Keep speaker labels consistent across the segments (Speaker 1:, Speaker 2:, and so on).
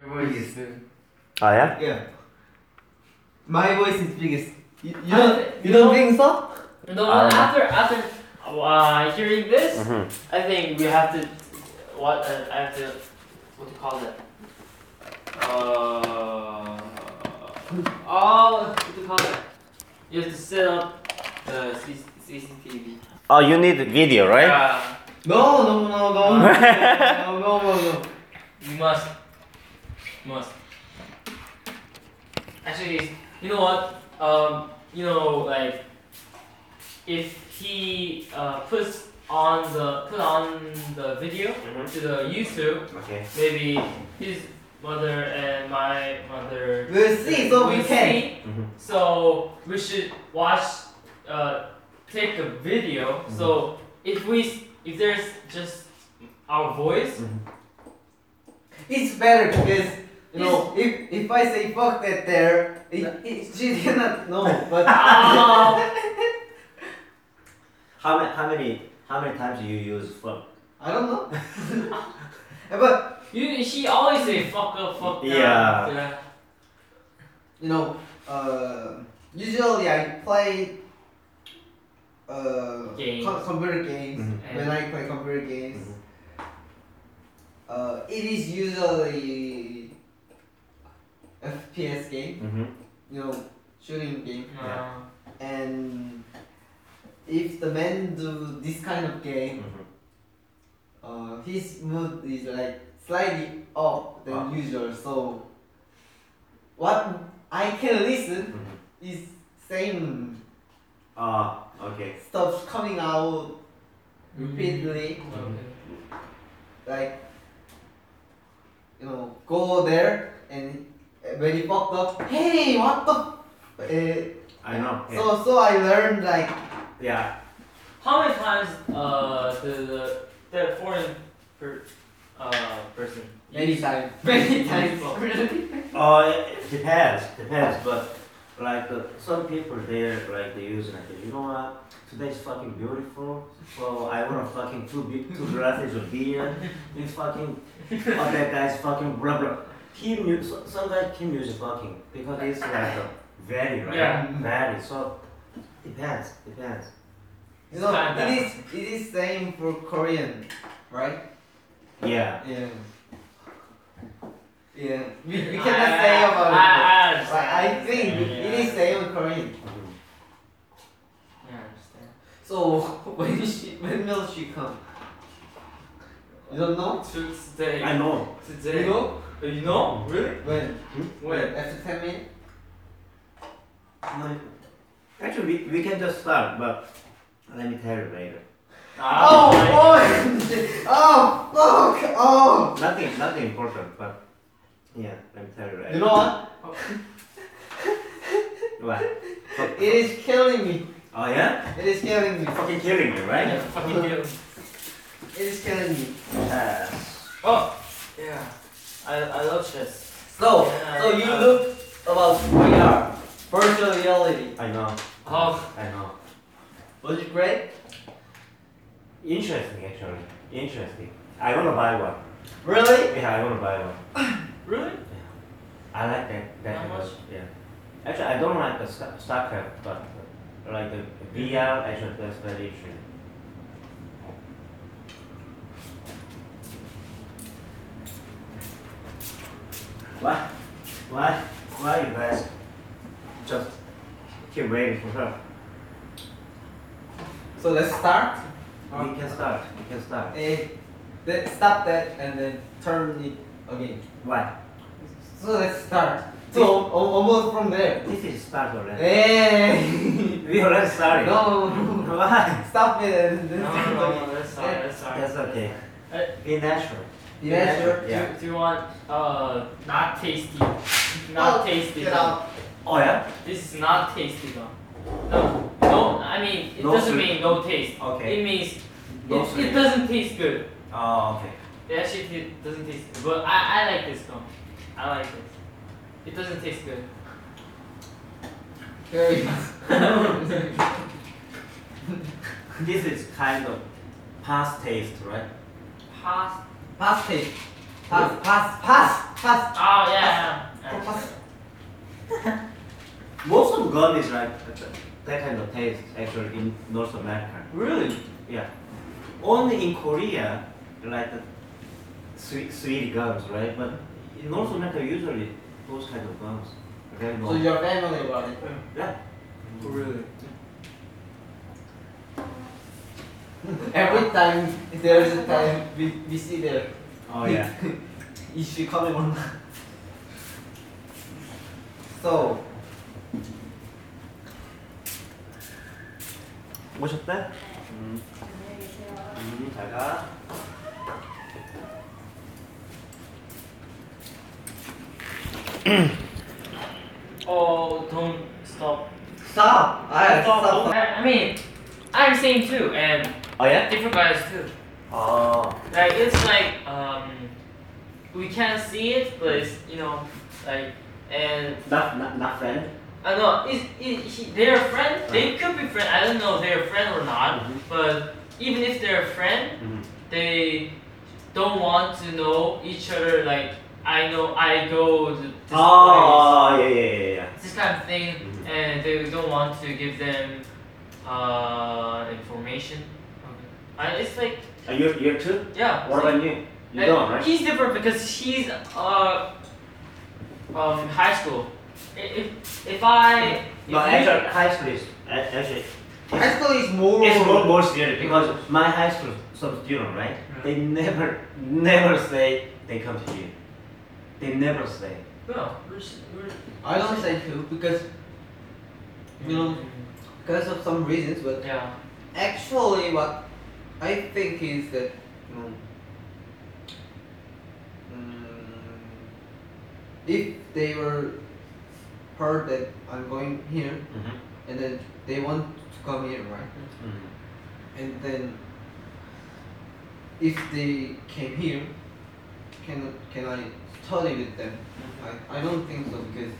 Speaker 1: biggest.
Speaker 2: Oh yeah?
Speaker 1: Yeah. My voice is biggest. You, you
Speaker 3: I-
Speaker 1: don't, you
Speaker 3: you
Speaker 1: don't
Speaker 3: know-
Speaker 1: think so?
Speaker 3: No,
Speaker 2: I don't know.
Speaker 3: after after uh, hearing this,
Speaker 2: Mhm.
Speaker 3: I think we have to what uh, I have to what to call it. Uh, oh, what to call it? You have to set up the C- CCTV.
Speaker 2: Oh, you need video, right?
Speaker 3: Yeah,
Speaker 1: No, no, no, no, no, no, no, no, no.
Speaker 3: you must, must. Actually, you know what? Um, you know, like if he uh, puts on the put on the video
Speaker 2: Mhm.
Speaker 3: to the YouTube.
Speaker 2: Okay.
Speaker 3: maybe his mother and my mother.
Speaker 1: We'll see, so we
Speaker 3: will
Speaker 1: can.
Speaker 3: see.
Speaker 2: Mhm.
Speaker 3: So we should watch, uh, take a video. So if we, s- if there's just our voice,
Speaker 1: It's better because
Speaker 3: It's-
Speaker 1: you know if if I say fuck that there, it, it, she cannot know. But
Speaker 3: Ah,
Speaker 2: How many how many how many times do you use phone?
Speaker 1: I don't know.
Speaker 2: Mm-hmm.
Speaker 1: but
Speaker 3: you, she always say fuck up, fuck down.
Speaker 2: Yeah.
Speaker 3: yeah.
Speaker 1: you know, uh, usually I play uh
Speaker 3: Games.
Speaker 1: com- computer games.
Speaker 2: Mhm.
Speaker 1: When
Speaker 3: And-
Speaker 1: I play computer games, uh, it is usually FPS game.
Speaker 2: Mm-hmm.
Speaker 1: You know, shooting game.
Speaker 3: Uh,
Speaker 1: And if the man do this kind of game,
Speaker 2: Mm-hmm.
Speaker 1: uh, his mood is like slightly up than
Speaker 2: Ah.
Speaker 1: usual. So what I can listen
Speaker 2: Mm-hmm.
Speaker 1: is same
Speaker 2: Uh okay.
Speaker 1: stuff coming out
Speaker 3: Mm-hmm.
Speaker 1: repeatedly.
Speaker 3: okay.
Speaker 1: Like you know, go there and when he fucked up, hey, what the. Uh,
Speaker 2: I know. Yeah.
Speaker 1: So so I learned like
Speaker 2: yeah.
Speaker 3: How many times uh the the, the foreign per, uh person
Speaker 1: many times, many times.
Speaker 2: Oh, it it depends, depends. But like uh, some people, they're like they use like you know what? Today's fucking beautiful. So I want to fucking two big two glasses of beer. This fucking oh that guy's fucking blah blah. He mu- so- some guy can use fucking because it's like a very right
Speaker 3: Yeah.
Speaker 2: very so depends depends.
Speaker 1: You know,
Speaker 3: Stand
Speaker 1: it
Speaker 3: up.
Speaker 1: is it is same for Korean, right?
Speaker 2: Yeah.
Speaker 1: Yeah. Yeah. We, we cannot say about
Speaker 3: I,
Speaker 1: it.
Speaker 3: I,
Speaker 1: but-
Speaker 3: understand.
Speaker 1: But I think
Speaker 3: Ah, Yeah.
Speaker 1: it is same in Korean.
Speaker 2: Mhm.
Speaker 3: Yeah, I understand.
Speaker 1: So when she when will she come? You don't know?
Speaker 3: To- Today.
Speaker 2: I know.
Speaker 3: Today.
Speaker 1: You know?
Speaker 3: Uh, You know? Really?
Speaker 1: When?
Speaker 3: When?
Speaker 1: After ten minutes?
Speaker 2: Like, Actually, we, we can just start, but let me tell you later.
Speaker 1: Oh
Speaker 3: my-
Speaker 1: boy! oh fuck! Oh!
Speaker 2: Nothing, nothing important, but yeah, let me tell you
Speaker 1: You
Speaker 2: later.
Speaker 1: know what?
Speaker 2: What? Fuck-
Speaker 1: It is killing me.
Speaker 2: Oh yeah?
Speaker 1: It is killing me.
Speaker 2: Fucking killing me,
Speaker 3: Yeah,
Speaker 2: right?
Speaker 3: fucking deal.
Speaker 1: It is killing me.
Speaker 2: Yes.
Speaker 3: Oh! Yeah. I, I love chess.
Speaker 1: So,
Speaker 3: Yeah,
Speaker 1: so you
Speaker 3: uh,
Speaker 1: look about VR, virtual reality.
Speaker 2: I know.
Speaker 3: Oh.
Speaker 2: I know.
Speaker 1: Was it great?
Speaker 2: Interesting, actually. Interesting. I wanna buy one.
Speaker 1: Really?
Speaker 2: Yeah, I wanna buy one.
Speaker 3: Really?
Speaker 2: I like that. that
Speaker 3: How
Speaker 2: kind of-
Speaker 3: much?
Speaker 2: Yeah. Actually, I don't like the Star- StarCraft, but uh, like the VR, actually, that's very interesting. Why? Why? Why you guys just keep waiting for her?
Speaker 1: So let's start.
Speaker 2: We can start. We can start.
Speaker 1: Eh, let stop that and then turn it again.
Speaker 2: Why?
Speaker 1: So let's start. So al- almost from there.
Speaker 2: This is start already.
Speaker 1: Hey!
Speaker 2: We already started.
Speaker 1: Eh. no!
Speaker 2: Why?
Speaker 1: Stop it
Speaker 3: No,
Speaker 1: and then
Speaker 3: no,
Speaker 1: start
Speaker 3: no,
Speaker 1: again.
Speaker 3: no, that's sorry, that's sorry.
Speaker 2: That's okay.
Speaker 3: Uh,
Speaker 2: Be natural.
Speaker 1: Yeah, sure.
Speaker 3: Do,
Speaker 2: Yeah.
Speaker 3: do you want, uh, not tasty? Not
Speaker 1: Oh,
Speaker 3: tasty.
Speaker 1: Get
Speaker 3: though.
Speaker 1: out.
Speaker 2: Oh yeah.
Speaker 3: This is not tasty though. No, no, I mean, it
Speaker 2: No
Speaker 3: doesn't
Speaker 2: sweet.
Speaker 3: mean no taste.
Speaker 2: Okay.
Speaker 3: It means
Speaker 2: No
Speaker 3: it,
Speaker 2: sweet.
Speaker 3: it doesn't taste good.
Speaker 2: Oh okay.
Speaker 3: It actually t- doesn't taste good. But I, I like this though. I like this. It doesn't taste good.
Speaker 1: There it is.
Speaker 2: This is kind of past taste, right?
Speaker 3: Past.
Speaker 1: Past tape. Pass, pass, pass, pass.
Speaker 3: Oh yeah. yeah.
Speaker 1: Go pass.
Speaker 2: Most of gum is like that kind of taste actually in North America.
Speaker 3: Really?
Speaker 2: Yeah. Only in Korea, like the sweet, sweet gums, right? But in North America, usually those kind of gums. Very
Speaker 1: So
Speaker 2: normal.
Speaker 1: your family got it.
Speaker 2: yeah.
Speaker 1: Really? Every time there is a time we, we see there.
Speaker 2: Oh yeah.
Speaker 1: is she coming or not? So
Speaker 2: 오셨대? 음.
Speaker 4: 안녕히 계세요.
Speaker 2: 음, 잘가.
Speaker 3: Oh, don't stop.
Speaker 1: stop. I stop.
Speaker 3: I, I mean, I'm same too, and
Speaker 2: 아 예?
Speaker 3: different guys too.
Speaker 2: 아.
Speaker 3: Like it's like um, we can't see it, but it's you know like and
Speaker 2: Not not not friend.
Speaker 3: I know is is he, they're a friend. They could be friend. I don't know if they're a friend or not.
Speaker 2: Mhm.
Speaker 3: But even if they're a friend,
Speaker 2: 음.
Speaker 3: they don't want to know each other. Like I know I go to this
Speaker 2: 아 예예예 예.
Speaker 3: place, this kind of thing,
Speaker 2: Mhm.
Speaker 3: and they don't want to give them uh, information. And it's like
Speaker 2: Are you you're two?
Speaker 3: yeah.
Speaker 2: What about you? You
Speaker 3: Uh,
Speaker 2: don't right?
Speaker 3: He's different because he's uh um high school. I- If if I if
Speaker 2: No,
Speaker 3: we-
Speaker 2: actually, high school is a- actually
Speaker 1: High school is more.
Speaker 2: It's more, more serious because my high school some student, right? They never, never say they come to you. They never say.
Speaker 3: no, we're, s- we're
Speaker 1: I don't say too because you know because of some reasons, but
Speaker 3: yeah
Speaker 1: actually what I think is that you know, mm, if they were heard that I'm going here
Speaker 2: Mm-hmm.
Speaker 1: and then they want to come here right
Speaker 2: Mm-hmm.
Speaker 1: and then if they came here can can I study with them I, I don't think so because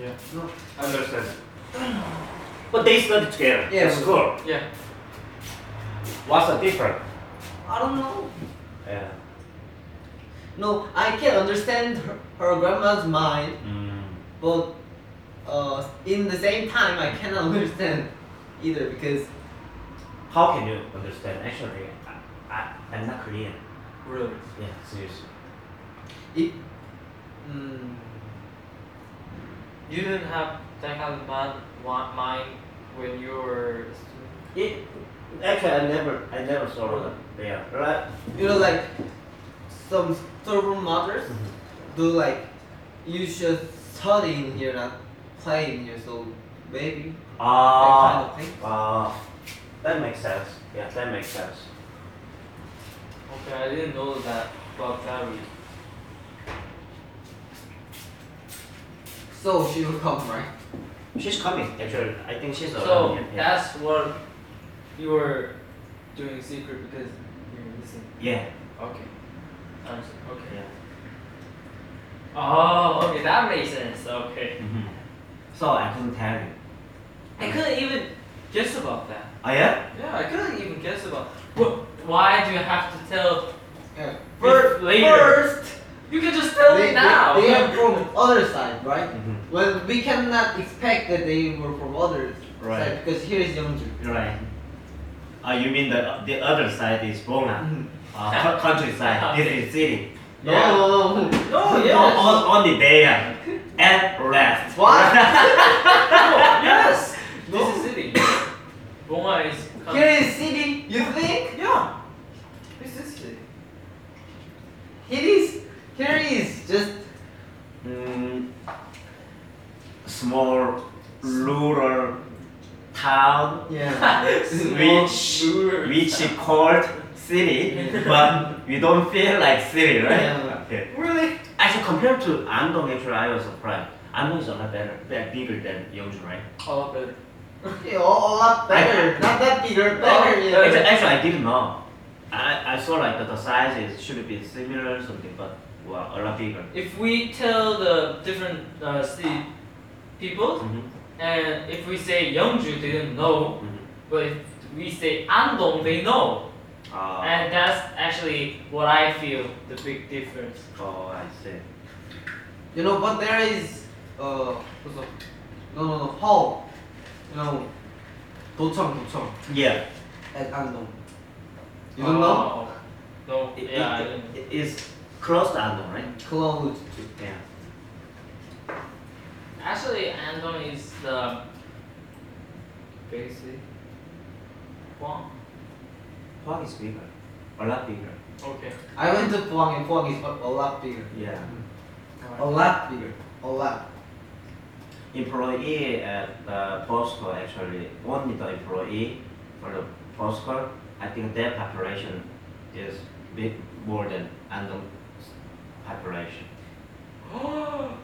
Speaker 3: Yeah.
Speaker 1: no,
Speaker 2: Understand. But they study together.
Speaker 1: Yeah.
Speaker 2: It's cool.
Speaker 3: yeah
Speaker 2: What's the difference?
Speaker 1: I don't know
Speaker 2: Yeah.
Speaker 1: no I can understand her, her grandma's mind
Speaker 2: Mm.
Speaker 1: but uh, in the same time I cannot understand either because
Speaker 2: How can you understand? Actually, I, I, I'm not Korean.
Speaker 3: really
Speaker 2: Yeah, seriously.
Speaker 1: it mm,
Speaker 3: you didn't have that kind of man, wa- mind when you were a student.
Speaker 2: It, actually, I never, I never saw them. Yeah. Right.
Speaker 1: you know like some stubborn mothers do like you should study in here not play in here so maybe
Speaker 2: Ah.
Speaker 1: that kind of thing
Speaker 2: Ah. That makes sense. Yeah, that makes sense.
Speaker 3: Okay, I didn't know that about that reason.
Speaker 1: so she will come right
Speaker 2: She's coming. Actually, I think she's
Speaker 3: So
Speaker 2: around. yeah.
Speaker 3: that's what you were doing secret because you're missing.
Speaker 2: yeah.
Speaker 3: Okay. Understand. Okay.
Speaker 2: Yeah.
Speaker 3: Oh, okay, that makes sense. Okay.
Speaker 2: Mm-hmm. So I couldn't tell you.
Speaker 3: I couldn't even guess about that.
Speaker 2: Oh yeah.
Speaker 3: Yeah, I couldn't even guess about. What? Why do you have to tell
Speaker 1: yeah.
Speaker 3: Fir- later?
Speaker 1: first
Speaker 3: You can just tell
Speaker 1: they,
Speaker 3: me now.
Speaker 1: they, they are from other side right
Speaker 2: Mm-hmm.
Speaker 1: well we cannot expect that they were from other
Speaker 2: Right.
Speaker 1: side because here is Yeongju
Speaker 2: Right. Uh, you mean the the other side is Bonga,
Speaker 1: Mhm.
Speaker 2: uh, co- countryside. This is city.
Speaker 1: no
Speaker 3: Yeah.
Speaker 1: no no
Speaker 3: no,
Speaker 2: No,
Speaker 3: yes.
Speaker 2: on, only there. At rest.
Speaker 1: What?
Speaker 3: No, yes.
Speaker 1: No.
Speaker 3: This is city. Bonga is.
Speaker 1: Here is city. You think?
Speaker 3: Yeah. This is city.
Speaker 1: Here is. Here is just
Speaker 2: Mm, small rural town.
Speaker 1: yeah.
Speaker 2: which
Speaker 3: Sure.
Speaker 2: which is called city, but we don't feel like city, right?
Speaker 1: Yeah.
Speaker 2: Okay.
Speaker 1: really?
Speaker 2: Actually, compared to Andong, actually, I was surprised. Andong is a lot better, be- bigger than Yeoju, right?
Speaker 3: A lot better.
Speaker 1: Yeah, a lot better. Not that bigger. Better.
Speaker 3: Oh,
Speaker 1: Yeah.
Speaker 2: Actually, actually, I didn't know. I, I saw like that the size is should be similar or something, but well, a lot bigger.
Speaker 3: If we tell the different uh, city people,
Speaker 2: Mhm,
Speaker 3: and if we say Yeongju, they didn't know.
Speaker 2: mhm.
Speaker 3: But if we say Andong, they know.
Speaker 2: Uh,
Speaker 3: And that's actually what I feel the big difference.
Speaker 2: oh, I see.
Speaker 1: You know, but there is uh, what's up? no no no hall, you know, dochang dochang
Speaker 2: Yeah.
Speaker 1: at Andong. You don't know?
Speaker 3: Oh, No,
Speaker 2: It,
Speaker 3: yeah, I
Speaker 2: it,
Speaker 3: don't know.
Speaker 2: it is close to Andong, right?
Speaker 1: Close.
Speaker 2: Yeah.
Speaker 3: Actually, Andong is the basic one.
Speaker 2: Huang is bigger. A lot bigger.
Speaker 3: Okay.
Speaker 1: I went to Puang and Puang is a a lot bigger.
Speaker 2: Yeah.
Speaker 1: A lot bigger. A lot.
Speaker 2: Employee at uh, Posco actually, only the employee for the Posco, I think their population is big more than Andong population.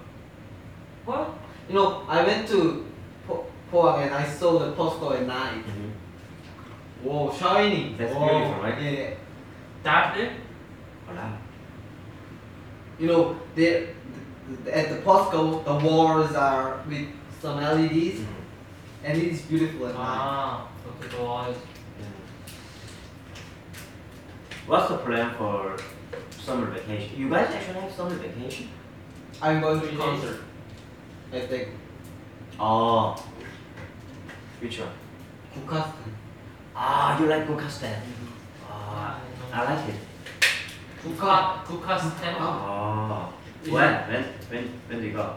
Speaker 3: what?
Speaker 1: You know, I went to Po- Puang and I saw the Posco at night.
Speaker 2: Mm-hmm.
Speaker 1: Whoa, shiny.
Speaker 2: That's
Speaker 1: Whoa.
Speaker 2: beautiful, right?
Speaker 1: Yeah.
Speaker 3: That big?
Speaker 2: A lot.
Speaker 1: you know, they, th- at the Posco, the walls are with some
Speaker 2: Mm-hmm.
Speaker 1: LEDs, and it is beautiful at night.
Speaker 3: Ah, okay, the wall is
Speaker 2: Yeah. What's the plan for summer vacation? You guys actually have summer vacation?
Speaker 1: I'm going to
Speaker 3: Three days.
Speaker 1: concert. I think
Speaker 2: Oh. Which one?
Speaker 1: Kukastan.
Speaker 2: Ah, you like Gokastan. Ah, I like it.
Speaker 3: Kuka Kuka's
Speaker 1: Ah.
Speaker 3: temple.
Speaker 2: Oh.
Speaker 1: Yeah.
Speaker 2: When? When? When? When do you go?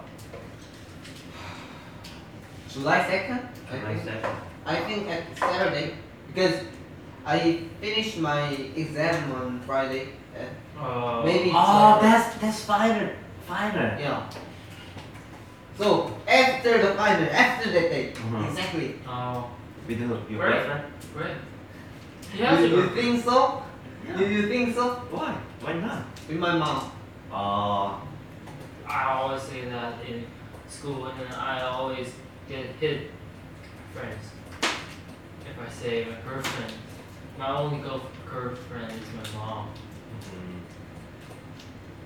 Speaker 1: July second. I
Speaker 2: Like
Speaker 1: think.
Speaker 2: that.
Speaker 1: I think at Saturday because I finished my exam on Friday. eh,
Speaker 3: Uh,
Speaker 1: Maybe.
Speaker 2: Oh,
Speaker 1: Saturday.
Speaker 2: that's that's final. Final.
Speaker 1: Yeah. So after the final, after that day,
Speaker 2: Mhm.
Speaker 1: exactly.
Speaker 3: Oh,
Speaker 2: With your your
Speaker 3: Right.
Speaker 2: boyfriend?
Speaker 3: great. Yeah.
Speaker 1: You, you think so? You, you think so?
Speaker 2: Why? Why not?
Speaker 1: With my mom.
Speaker 2: Oh.
Speaker 3: I always say that in school, and then I always get hit. Friends. If I say my girlfriend, my only girl girlfriend is my mom.
Speaker 2: Mhm.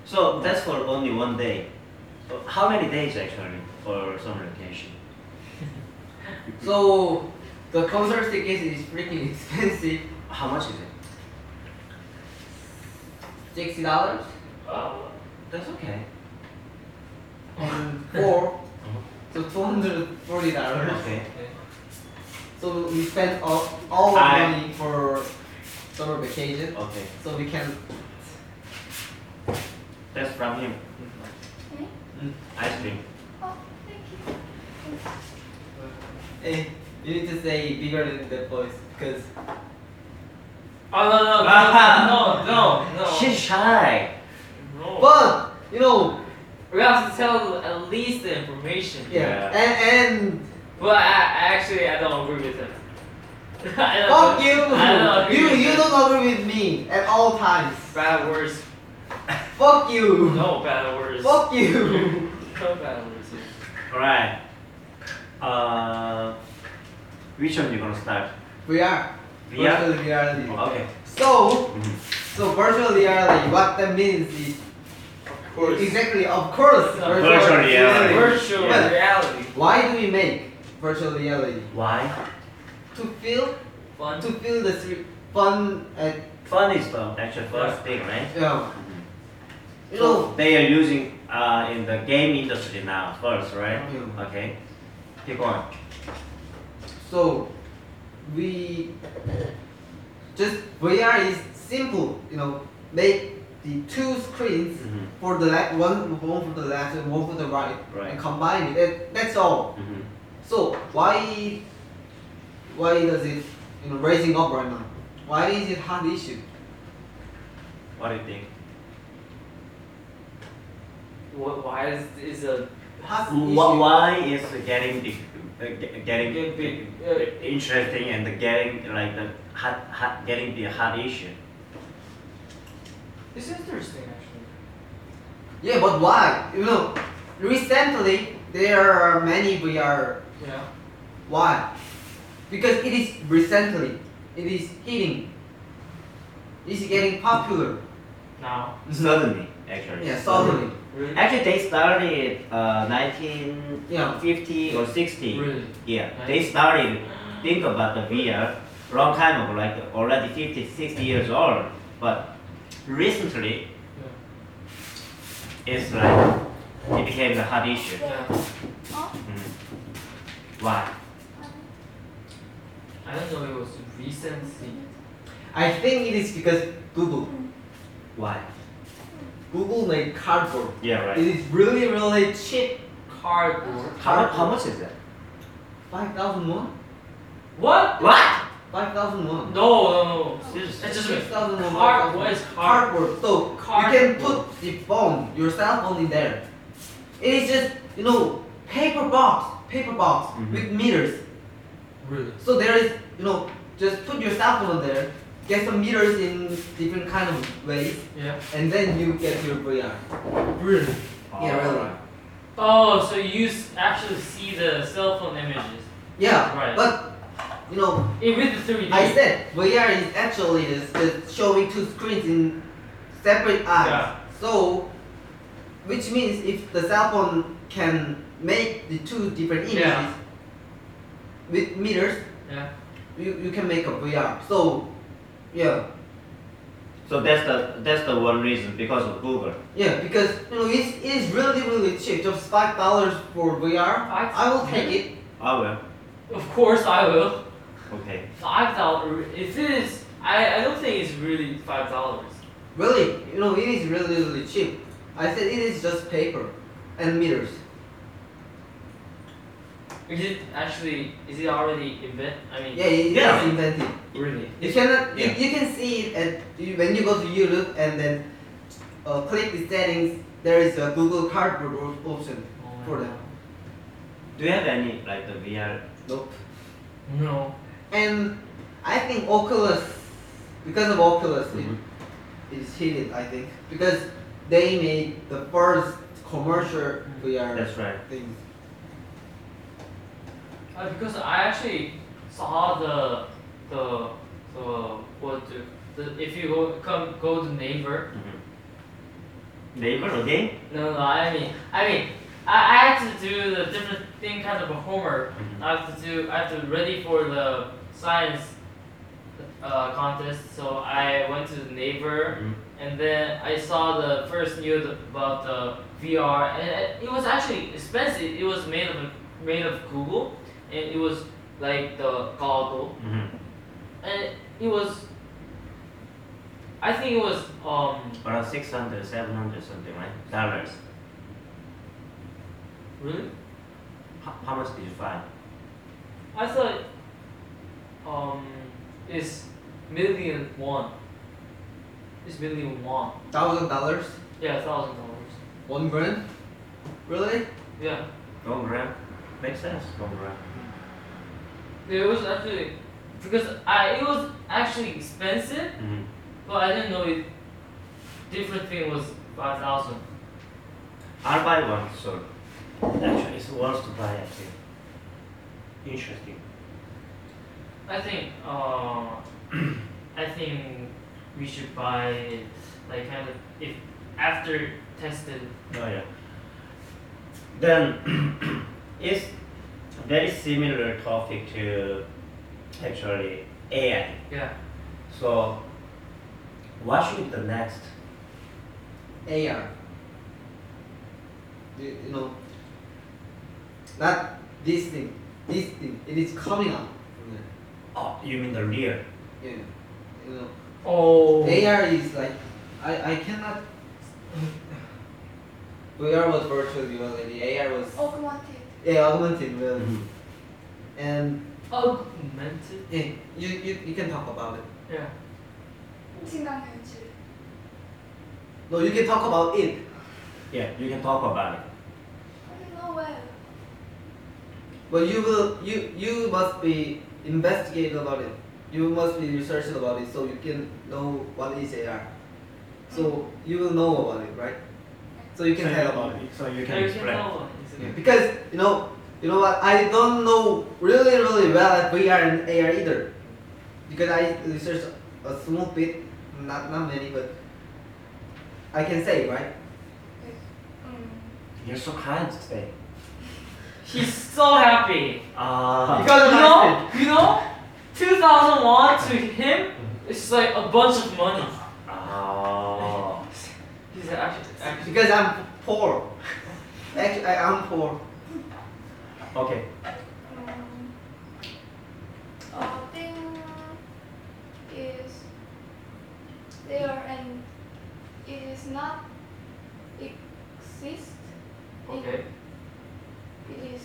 Speaker 2: So that's for only one day. Uh, How many days actually for summer vacation?
Speaker 1: So the concert ticket is freaking expensive,
Speaker 2: How much is it?
Speaker 1: sixty dollars,
Speaker 3: Oh.
Speaker 2: That's okay.
Speaker 1: and four, so two hundred forty dollars.
Speaker 2: Okay.
Speaker 1: So we spent all all the
Speaker 2: I-
Speaker 1: money for summer vacation,
Speaker 2: Okay.
Speaker 1: so we can.
Speaker 2: That's from him. Ice cream.
Speaker 4: Oh, thank you.
Speaker 1: Eh, you need to say bigger than the voice, because
Speaker 3: Oh no no no no no no.
Speaker 2: She's shy.
Speaker 3: No.
Speaker 1: but you know
Speaker 3: we have to tell at least the information.
Speaker 1: yeah,
Speaker 2: Yeah.
Speaker 1: and and
Speaker 3: Well, I, I actually I don't agree with him. I don't
Speaker 1: fuck
Speaker 3: agree- I don't
Speaker 1: you,
Speaker 3: agree
Speaker 1: you
Speaker 3: with
Speaker 1: you
Speaker 3: him.
Speaker 1: don't agree with me at all times.
Speaker 3: Bad words.
Speaker 1: Fuck you,
Speaker 3: No bad words.
Speaker 1: fuck you.
Speaker 3: No bad words.
Speaker 2: Alright. Uh, which one you gonna start?
Speaker 1: We are
Speaker 2: Yeah.
Speaker 1: virtual reality.
Speaker 2: Okay.
Speaker 1: So.
Speaker 2: Mhm.
Speaker 1: So virtual reality, what that means is
Speaker 3: Of
Speaker 1: exactly of course
Speaker 3: Virtual
Speaker 2: reality.
Speaker 3: Virtual
Speaker 1: Yeah.
Speaker 3: reality.
Speaker 1: Why do we make virtual reality?
Speaker 2: Why?
Speaker 1: To feel
Speaker 3: Fun.
Speaker 1: to feel the thri- fun at
Speaker 2: Fun is the actual first thing, right?
Speaker 1: yeah.
Speaker 2: Mm-hmm.
Speaker 1: You
Speaker 2: So
Speaker 1: know
Speaker 2: they are using uh, in the game industry now first, right?
Speaker 1: Yeah.
Speaker 2: Okay. Keep going.
Speaker 1: so we just VR is simple, you know, make the two screens
Speaker 2: Mhm.
Speaker 1: for the left one one for the left and one for the right,
Speaker 2: Right.
Speaker 1: and combine it. That, that's all.
Speaker 2: Mhm.
Speaker 1: So why why does it you know raising up right now? Why is it hard issue?
Speaker 2: What do you think?
Speaker 3: Wh- Why is is a
Speaker 1: Hard
Speaker 2: Wh-
Speaker 1: issue.
Speaker 2: Mm, Why is getting the, uh, ge- getting
Speaker 3: big big? Uh,
Speaker 2: interesting and the getting like the hot, hot getting the hot issue?
Speaker 3: it's interesting actually.
Speaker 1: Yeah, but why? You know, recently there are many VR.
Speaker 3: Yeah.
Speaker 1: Why? Because it is recently, it is hitting. It's getting popular.
Speaker 3: Now.
Speaker 2: Suddenly, actually.
Speaker 1: Yeah, suddenly.
Speaker 3: Really.
Speaker 2: Actually, they started uh, 1950
Speaker 1: Yeah.
Speaker 2: or 60.
Speaker 3: Really.
Speaker 2: Yeah, they started think about the VR long time ago, like already 50, 60 years old. But recently, it's like it became the hot issue.
Speaker 3: Yeah.
Speaker 2: Mm. Why?
Speaker 3: I don't know. It was recently.
Speaker 1: I think it is because Google.
Speaker 2: Why?
Speaker 1: Google made cardboard.
Speaker 2: Yeah,
Speaker 1: It
Speaker 2: right.
Speaker 1: is really, really cheap.
Speaker 3: Cardboard.
Speaker 2: How, mu- how much is that?
Speaker 1: 5,000 won?
Speaker 3: What?
Speaker 2: What?
Speaker 1: 5,000 won.
Speaker 3: No, no,
Speaker 2: Seriously?
Speaker 3: It's just-
Speaker 1: 6,000
Speaker 3: no.
Speaker 1: won.
Speaker 3: Card.
Speaker 1: 5,000
Speaker 3: What is card?
Speaker 1: cardboard. So you can
Speaker 3: Cardboard.
Speaker 1: put the phone, your cell phone in there. It is just you know paper box, paper box
Speaker 2: Mhm.
Speaker 1: with meters.
Speaker 3: Really?
Speaker 1: So there is you know just put your cell phone on there, get some meters in different kind of ways,
Speaker 3: Yeah.
Speaker 1: and then you get your VR.
Speaker 3: Really.
Speaker 1: Yeah, really.
Speaker 3: Oh, so you s- actually see the cell phone images.
Speaker 1: Yeah,
Speaker 3: Right.
Speaker 1: but you know
Speaker 3: Eh, with the 3D.
Speaker 1: I said VR is actually is just showing two screens in separate eyes.
Speaker 3: Yeah.
Speaker 1: So which means if the cell phone can make the two different images
Speaker 3: Yeah.
Speaker 1: with meters,
Speaker 3: Yeah.
Speaker 1: you, you can make a VR. So yeah,
Speaker 2: So that's the that's the one reason because of Google.
Speaker 1: yeah, because you know it's, it's really really cheap, just five dollars for VR.
Speaker 3: Five-
Speaker 1: I will take it.
Speaker 2: Oh well.
Speaker 3: Of course I will.
Speaker 2: Okay.
Speaker 3: Five dollars. If it is, I I don't think it's really five dollars.
Speaker 1: Really, you know it is really really cheap. I said it is just paper and meters.
Speaker 3: Is it actually? Is it already invent? I mean.
Speaker 1: Yeah, it- it's
Speaker 2: Yeah.
Speaker 1: invented.
Speaker 3: Really.
Speaker 1: You cannot.
Speaker 2: Yeah.
Speaker 1: You, you can see it at you, when you go to YouTube and then uh, click the settings. There is a Google Cardboard op- option.
Speaker 3: Oh my
Speaker 1: For
Speaker 3: God.
Speaker 1: them.
Speaker 2: Do you have any like the VR?
Speaker 1: Nope.
Speaker 3: No.
Speaker 1: And I think Oculus, because of Oculus, it is hidden. I think because they made the first commercial VR
Speaker 2: That's right.
Speaker 1: thing.
Speaker 3: Uh, because I actually saw the the the what the, the if you go come go to neighbor.
Speaker 2: Mm-hmm. Neighbor again?
Speaker 3: No, no, I mean, I mean, I, I have to do the different thing kind of a homework.
Speaker 2: Mhm.
Speaker 3: I have to do I have to ready for the science uh, contest. So I went to the neighbor.
Speaker 2: Mhm.
Speaker 3: and then I saw the first news about the VR, and it- it was actually expensive. It was made of made of Google, and it was like the goggle,
Speaker 2: Mhm.
Speaker 3: and it was. I think it was um
Speaker 2: Around 600, 700 something, right? Dollars.
Speaker 3: really.
Speaker 2: How, how much did you find?
Speaker 3: I thought um it's million one. It's million one.
Speaker 1: Thousand dollars,
Speaker 3: Yeah, thousand dollars.
Speaker 1: one grand. Really?
Speaker 3: Yeah,
Speaker 2: One gram. Makes sense. One gram.
Speaker 3: it was actually because I it was actually expensive.
Speaker 2: Mm-hmm.
Speaker 3: Well, I didn't know it. Different thing was five thousand.
Speaker 2: I'll buy one, so. Actually, it's wants to buy, I think. Interesting.
Speaker 3: I think. Uh, I think we should buy it like kind of if after tested.
Speaker 2: Oh yeah. Then it's very similar topic to actually AI.
Speaker 3: Yeah.
Speaker 2: So what should the next?
Speaker 1: AR. You, you know. Not this thing. This thing. It is coming up. from there.
Speaker 2: Oh, you mean the real?
Speaker 1: Yeah. You know.
Speaker 3: Oh.
Speaker 1: AR is like I, I cannot VR was virtual reality, AR was
Speaker 4: Oh. Augmented.
Speaker 1: yeah, augmented
Speaker 2: Mm-hmm.
Speaker 1: reality. And
Speaker 3: Augmented.
Speaker 1: yeah, you, you you can talk about it.
Speaker 3: Yeah.
Speaker 4: 생각해야지.
Speaker 1: No, you can talk about it.
Speaker 2: Yeah, you can talk about it.
Speaker 4: I don't know where.
Speaker 1: But you will you you must be investigated about it. You must be researched about it so you can know what is AR. So you will know about it, right? So you can
Speaker 2: so
Speaker 1: tell
Speaker 2: you,
Speaker 1: about it.
Speaker 2: So you
Speaker 3: Yeah,
Speaker 2: can
Speaker 3: you can
Speaker 2: explain.
Speaker 3: tell one. It's okay.
Speaker 1: Because you know, you know what? I don't know really, really well at VR and AR either, because I researched a small bit, not not many, but I can say right.
Speaker 4: 음.
Speaker 2: You're so kind today.
Speaker 3: He's so happy.
Speaker 2: Ah.
Speaker 1: Because of
Speaker 3: you
Speaker 1: my
Speaker 3: know. You know. 2,000 won to him is just like a bunch of money.
Speaker 2: Oh.
Speaker 3: He's like, actually, actually,
Speaker 1: Because I'm poor. Actually, I am poor.
Speaker 2: Okay.
Speaker 4: Um, uh, thing is there and it is not exist. It-
Speaker 3: okay.
Speaker 4: It is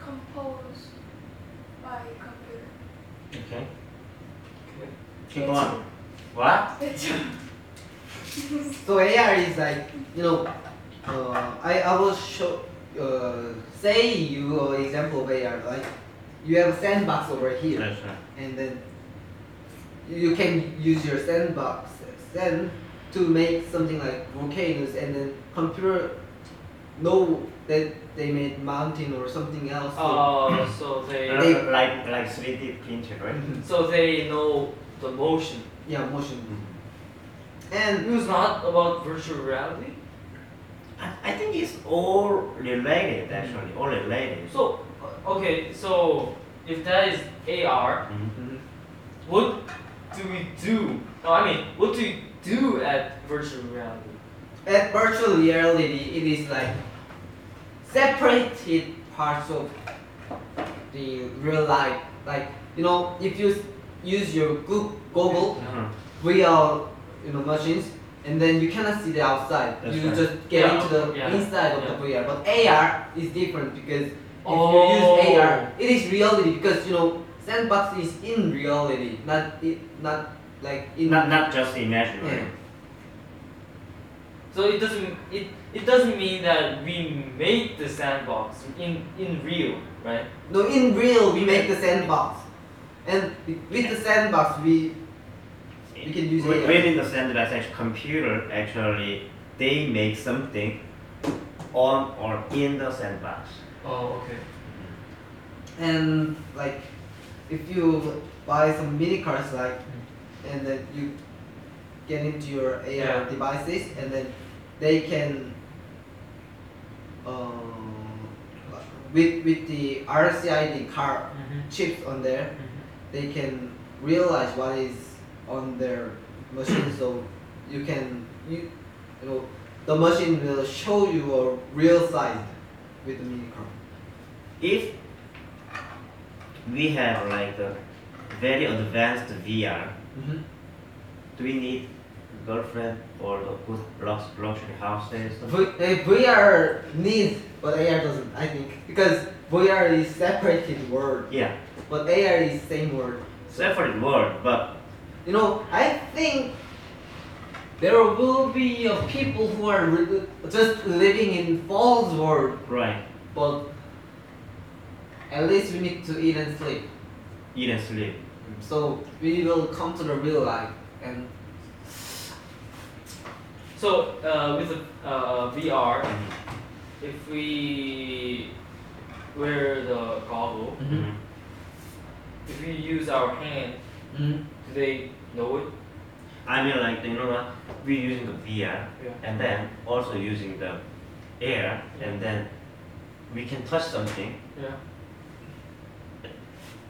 Speaker 4: mm, composed by computer.
Speaker 2: Okay.
Speaker 3: Okay.
Speaker 2: Keep on. What?
Speaker 1: So AR is like you know, uh, I I will show. Uh, say you an example of AR like you have a sandbox over here.
Speaker 2: That's right.
Speaker 1: and then you can use your sandbox then to make something like volcanoes and then computer know that they made mountain or something else so-
Speaker 3: Uh, so they,
Speaker 1: They-
Speaker 2: Like like 3D printing, right?
Speaker 1: Mhm.
Speaker 3: so they know the motion.
Speaker 1: yeah motion and
Speaker 3: It was not about virtual reality.
Speaker 2: I, I think it's all related actually, all related.
Speaker 3: So, uh, okay, so if that is AR,
Speaker 2: Mhm.
Speaker 1: Mhm.
Speaker 3: what do we do? No, I mean, what do you do at virtual reality?
Speaker 1: at virtual reality it is like separated parts of the real life like you know if you s- use your Goo- Google
Speaker 2: Mhm.
Speaker 1: we are you know machines and then you cannot see the outside
Speaker 2: That's
Speaker 1: you
Speaker 2: right.
Speaker 1: just get
Speaker 3: Yeah,
Speaker 1: into the
Speaker 3: yeah,
Speaker 1: inside of the VR but AR is different because if
Speaker 3: Oh.
Speaker 1: you use AR it is reality because you know sandbox is in reality not it not like in
Speaker 2: Not not just imaginary.
Speaker 1: Yeah.
Speaker 3: So it doesn't it, it doesn't mean that we made the sandbox in in real, right?
Speaker 1: no in real we make the sandbox and with with the sandbox we You can use
Speaker 2: Wi-
Speaker 1: AI.
Speaker 2: within the sandbox actually computer actually they make something on or in the sandbox.
Speaker 3: Oh, okay.
Speaker 1: and like if you buy some mini cars like and then you get into your AR
Speaker 3: Yeah.
Speaker 1: devices and then they can um, with with the RCID car
Speaker 3: Mm-hmm.
Speaker 1: chips on there they can realize what is on their machine so you can you, you know the machine will show you a real side with the mini car
Speaker 2: If we have like a very advanced VR,
Speaker 1: mm-hmm.
Speaker 2: do we need girlfriend or a good lux- luxury houses?
Speaker 1: V- eh, VR needs, but AR doesn't. I think because VR is separated word,
Speaker 2: Yeah,
Speaker 1: but AR is same word.
Speaker 2: separate world, but
Speaker 1: You know, I think there will be a people who are re- just living in false world,
Speaker 2: right,
Speaker 1: but at least we need to eat and sleep.
Speaker 2: eat and sleep.
Speaker 1: So we will come to the real life, and
Speaker 3: So uh, with the uh, VR, if we wear the goggle,
Speaker 2: Mhm.
Speaker 3: if we use our hand,
Speaker 1: Mhm.
Speaker 3: do they know it?
Speaker 2: I mean, like you know what, we're using the VR
Speaker 3: Yeah.
Speaker 2: and then also using the air, and then we can touch something
Speaker 3: Yeah.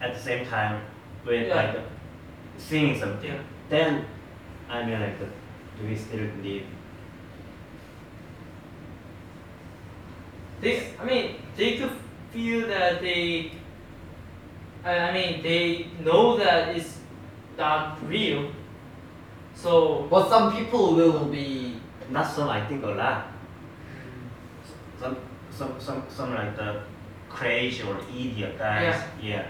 Speaker 2: at the same time with
Speaker 3: Yeah.
Speaker 2: like seeing something.
Speaker 3: Yeah.
Speaker 2: Then I mean, like, the- do we still need?
Speaker 3: They, I mean, they could feel that they. I, I mean, they know that it's not real. So
Speaker 1: but some people will be
Speaker 2: Not some. I think a lot. Some some some some like the crazy or idiot guys. Yeah.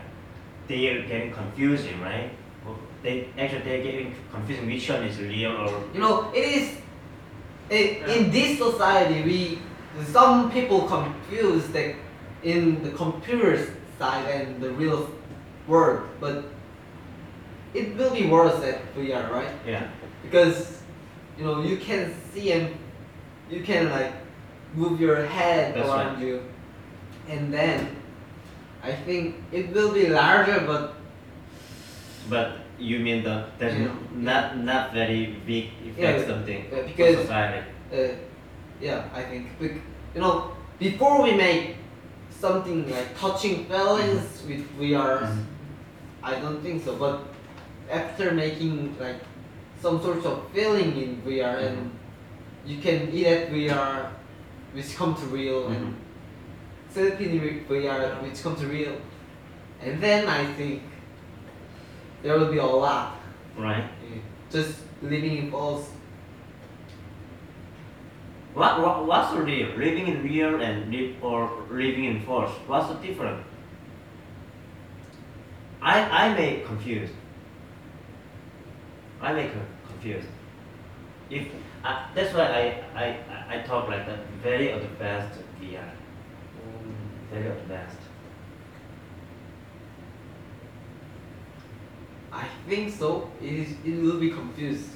Speaker 2: They are getting confusing, right? They actually they're getting confusing which one is real or
Speaker 1: You know, it is i in this society we some people confuse the in the computer side and the real world, but it will be worse at VR, right?
Speaker 2: yeah.
Speaker 1: Because you know you can see and you can like move your head
Speaker 2: That's
Speaker 1: around you, and then I think it will be larger, but uh,
Speaker 2: But you mean the that's
Speaker 1: Yeah.
Speaker 2: not not very big effect
Speaker 1: Yeah,
Speaker 2: something
Speaker 1: uh,
Speaker 2: for
Speaker 1: because
Speaker 2: society.
Speaker 1: uh, yeah, I think. Bec- you know, before we make something like touching balance with VR.
Speaker 2: Mhm.
Speaker 1: I don't think so. But after making like some sort of feeling in VR and you can eat at VR, which come to real
Speaker 2: Mm-hmm.
Speaker 1: and sleep in re- VR, which come to real, and then I think there will be a lot.
Speaker 2: Right.
Speaker 1: eh, Just living in false.
Speaker 2: What, what what's the deal? Living in real and live or living in false. What's the difference? I I may confuse. I may con- confuse. If I, that's why I, I I- I talk like that. Very advanced VR. Very advanced.
Speaker 1: I think so. It is. It will be confused.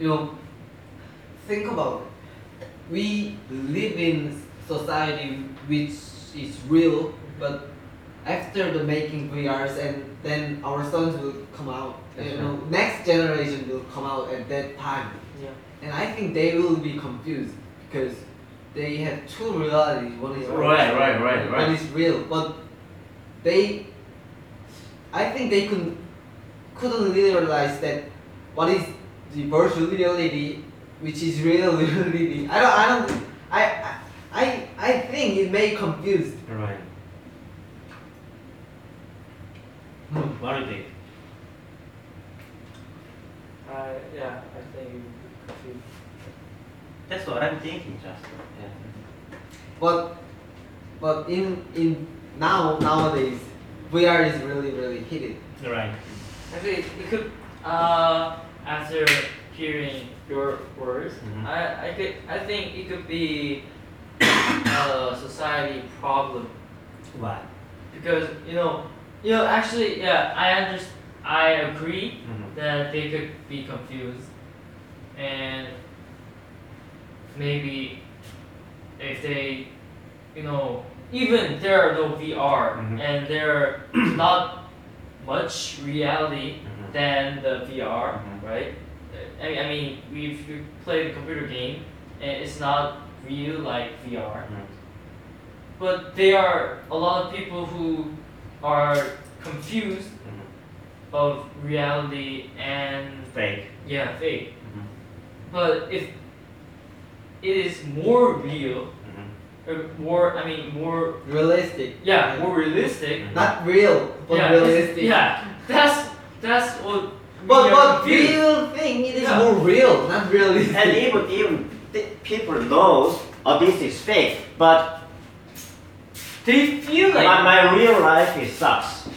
Speaker 1: you know, think about it. We live in society which is real, but after the making VRs and then our sons will come out.
Speaker 2: That's
Speaker 1: you
Speaker 2: right.
Speaker 1: know, next generation will come out at that time,
Speaker 3: Yeah.
Speaker 1: and I think they will be confused because they have two realities. One is
Speaker 2: Right, right, right, right.
Speaker 1: One is real, but they, I think they could couldn't realize that what is the virtual reality, which is real reality. I don't, I don't, I, I- I, I think it may confuse.
Speaker 2: Right.
Speaker 1: Hmm.
Speaker 2: What do you think?
Speaker 3: I yeah, I think you confused.
Speaker 2: That's what I'm thinking, just. Yeah.
Speaker 1: But, but in in now nowadays, VR is really really hidden.
Speaker 2: You're right.
Speaker 3: Actually, you could uh after hearing your words,
Speaker 2: Mhm.
Speaker 3: I I could I think it could be a society problem
Speaker 2: Why?
Speaker 3: because you know you know actually yeah I under I agree
Speaker 2: Mhm.
Speaker 3: that they could be confused and maybe if they you know even there are no VR
Speaker 2: Mhm.
Speaker 3: and there are not much reality
Speaker 2: Mhm.
Speaker 3: than the VR,
Speaker 2: Mhm.
Speaker 3: right? I mean, I mean, if you play a computer game, and it's not real like VR,
Speaker 2: Mhm.
Speaker 3: but there are a lot of people who are confused
Speaker 2: Mhm.
Speaker 3: of reality and
Speaker 2: Fake.
Speaker 3: yeah, fake.
Speaker 2: Mhm.
Speaker 3: But if it is more real,
Speaker 2: Mhm.
Speaker 3: or more, I mean, more
Speaker 1: Realistic,
Speaker 3: yeah, more realistic.
Speaker 2: Mhm.
Speaker 1: not real, but
Speaker 3: yeah, it's-
Speaker 1: realistic.
Speaker 3: yeah, that's that's what.
Speaker 1: But
Speaker 3: we are
Speaker 1: but
Speaker 3: confused.
Speaker 1: real thing, it is
Speaker 3: Yeah.
Speaker 1: more real, not realistic.
Speaker 2: and even even th- people knows oh this is fake, but
Speaker 3: they feel like
Speaker 2: my, my real life is sucks.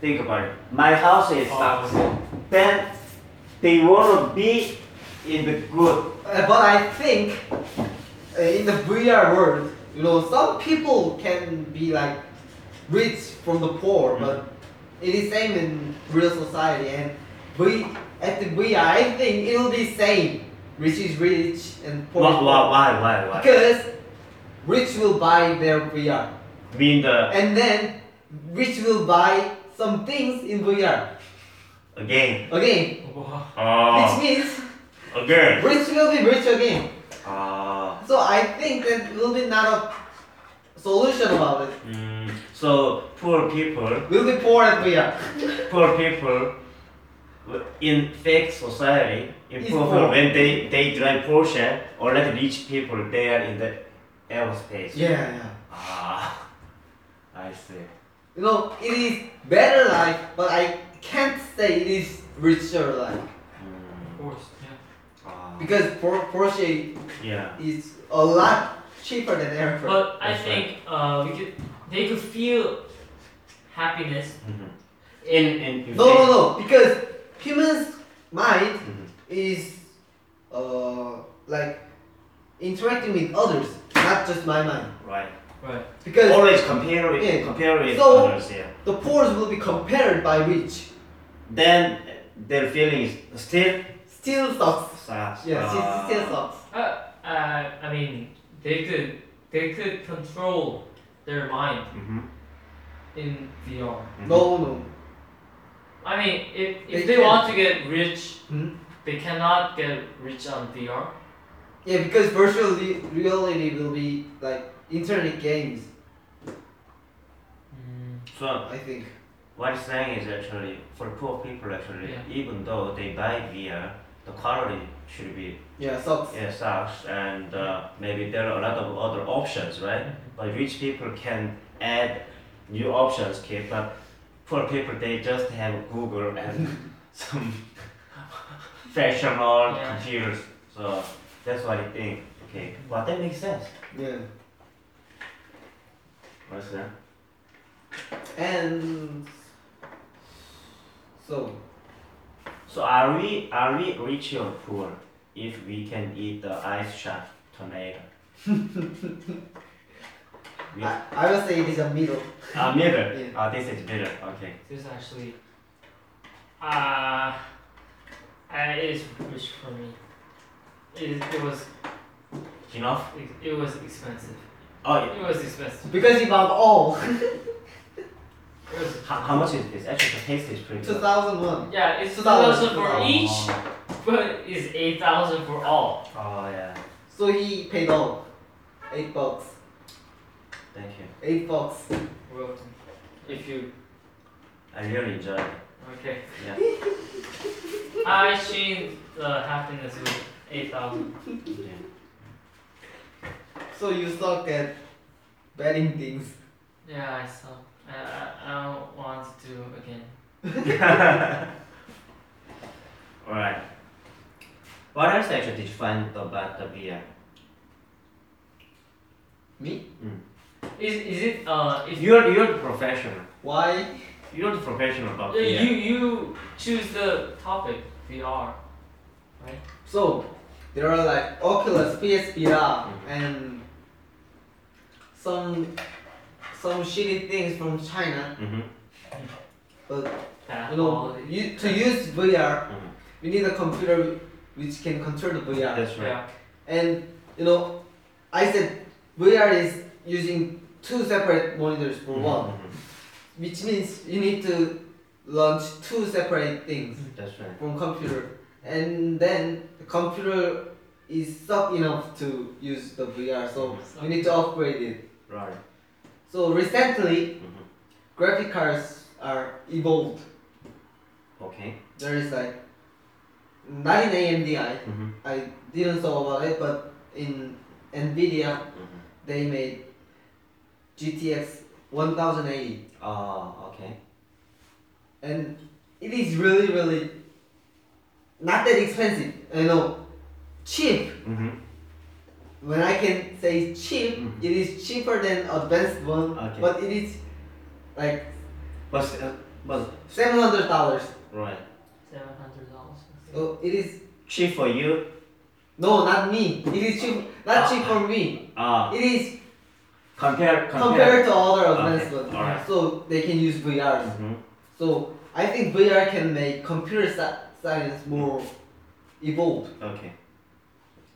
Speaker 2: Think about it. My house is sucks. Then they wanna be in the good.
Speaker 1: Uh, but I think uh, in the VR world, you know, some people can be like rich from the poor,
Speaker 3: Mm.
Speaker 1: but it is same in real society. And we at the VR, I think it will be same. Rich is rich and poor. is
Speaker 2: Why
Speaker 1: poor.
Speaker 2: why why why? why?
Speaker 1: Because rich will buy their VR,
Speaker 2: Mean the
Speaker 1: and then rich will buy some things in VR.
Speaker 2: again.
Speaker 1: Again,
Speaker 3: Wow.
Speaker 2: Oh
Speaker 1: which means
Speaker 2: again.
Speaker 1: rich will be rich again.
Speaker 2: Oh.
Speaker 1: So I think that will be not a solution about it.
Speaker 2: Mm, so poor people,
Speaker 1: We'll be poor if we are.
Speaker 2: poor people w- in fake society, in
Speaker 1: Is
Speaker 2: poor
Speaker 1: poor.
Speaker 2: people, when they, they drive Porsche or like rich people, they are in the aerospace.
Speaker 1: Yeah, yeah.
Speaker 2: Ah, I see.
Speaker 1: You know, it is better life, but I can't say it is richer life
Speaker 3: Of
Speaker 2: Mm,
Speaker 3: course, yeah.
Speaker 2: ah,
Speaker 1: because Por- Porsche
Speaker 2: yeah.
Speaker 1: is a lot cheaper than airfare.
Speaker 3: But I
Speaker 2: That's
Speaker 3: think uh, we could, they could feel happiness
Speaker 2: Mhm. In
Speaker 3: in
Speaker 2: in in
Speaker 1: No,
Speaker 2: fake-
Speaker 1: no, no. Because humans' mind
Speaker 2: Mhm.
Speaker 1: is uh like interacting with others, not just my mind.
Speaker 2: Right.
Speaker 3: right.
Speaker 1: Because
Speaker 2: Always compare with
Speaker 1: Yeah.
Speaker 2: compare with
Speaker 1: So-
Speaker 2: others. Yeah.
Speaker 1: the poor will be compared by rich.
Speaker 2: Then uh, their feelings still
Speaker 1: Still sucks.
Speaker 2: sucks.
Speaker 1: Yeah,
Speaker 2: Ah.
Speaker 1: still sucks.
Speaker 3: Uh, uh, I mean, they could they could control their mind
Speaker 2: Mhm,
Speaker 3: in VR.
Speaker 2: mhm.
Speaker 1: No, no.
Speaker 3: I mean, if if
Speaker 1: They
Speaker 3: they,
Speaker 1: can.
Speaker 3: want to get rich,
Speaker 1: Hmm?
Speaker 3: they cannot get rich on VR.
Speaker 1: E Yeah, because virtual re- reality will be like internet games.
Speaker 2: Hmm. So
Speaker 1: I think.
Speaker 2: what it's saying is actually for poor people actually,
Speaker 3: Yeah.
Speaker 2: even though they buy beer, the quality should be
Speaker 1: Yeah, socks.
Speaker 2: yeah, sucks and uh, maybe there are a lot of other options, right? But rich people can add new options, okay? But poor people they just have Google and some fashionable
Speaker 3: Yeah.
Speaker 2: computers. So that's what I think. Okay. But that makes sense.
Speaker 1: Yeah.
Speaker 2: What's that?
Speaker 1: And so
Speaker 2: So are we are we rich or poor if we can eat the ice shark tornado? we,
Speaker 1: I, I would say it is a middle.
Speaker 2: uh, mirror.
Speaker 1: Yeah.
Speaker 2: Ah, this is mirror. Okay.
Speaker 3: This actually, uh, I, it is rich for me. It, is- it was
Speaker 2: Enough.
Speaker 3: it was expensive.
Speaker 2: Oh, yeah.
Speaker 3: It was expensive.
Speaker 1: Because you bought all.
Speaker 3: It was
Speaker 2: How, how much is this? Actually, the taste is pretty good.
Speaker 1: 2001.
Speaker 3: Yeah, it's two
Speaker 1: Dollars.
Speaker 3: thousand for
Speaker 1: Oh.
Speaker 3: each, but it's eight thousand for all.
Speaker 2: Oh yeah.
Speaker 1: So he paid all. Eight bucks.
Speaker 2: Thank you.
Speaker 1: Eight bucks.
Speaker 3: Welcome. If you
Speaker 2: I really enjoyed it.
Speaker 3: okay,
Speaker 2: Yeah.
Speaker 3: I changed the happiness with eight thousand.
Speaker 2: yeah.
Speaker 1: So you suck at betting things.
Speaker 3: Yeah, I saw. I, I I don't want to do again.
Speaker 2: Alright. What else actually did you find about the beer?
Speaker 1: Me?
Speaker 3: Is is it uh if
Speaker 2: You're you're the professional.
Speaker 1: Why?
Speaker 2: You're the professional about
Speaker 3: Yeah,
Speaker 2: beer.
Speaker 3: uh, you you choose the topic VR, right?
Speaker 1: So there are like Oculus, PSVR, and some some shitty things from China.
Speaker 2: Mm-hmm.
Speaker 1: But
Speaker 3: That
Speaker 1: you know,
Speaker 3: quality.
Speaker 1: you, to use VR,
Speaker 2: Mhm.
Speaker 1: we need a computer which can control the VR.
Speaker 2: That's right.
Speaker 3: yeah.
Speaker 1: And you know, I said VR is using two separate monitors for
Speaker 2: Mhm,
Speaker 1: one,
Speaker 2: mhm.
Speaker 1: which means you need to launch two separate things
Speaker 2: That's right.
Speaker 1: from computer, and then the computer is stuck enough to use the VR, so you need to upgrade it.
Speaker 2: Right.
Speaker 1: So recently,
Speaker 2: Mhm.
Speaker 1: graphic cards are evolved.
Speaker 2: Okay.
Speaker 1: There is like not in AMD, I,
Speaker 2: Mm-hmm.
Speaker 1: I didn't saw about it, but in Nvidia
Speaker 2: Mm-hmm.
Speaker 1: they made GTX 1080
Speaker 2: Oh, okay.
Speaker 1: and it is really really not that expensive you know cheap
Speaker 2: Mm-hmm.
Speaker 1: when I can say cheap
Speaker 2: Mhm.
Speaker 1: it is cheaper than advanced one
Speaker 2: Okay.
Speaker 1: but it is like
Speaker 2: But s- uh, but
Speaker 1: $700
Speaker 2: right.
Speaker 3: Seven hundred dollars.
Speaker 1: so it is
Speaker 2: Cheap for you.
Speaker 1: no not me it is cheap not cheap for me
Speaker 2: Ah.
Speaker 1: it is
Speaker 2: compare compare.
Speaker 1: compared to other
Speaker 2: Okay,
Speaker 1: advanced ones
Speaker 2: alright.
Speaker 1: so they can use VRs
Speaker 2: Mm-hmm.
Speaker 1: So I think VR can make computer sci- science more evolved,
Speaker 2: Okay.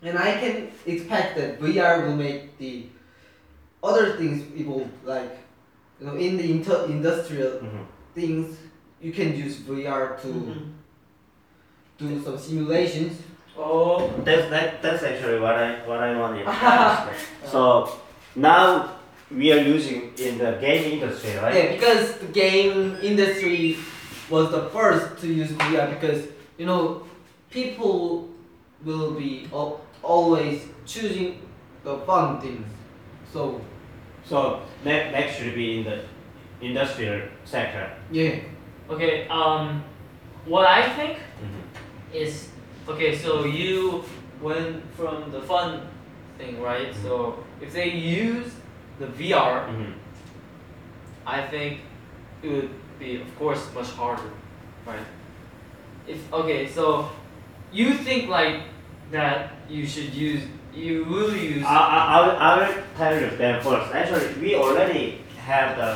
Speaker 1: and I can expect that VR will make the other things evolved, like you know, in the inter- industrial
Speaker 2: Mm-hmm.
Speaker 1: things, you can use VR to
Speaker 3: Mhm.
Speaker 1: do some simulations.
Speaker 2: Oh, that's that, that's actually what I what I wanted. to ask. so now we are using in the game industry, right?
Speaker 1: Yeah, because the game industry was the first to use VR because you know people will be al- always choosing the fun things. So
Speaker 2: So next next should be in the industrial sector.
Speaker 1: yeah,
Speaker 3: Okay. Um, what I think
Speaker 2: Mm-hmm.
Speaker 3: is okay. So you went from the fun thing, right? So if they use the VR,
Speaker 2: Mm-hmm.
Speaker 3: I think it would be, of course, much harder, right? If okay, so you think like that you should use you will use
Speaker 2: I, I, I, will, I will tell you them first. Actually, we already have the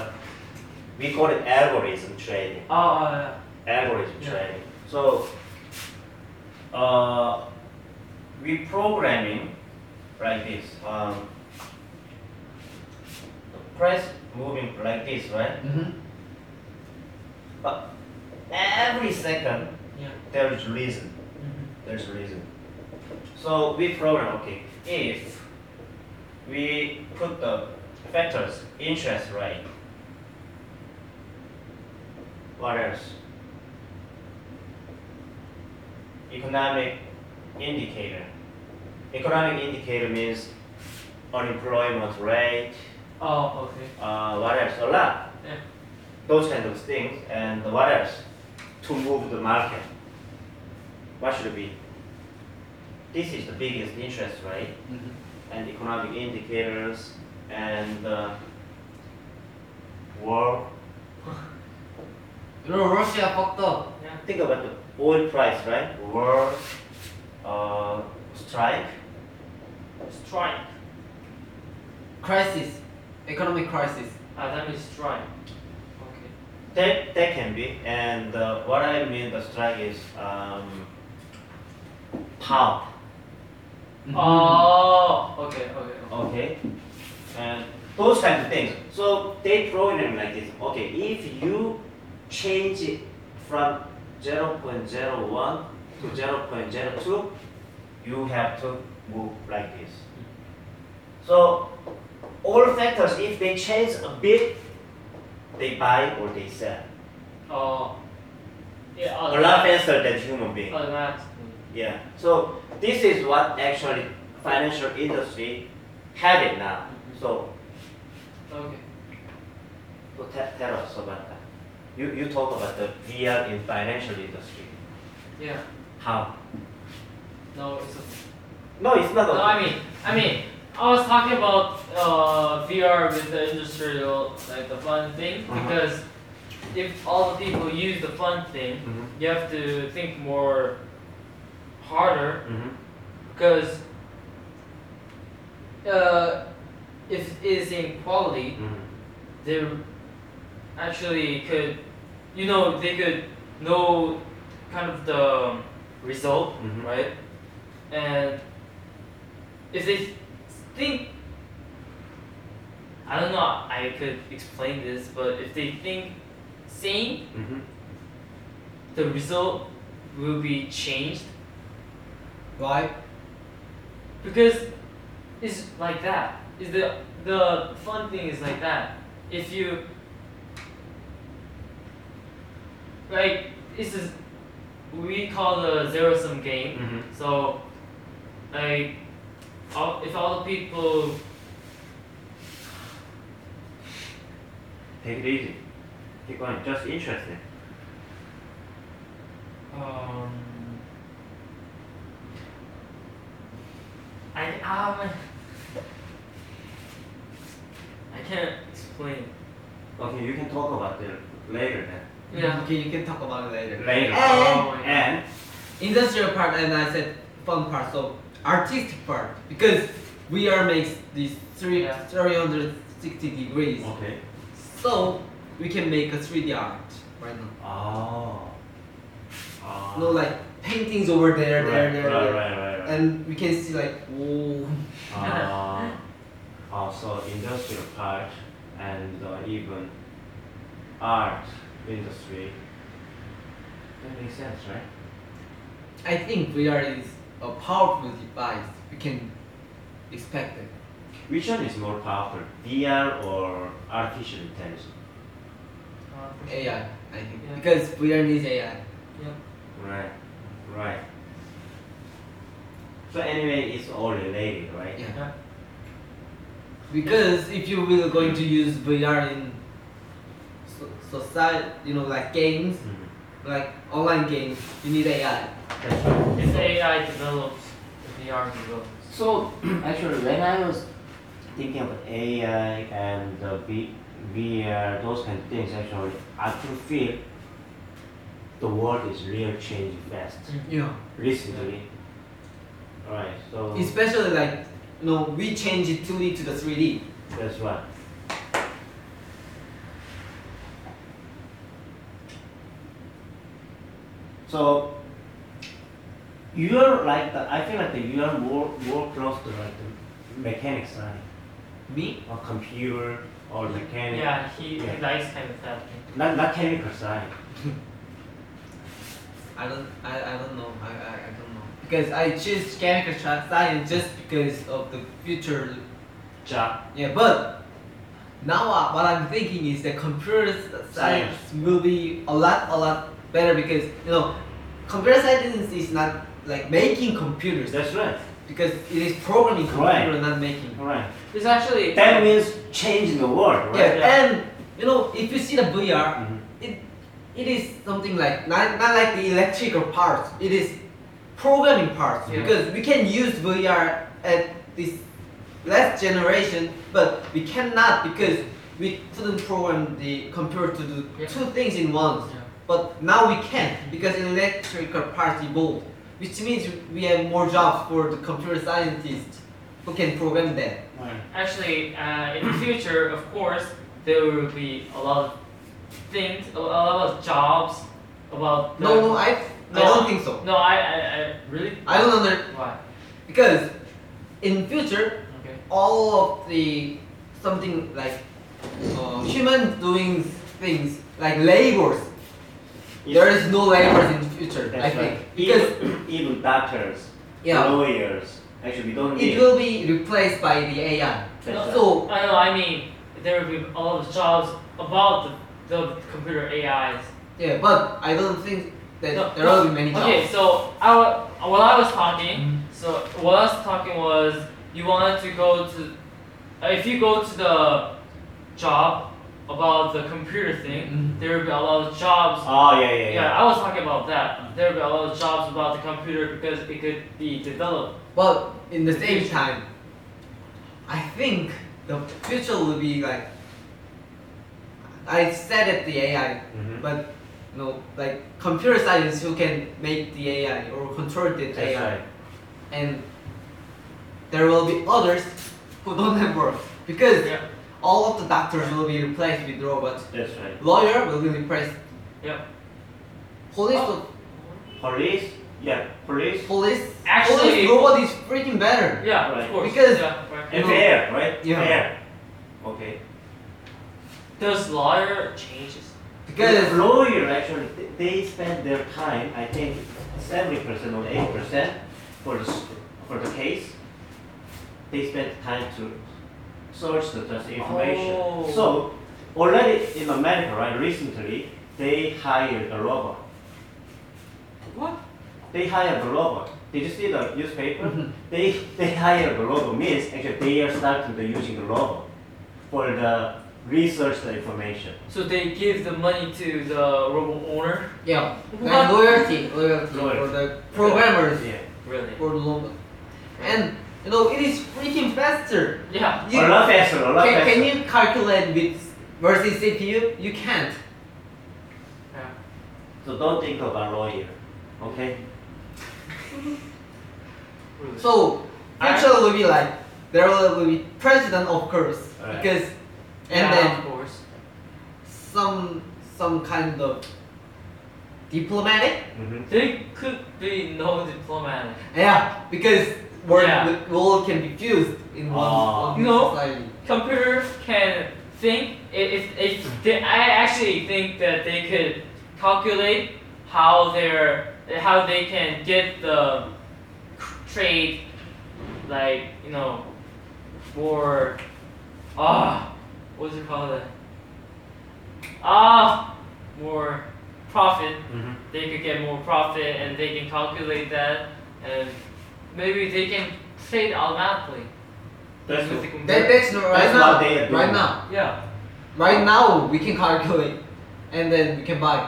Speaker 2: we call it algorithm trading.
Speaker 3: uh
Speaker 2: algorithm
Speaker 3: Yeah.
Speaker 2: training. So uh, we programming like this. Um, press moving like this, right?
Speaker 1: mm-hmm.
Speaker 2: But every second
Speaker 3: yeah. mm-hmm.
Speaker 2: there is reason. There's a reason. So we program okay. If we put the factors interest rate What else? Economic indicator. Economic indicator means unemployment rate,
Speaker 3: Oh, okay.
Speaker 2: uh, what else? A lot.
Speaker 3: Yeah.
Speaker 2: Those kind of things. And what else? To move the market. What should it be? This is the biggest interest rate
Speaker 1: Mm-hmm.
Speaker 2: and economic indicators and uh, war.
Speaker 1: You know, Russia fucked up.
Speaker 2: Think about the oil price, right? War, uh, strike.
Speaker 3: Strike.
Speaker 1: Crisis. Economic crisis.
Speaker 3: Ah, that means strike. Okay.
Speaker 2: That, that can be. And uh, what I mean the strike is um, power.
Speaker 1: Mm-hmm. Uh,
Speaker 3: Oh, okay, okay. okay.
Speaker 2: okay and those kinds of things so they program like this okay if you change it from 0.01 to 0.02 you have to move like this so all factors if they change a bit they buy or they sell
Speaker 3: Oh. Yeah, oh,
Speaker 2: a lot faster than human being
Speaker 3: Oh, that's
Speaker 2: yeah so this is what actually financial industry have it now so
Speaker 3: okay.
Speaker 2: So te- tell us about that. You, you talk about the VR in financial industry.
Speaker 3: Yeah.
Speaker 2: How?
Speaker 3: No, it's a
Speaker 2: No, it's not.
Speaker 3: No, I mean, I mean, I was talking about uh, VR with the industrial, like the fun thing,
Speaker 2: Uh-huh.
Speaker 3: because if all the people use the fun thing,
Speaker 2: hmm
Speaker 3: you have to think more harder,
Speaker 2: hmm
Speaker 3: because uh, if it is in quality,
Speaker 2: Mm-hmm,
Speaker 3: they actually could, you know, they could know kind of the result,
Speaker 2: Mhm.
Speaker 3: right? And if they think, I don't know, I could explain this, but if they think same,
Speaker 2: hmm
Speaker 3: the result will be changed
Speaker 1: Why?
Speaker 3: because it's like that. Is the the fun thing is like that. If you like, this is we call the zero sum game.
Speaker 2: hmm
Speaker 3: So, like, all, if all the people,
Speaker 2: Take it easy. Keep going. Just interesting.
Speaker 3: um, I um, I can't explain.
Speaker 2: Okay, you can talk about it later then.
Speaker 3: Yeah.
Speaker 1: Okay, you can talk about it later.
Speaker 2: Later.
Speaker 3: Oh my God.
Speaker 2: And
Speaker 1: Industrial part and I said fun part, so artistic part because we are makes these three
Speaker 3: Yeah.
Speaker 1: 360 degrees.
Speaker 2: okay.
Speaker 1: So we can make a 3D art right now.
Speaker 2: Oh. Oh.
Speaker 1: No like paintings over there, there,
Speaker 2: right,
Speaker 1: there,
Speaker 2: right,
Speaker 1: there.
Speaker 2: right, right, right.
Speaker 1: And we can see like whoa
Speaker 2: uh, also industrial part and uh, even art industry. That makes sense, right?
Speaker 1: I think VR is a powerful device. We can expect it.
Speaker 2: Which one is more powerful, VR or artificial intelligence?
Speaker 3: Uh,
Speaker 1: AI, I think.
Speaker 3: Yeah.
Speaker 1: Because VR needs AI.
Speaker 2: Right, right. So anyway, it's all related, right?
Speaker 1: Yeah.
Speaker 3: Yeah.
Speaker 1: Because if you will going to use VR in so- society, you know, like games,
Speaker 2: Mhm.
Speaker 1: like online games, you need AI.
Speaker 2: That's right.
Speaker 3: If AI develops, the VR develops.
Speaker 2: So actually, when I was thinking about AI and uh, V- VR, those kind of things, actually, I could feel the world is real changing fast
Speaker 1: Yeah.
Speaker 2: recently. Alright, so
Speaker 1: Especially like, you know, we change it 2D to the 3D.
Speaker 2: that's what. So you're like the, I feel like the, you are more more close to like the mechanics, right?
Speaker 1: Me?
Speaker 2: or computer or mechanic.
Speaker 3: Yeah, he,
Speaker 2: Yeah.
Speaker 3: he likes kind of that.
Speaker 2: Not, not chemical science.
Speaker 1: I don't, I, I don't know. I, I, I don't know. Because I choose chemical sci- science just because of the future.
Speaker 2: Job.
Speaker 1: Yeah, but Now uh, what I'm thinking is that computer s- science will be a lot, a lot better because you know, computer science is not like making computers
Speaker 2: That's right.
Speaker 1: because it is programming computer,
Speaker 2: Right.
Speaker 1: not making.
Speaker 2: All right.
Speaker 3: It's actually
Speaker 2: That means changing the world,
Speaker 1: Yeah,
Speaker 2: right?
Speaker 3: yeah.
Speaker 1: and you know, if you see the VR,
Speaker 2: Mhm.
Speaker 1: it is something like not, not like the electrical parts. It is programming parts
Speaker 3: Yeah.
Speaker 1: because we can use VR at this last generation, but we cannot because we couldn't program the computer to do
Speaker 3: Yeah.
Speaker 1: two things in once.
Speaker 3: Yeah.
Speaker 1: But now we can because electrical parts evolved, which means we have more jobs for the computer scientists who can program them.
Speaker 2: Right.
Speaker 3: actually uh, in the future, of course, there will be a lot of things, a a lot of jobs about. The,
Speaker 1: No, no, I,
Speaker 3: No.
Speaker 1: I don't think so.
Speaker 3: No, I, I, I really.
Speaker 1: I don't under
Speaker 3: Why?
Speaker 1: because in future
Speaker 3: Okay.
Speaker 1: all of the something like uh, human doing things like labors. There is no labors in future.
Speaker 2: That's
Speaker 1: I think
Speaker 2: right.
Speaker 1: because
Speaker 2: even, even doctors,
Speaker 1: yeah,
Speaker 2: lawyers, actually we don't need.
Speaker 1: it will be replaced by the AI.
Speaker 2: That's
Speaker 3: No.
Speaker 2: right.
Speaker 1: So
Speaker 3: I know. Oh, I mean, there will be a lot of jobs about the, the computer AIs.
Speaker 1: yeah, but I don't think that
Speaker 3: No,
Speaker 1: there
Speaker 3: no.
Speaker 1: will be many jobs.
Speaker 3: Okay, so I wa- while I was talking,
Speaker 1: Mm-hmm.
Speaker 3: so what I was talking was you wanted to go to, uh, if you go to the job about the computer thing,
Speaker 1: Mhm.
Speaker 3: there will be a lot of jobs.
Speaker 2: Oh yeah, yeah,
Speaker 3: Yeah,
Speaker 2: yeah.
Speaker 3: I was talking about that. There will be a lot of jobs about the computer because it could be developed.
Speaker 1: But in the
Speaker 3: The
Speaker 1: same
Speaker 3: future.
Speaker 1: time, I think the future will be like I said it the AI,
Speaker 2: Mhm.
Speaker 1: but you know, like computer science who can make the AI or control the
Speaker 2: That's
Speaker 1: AI.
Speaker 2: right.
Speaker 1: and there will be others who don't have work because
Speaker 3: Yeah.
Speaker 1: all of the doctors will be replaced with robots.
Speaker 2: That's right.
Speaker 1: Lawyer will be replaced.
Speaker 3: Yeah. Oh.
Speaker 1: Police,
Speaker 2: Police, yeah, police
Speaker 1: police,
Speaker 3: Actually-
Speaker 1: police robot is freaking better.
Speaker 3: Yeah,
Speaker 2: Right.
Speaker 3: of course.
Speaker 1: Because-
Speaker 3: yeah, right.
Speaker 2: and
Speaker 1: No.
Speaker 2: fair, right?
Speaker 1: Yeah.
Speaker 2: Fair. Okay.
Speaker 3: does lawyer changes?
Speaker 1: Because
Speaker 2: lawyer actually th- they spend their time, I think, seventy percent or eight percent for the s- for the case. They spend time to search the just information.
Speaker 3: Oh.
Speaker 2: So already in America, right? Recently, they hired a robot.
Speaker 3: What?
Speaker 2: They hired a robot. Did you see the newspaper?
Speaker 3: Mm-hmm.
Speaker 2: They they hired a robot means actually they are starting to using the robot for the research the information.
Speaker 3: So they give the money to the robot owner?
Speaker 1: yeah,
Speaker 3: What?
Speaker 1: like loyalty, loyalty,
Speaker 2: Loyalty.
Speaker 1: for the programmers
Speaker 2: Yeah.
Speaker 3: Really?
Speaker 1: for the robot, and you know it is freaking faster.
Speaker 3: Yeah.
Speaker 1: You-
Speaker 2: a lot faster, a lot
Speaker 1: can,
Speaker 2: faster.
Speaker 1: can you calculate with versus CPU? You can't.
Speaker 3: yeah.
Speaker 2: So don't think about lawyer, okay?
Speaker 3: Really.
Speaker 1: So
Speaker 3: I-
Speaker 1: future will be like there will be president of course
Speaker 2: Right.
Speaker 1: because and
Speaker 3: yeah,
Speaker 1: then
Speaker 3: of course.
Speaker 1: some some kind of diplomatic
Speaker 2: Mm-hmm.
Speaker 3: There could be no diplomatic.
Speaker 1: yeah because world
Speaker 3: Yeah.
Speaker 1: with world can be fused in one,
Speaker 2: Ah.
Speaker 1: one
Speaker 3: No.
Speaker 1: society.
Speaker 3: Computer can think. If, if, if they, I actually think that they could calculate how their how they can get the trade, like you know, for ah, what's it called? that? Ah, more profit.
Speaker 2: Mm-hmm.
Speaker 3: they could get more profit and they can calculate that and maybe they can trade automatically
Speaker 2: That's
Speaker 3: with
Speaker 2: what-
Speaker 3: the computer.
Speaker 1: That, that's not right
Speaker 2: That's
Speaker 1: now.
Speaker 2: what they are
Speaker 1: right
Speaker 2: doing.
Speaker 1: now,
Speaker 3: yeah.
Speaker 1: right now we can calculate, and then we can buy.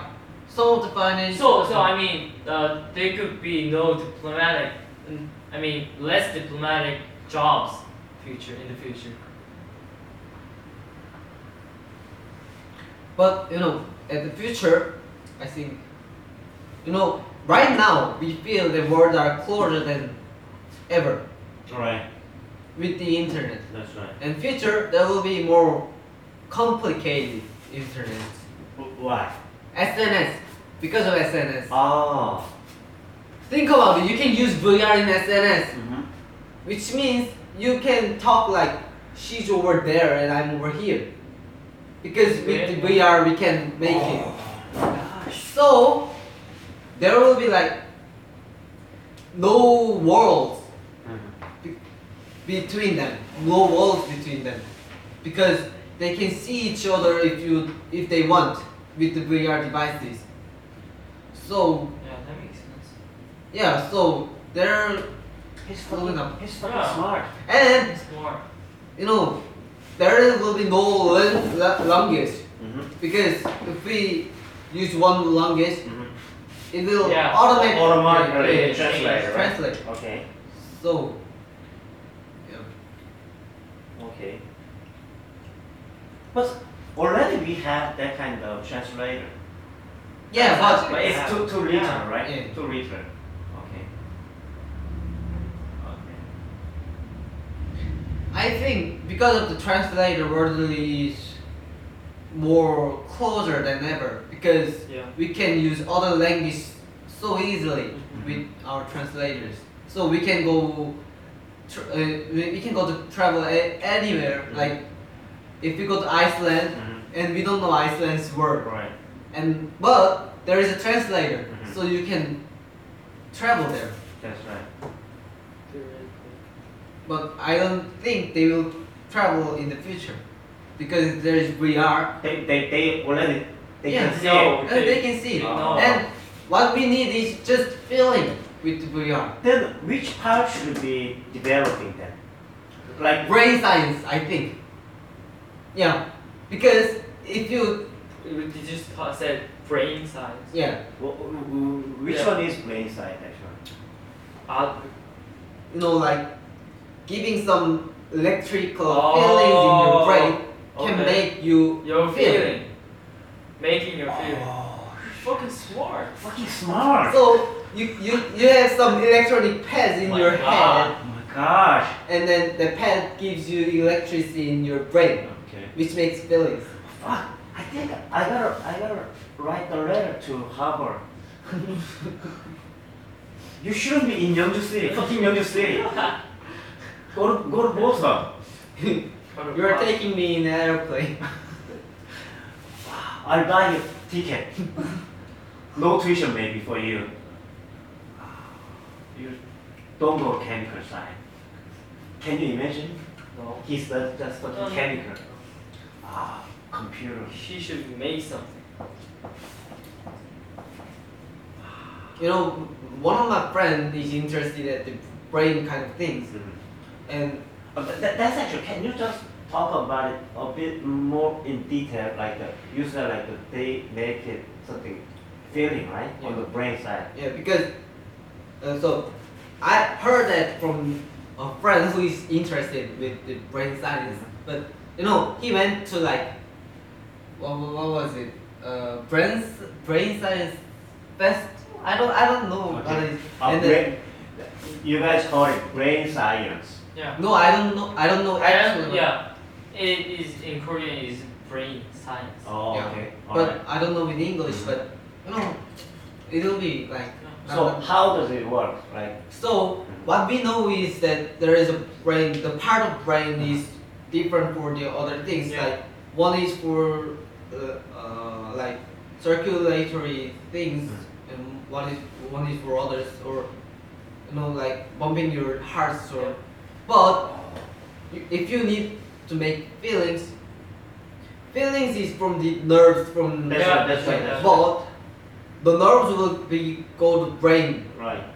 Speaker 1: So the finance.
Speaker 3: So so I mean, uh, there could be no diplomatic, mm, I mean less diplomatic jobs future in the future.
Speaker 1: But you know, at the future, I think, you know, right now we feel the world are closer than ever
Speaker 2: Right,
Speaker 1: with the internet.
Speaker 2: that's right.
Speaker 1: And future, there will be more complicated internet.
Speaker 2: W- Why?
Speaker 1: SNS, because of SNS.
Speaker 2: Oh.
Speaker 1: Think about it. You can use VR in SNS,
Speaker 2: Mm-hmm.
Speaker 1: which means you can talk like she's over there and I'm over here. Because with the VR, we can make it.
Speaker 2: Gosh.
Speaker 1: So there will be like no walls
Speaker 2: Mm-hmm.
Speaker 1: between them, no walls between them, because they can see each other if you if they want with the VR devices. So
Speaker 3: Yeah, that makes sense.
Speaker 1: yeah, so they're
Speaker 5: He's
Speaker 1: fucking-
Speaker 5: he's
Speaker 3: fucking smart.
Speaker 1: and
Speaker 3: It's more.
Speaker 1: you know there will be no lan- la- language
Speaker 5: Mm-hmm.
Speaker 1: because if we use one language,
Speaker 5: Mm-hmm.
Speaker 1: it will
Speaker 3: Yeah,
Speaker 1: automatically
Speaker 5: Automatically
Speaker 3: Yeah, yeah,
Speaker 5: translated,
Speaker 3: yeah.
Speaker 5: right?
Speaker 1: translate.
Speaker 5: Okay.
Speaker 1: So yeah.
Speaker 5: Okay.
Speaker 2: But already we have that kind of translator.
Speaker 1: Yeah, but
Speaker 5: But it's two two written,
Speaker 3: Yeah.
Speaker 5: right?
Speaker 1: Yeah.
Speaker 5: Two written. Okay. Okay.
Speaker 1: I think because of the translator, world is more closer than ever because
Speaker 3: Yeah.
Speaker 1: we can use other language so easily with our translators. So we can go, tr- uh, we we can go to travel a- anywhere.
Speaker 5: Mhm.
Speaker 1: Like if we go to Iceland
Speaker 2: Mm-hmm.
Speaker 5: Mhm.
Speaker 1: and we don't know Iceland's word,
Speaker 5: Right.
Speaker 1: and but there is a translator,
Speaker 5: Mhm.
Speaker 1: so you can travel there.
Speaker 5: That's right.
Speaker 1: But I don't think they will travel in the future because there is VR.
Speaker 5: They they, they already they
Speaker 1: Yeah.
Speaker 5: can see
Speaker 3: No.
Speaker 1: and
Speaker 3: they-
Speaker 1: they can see it.
Speaker 5: Oh.
Speaker 1: And what we need is just feeling with the VR.
Speaker 2: Then which part should be developing then? Like
Speaker 1: Brain science, I think. Yeah, because if you
Speaker 3: You just ca- said brain science.
Speaker 1: yeah
Speaker 2: wh- wh- which
Speaker 3: Yeah.
Speaker 2: one is brain side actually?
Speaker 3: Uh,
Speaker 1: you know like giving some electrical
Speaker 3: Oh,
Speaker 1: feelings in your brain can
Speaker 3: okay.
Speaker 1: make you
Speaker 3: your
Speaker 1: Feeling.
Speaker 3: feeling. Making your feeling.
Speaker 2: Oh,
Speaker 3: Fucking smart.
Speaker 2: fucking smart!
Speaker 1: so you you you have some electronic pads in
Speaker 3: My
Speaker 1: your
Speaker 3: God.
Speaker 1: head
Speaker 2: Oh my gosh!
Speaker 1: and then the pad gives you electricity in your brain
Speaker 2: Okay.
Speaker 1: which makes feelings.
Speaker 2: Fuck! I think I gotta I gotta write a letter to Harvard. you shouldn't be in Yeongju City. Fucking Yeongju City. go to go to Busan.
Speaker 3: What a
Speaker 1: You're
Speaker 3: pro-
Speaker 1: taking me in an airplane.
Speaker 2: I'll buy you ticket. no tuition maybe for you. You don't go chemical side. Can you imagine?
Speaker 3: No.
Speaker 2: He's just, just fucking
Speaker 3: Um.
Speaker 2: chemical. Ah, computer.
Speaker 3: She should make something.
Speaker 1: You know, one of my friends is interested at the brain kind of things, and
Speaker 2: Uh, th- th- that's actually. Can you just talk about it a bit more in detail? Like the user, like the, they make it something feeling right on the brain side.
Speaker 1: yeah, because uh, so I heard that from a friend who is interested with the brain science, but you know, he went to like what, what what was it? Uh, brain brain science fest. I don't I don't know what
Speaker 2: Okay.
Speaker 1: it is.
Speaker 2: Uh,
Speaker 1: And then,
Speaker 2: brain, you guys call it brain science.
Speaker 3: Yeah.
Speaker 1: no, I don't know. I don't know.
Speaker 3: I am,
Speaker 1: actually.
Speaker 3: yeah. It is in Korean is brain science.
Speaker 2: Oh,
Speaker 1: Yeah.
Speaker 2: okay.
Speaker 1: But
Speaker 2: Alright.
Speaker 1: I don't know with English, but you know, it'll be like.
Speaker 2: So how does it work? Like
Speaker 1: So what we know is that there is a brain. The part of brain is different for the other things.
Speaker 3: Yeah.
Speaker 1: Like one is for uh, uh, like circulatory things,
Speaker 2: Mm-hmm.
Speaker 1: and one is one is for others, or you know like pumping your hearts. Or but you- if you need to make feelings, feelings is from the nerves from
Speaker 2: That's
Speaker 3: Yeah,
Speaker 2: right. That's right. That's right.
Speaker 1: but the nerves will be go to brain.
Speaker 2: Right.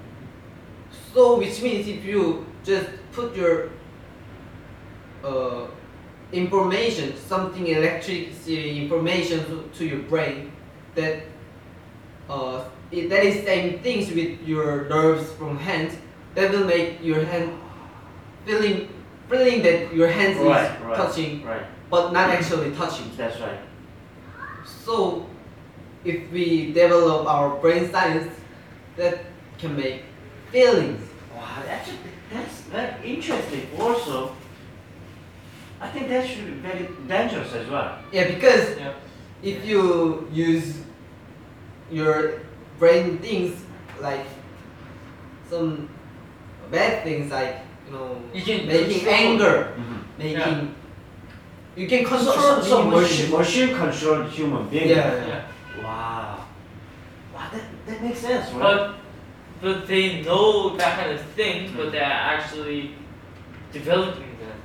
Speaker 1: So which means if you just put your uh, information, something electricity information to, to your brain, that uh, it, that is same things with your nerves from hands, that will make your hand feeling feeling that your hands is
Speaker 2: Right, right.
Speaker 1: touching,
Speaker 2: Right.
Speaker 1: but not actually touching.
Speaker 2: That's right.
Speaker 1: So if we develop our brain science, that can make feelings.
Speaker 2: Wow, actually, that's very interesting. Also, I think that should be very dangerous as well.
Speaker 1: Yeah, because
Speaker 3: Yeah.
Speaker 1: if you use your brain things like some bad things like you know
Speaker 3: You can
Speaker 1: making
Speaker 3: control-
Speaker 1: anger
Speaker 2: Mm-hmm.
Speaker 1: making
Speaker 3: Yeah.
Speaker 1: you can
Speaker 2: So,
Speaker 1: control
Speaker 2: so, so
Speaker 1: the
Speaker 2: machine,
Speaker 1: emotion
Speaker 2: machine controlled human being.
Speaker 1: yeah
Speaker 3: Yeah.
Speaker 2: Wow. Wow, that, that makes sense, right?
Speaker 3: But but they know that kind of thing, but they're actually developing them.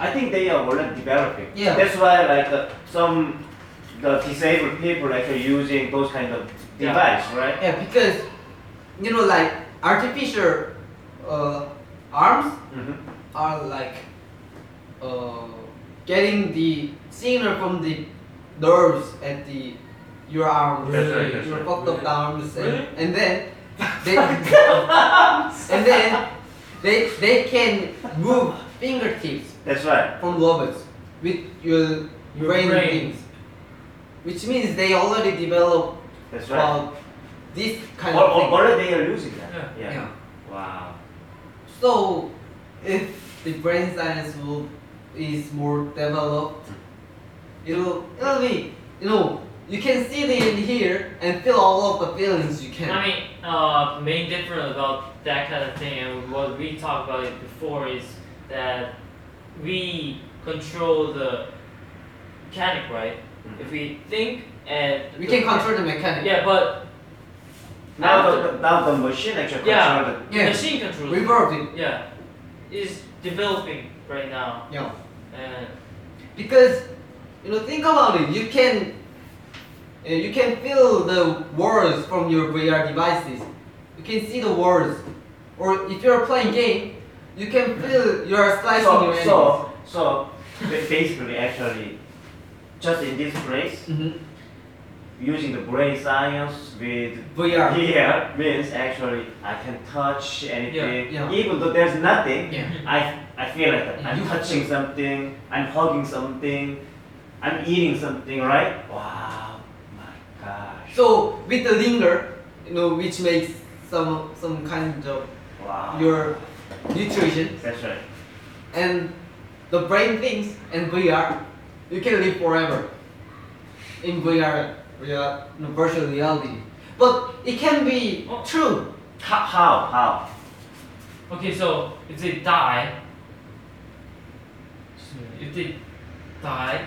Speaker 2: I think they are already developing.
Speaker 1: Yeah.
Speaker 2: That's why like uh, some the disabled people actually using those kind of
Speaker 3: Yeah.
Speaker 2: device, right?
Speaker 1: Yeah, because you know, like artificial uh, arms
Speaker 2: hmm
Speaker 1: are like uh, getting the signal from the nerves at the your arms,
Speaker 3: That's right, that's
Speaker 1: your
Speaker 3: right.
Speaker 1: fucked up
Speaker 3: Really?
Speaker 1: arms, and,
Speaker 3: Really?
Speaker 1: and then they and then they they can move fingertips
Speaker 2: That's right.
Speaker 1: from robots with your,
Speaker 3: Your
Speaker 1: brain,
Speaker 3: brain.
Speaker 1: things, which means they already develop
Speaker 2: That's right.
Speaker 1: uh, this kind
Speaker 2: Al-
Speaker 1: of
Speaker 2: al-
Speaker 1: thing.
Speaker 2: already they are using that.
Speaker 3: Yeah.
Speaker 2: Yeah.
Speaker 1: Yeah.
Speaker 5: Wow.
Speaker 1: So, if the brain science will, is more developed, it'll it'll be you know you can see it in here and feel all of the feelings you can.
Speaker 3: I mean, uh, main difference about that kind of thing and what we talked about it before is that we control the mechanic, right?
Speaker 2: Mhm.
Speaker 3: If we think and
Speaker 1: we can control the mechanic.
Speaker 3: Yeah, but
Speaker 2: Now
Speaker 3: after-
Speaker 2: the, the- now the machine actually
Speaker 3: Yeah.
Speaker 2: control the-
Speaker 1: Yeah.
Speaker 3: machine controls. it.
Speaker 1: Reverb it.
Speaker 3: yeah, is developing right now,
Speaker 1: Yeah.
Speaker 3: and
Speaker 1: Because you know think about it. You can uh, you can feel the words from your VR devices. You can see the words, or if you're playing game, you can feel you're slicing your
Speaker 2: So
Speaker 1: enemies.
Speaker 2: so so ba- basically actually just in this place
Speaker 1: Mhm.
Speaker 2: using the brain science with
Speaker 1: VR.
Speaker 2: here means actually I can touch anything
Speaker 1: Yeah, yeah.
Speaker 2: even though there's nothing
Speaker 1: Yeah.
Speaker 2: I, I feel like that. I'm
Speaker 1: You-
Speaker 2: touching something, I'm hugging something, I'm eating something, right? Wow, my gosh.
Speaker 1: So with the linger, you know, which makes some some kind of
Speaker 2: wow.
Speaker 1: your nutrition
Speaker 2: That's right.
Speaker 1: and the brain thinks and VR, you can live forever in VR, real, no, virtual reality. But it can be
Speaker 3: Oh.
Speaker 1: true.
Speaker 2: How? How? how?
Speaker 3: okay. So if they die, if they die,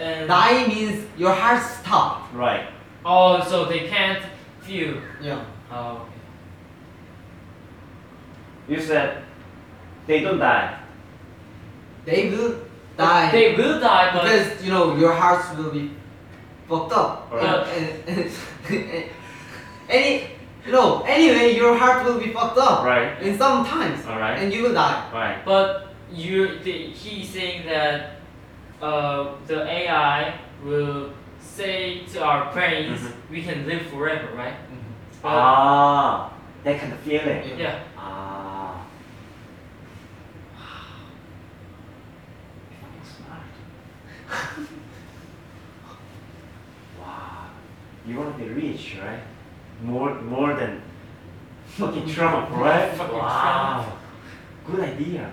Speaker 3: and
Speaker 1: Die means your heart stop.
Speaker 2: Right.
Speaker 3: oh, so they can't feel.
Speaker 1: Yeah.
Speaker 3: Oh,
Speaker 2: You said they don't die.
Speaker 1: They will
Speaker 3: okay.
Speaker 1: die
Speaker 3: They will die, but
Speaker 1: because you know your hearts will be fucked up.
Speaker 2: Right.
Speaker 1: And- and- any no anyway your heart will be fucked up
Speaker 2: Right.
Speaker 1: in some times
Speaker 2: Alright.
Speaker 1: and you will die
Speaker 2: Right.
Speaker 3: but you the, he's saying that uh, the AI will say to our brains
Speaker 1: Mm-hmm.
Speaker 3: we can live forever, right?
Speaker 2: Mm-hmm.
Speaker 3: But,
Speaker 2: Ah, that kind of feeling.
Speaker 1: Yeah.
Speaker 3: yeah.
Speaker 2: Ah. Fucking smart. wow. You want to be rich, right? More, more than fucking Trump, right?
Speaker 3: Fucking
Speaker 2: wow. Good idea.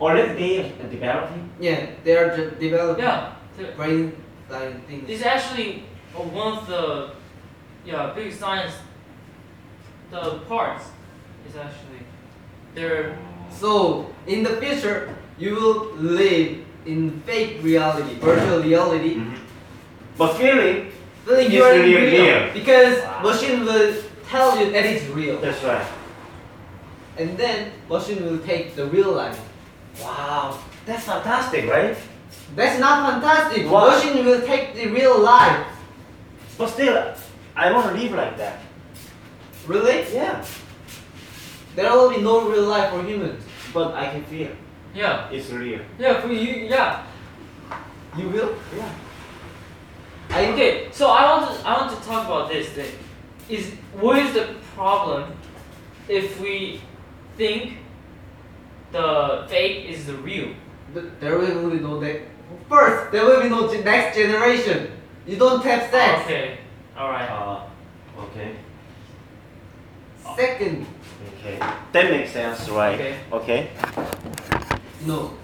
Speaker 2: Already they are developing.
Speaker 1: yeah they are de- developing
Speaker 3: Yeah. the-
Speaker 1: brain like things
Speaker 3: It's actually uh, one of the yeah big science the parts is actually they're
Speaker 1: so in the future you will live in fake reality virtual reality
Speaker 2: Mhm. But feeling.
Speaker 1: feeling
Speaker 2: It's
Speaker 1: you are in
Speaker 2: Mm-hmm. really
Speaker 1: real
Speaker 2: real.
Speaker 1: because
Speaker 2: Wow.
Speaker 1: machine will tell you that it's real
Speaker 2: That's right.
Speaker 1: and then machine will take the real life
Speaker 2: Wow. That's fantastic, right?
Speaker 1: that's not fantastic
Speaker 2: Why?
Speaker 1: machine will take the real life
Speaker 2: But still, I want to live like that.
Speaker 1: really
Speaker 2: Yeah.
Speaker 1: There will be no real life for humans.
Speaker 2: But I can feel.
Speaker 3: yeah
Speaker 2: It's real.
Speaker 3: yeah for you yeah
Speaker 1: You will?
Speaker 2: Yeah.
Speaker 1: I
Speaker 3: okay so I want to I want to talk about this thing is what is the problem if we think the fake is the real
Speaker 1: Th- There will be no next. First, there will be no ge- next generation. You don't have sex.
Speaker 3: okay all right
Speaker 2: Uh, okay.
Speaker 1: Second,
Speaker 2: Okay. That makes sense, right?
Speaker 3: Okay.
Speaker 2: Okay.
Speaker 1: no.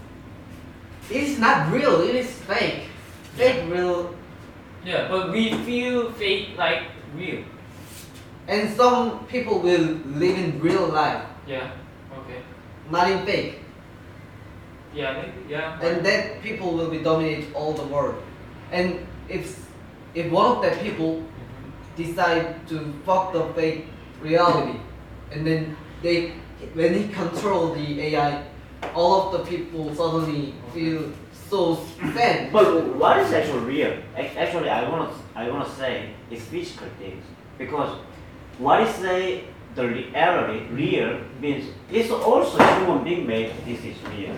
Speaker 1: It is not real. It is fake. Fake real.
Speaker 3: yeah but we feel fake like real
Speaker 1: And some people will live in real life,
Speaker 3: yeah okay
Speaker 1: not in fake.
Speaker 3: yeah maybe yeah
Speaker 1: And that people will be dominate all the world. And if if one of the people
Speaker 3: Mhm.
Speaker 1: decide to fuck the fake reality, and then they when he control the AI, all of the people suddenly feel so sad.
Speaker 2: But what is actually real? Ac- Actually, I want to I want to say it's physical things because what is say the reality real means it's also human being made. This is real.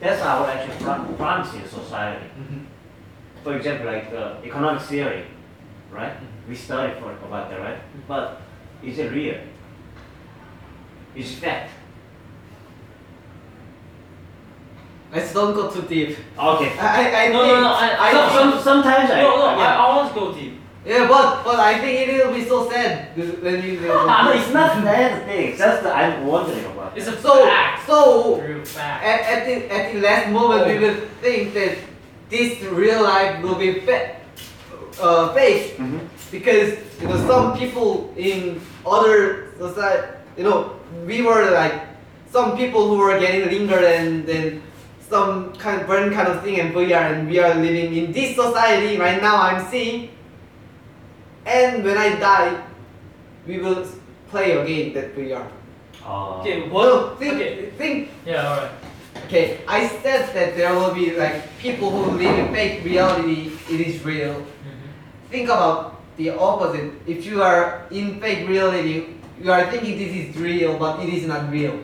Speaker 2: That's our actual prom- promise in society.
Speaker 1: Mhm.
Speaker 2: For example, like the economic theory, right?
Speaker 3: Mm-hmm.
Speaker 2: We study for about that, right? But is it real? It's fact.
Speaker 1: Let's don't go too deep.
Speaker 2: Okay.
Speaker 1: I I, I
Speaker 3: No,
Speaker 1: think
Speaker 3: no, no. I, I,
Speaker 2: Some, some, sometimes I.
Speaker 3: no, no. I,
Speaker 2: yeah.
Speaker 3: I always go deep.
Speaker 1: yeah, but but I think it will be so sad when we will.
Speaker 2: No, it's not that thing. Just that I'm wondering about.
Speaker 3: It's a
Speaker 1: So
Speaker 3: fact.
Speaker 1: so
Speaker 3: Real fact.
Speaker 1: at, at the at the last moment we will think that this real life will be fa- uh, fake
Speaker 2: Mhm.
Speaker 1: because you know some people in other society you know we were like some people who were getting lingered and then some kind of burn kind of thing and we are and we are living in this society right now I'm seeing and when I die we will play again that we are
Speaker 2: Uh,
Speaker 3: Okay. What?
Speaker 1: well think
Speaker 3: Okay.
Speaker 1: think
Speaker 3: Yeah. All right.
Speaker 1: Okay, I said that there will be like people who live in fake reality, it is real.
Speaker 3: Mm-hmm.
Speaker 1: Think about the opposite. If you are in fake reality, you are thinking this is real, but it is not real.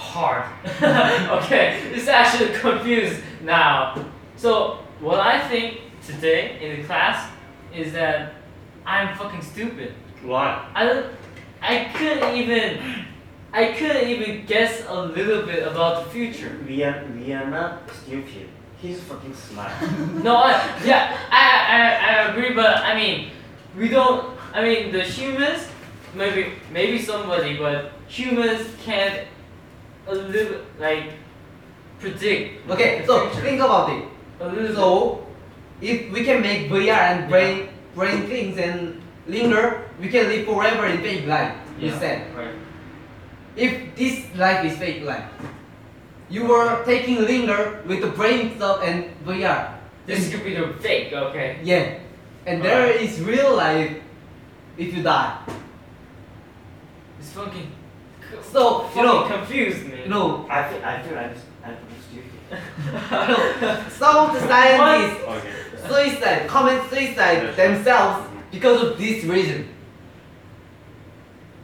Speaker 3: hard. okay, it's actually confused now. So what I think today in the class is that I'm fucking stupid.
Speaker 2: Why?
Speaker 3: I don't, I couldn't even, I couldn't even guess a little bit about the future.
Speaker 2: We are we are not stupid. He's fucking smart.
Speaker 3: No, I, yeah, I, I, I agree, but I mean, we don't. I mean, the humans, maybe maybe somebody, but humans can't a little like predict.
Speaker 1: Okay,
Speaker 3: the
Speaker 1: so
Speaker 3: future.
Speaker 1: think about it.
Speaker 3: A little
Speaker 1: So, if we can make VR and brain, brain things and linger, we can live forever in fake life. You said.
Speaker 3: Right.
Speaker 1: If this life is fake life, you were taking linger with the brain stuff and VR.
Speaker 3: This could be the fake, okay?
Speaker 1: Yeah, and there is real life if you die.
Speaker 3: It's fucking. co-
Speaker 1: So, you
Speaker 3: fucking
Speaker 1: know-
Speaker 3: confused, man.
Speaker 1: You know,
Speaker 2: I feel I feel I'm I'm fucking stupid.
Speaker 1: some of the scientists
Speaker 2: Okay.
Speaker 1: suicide commit suicide themselves because of this reason.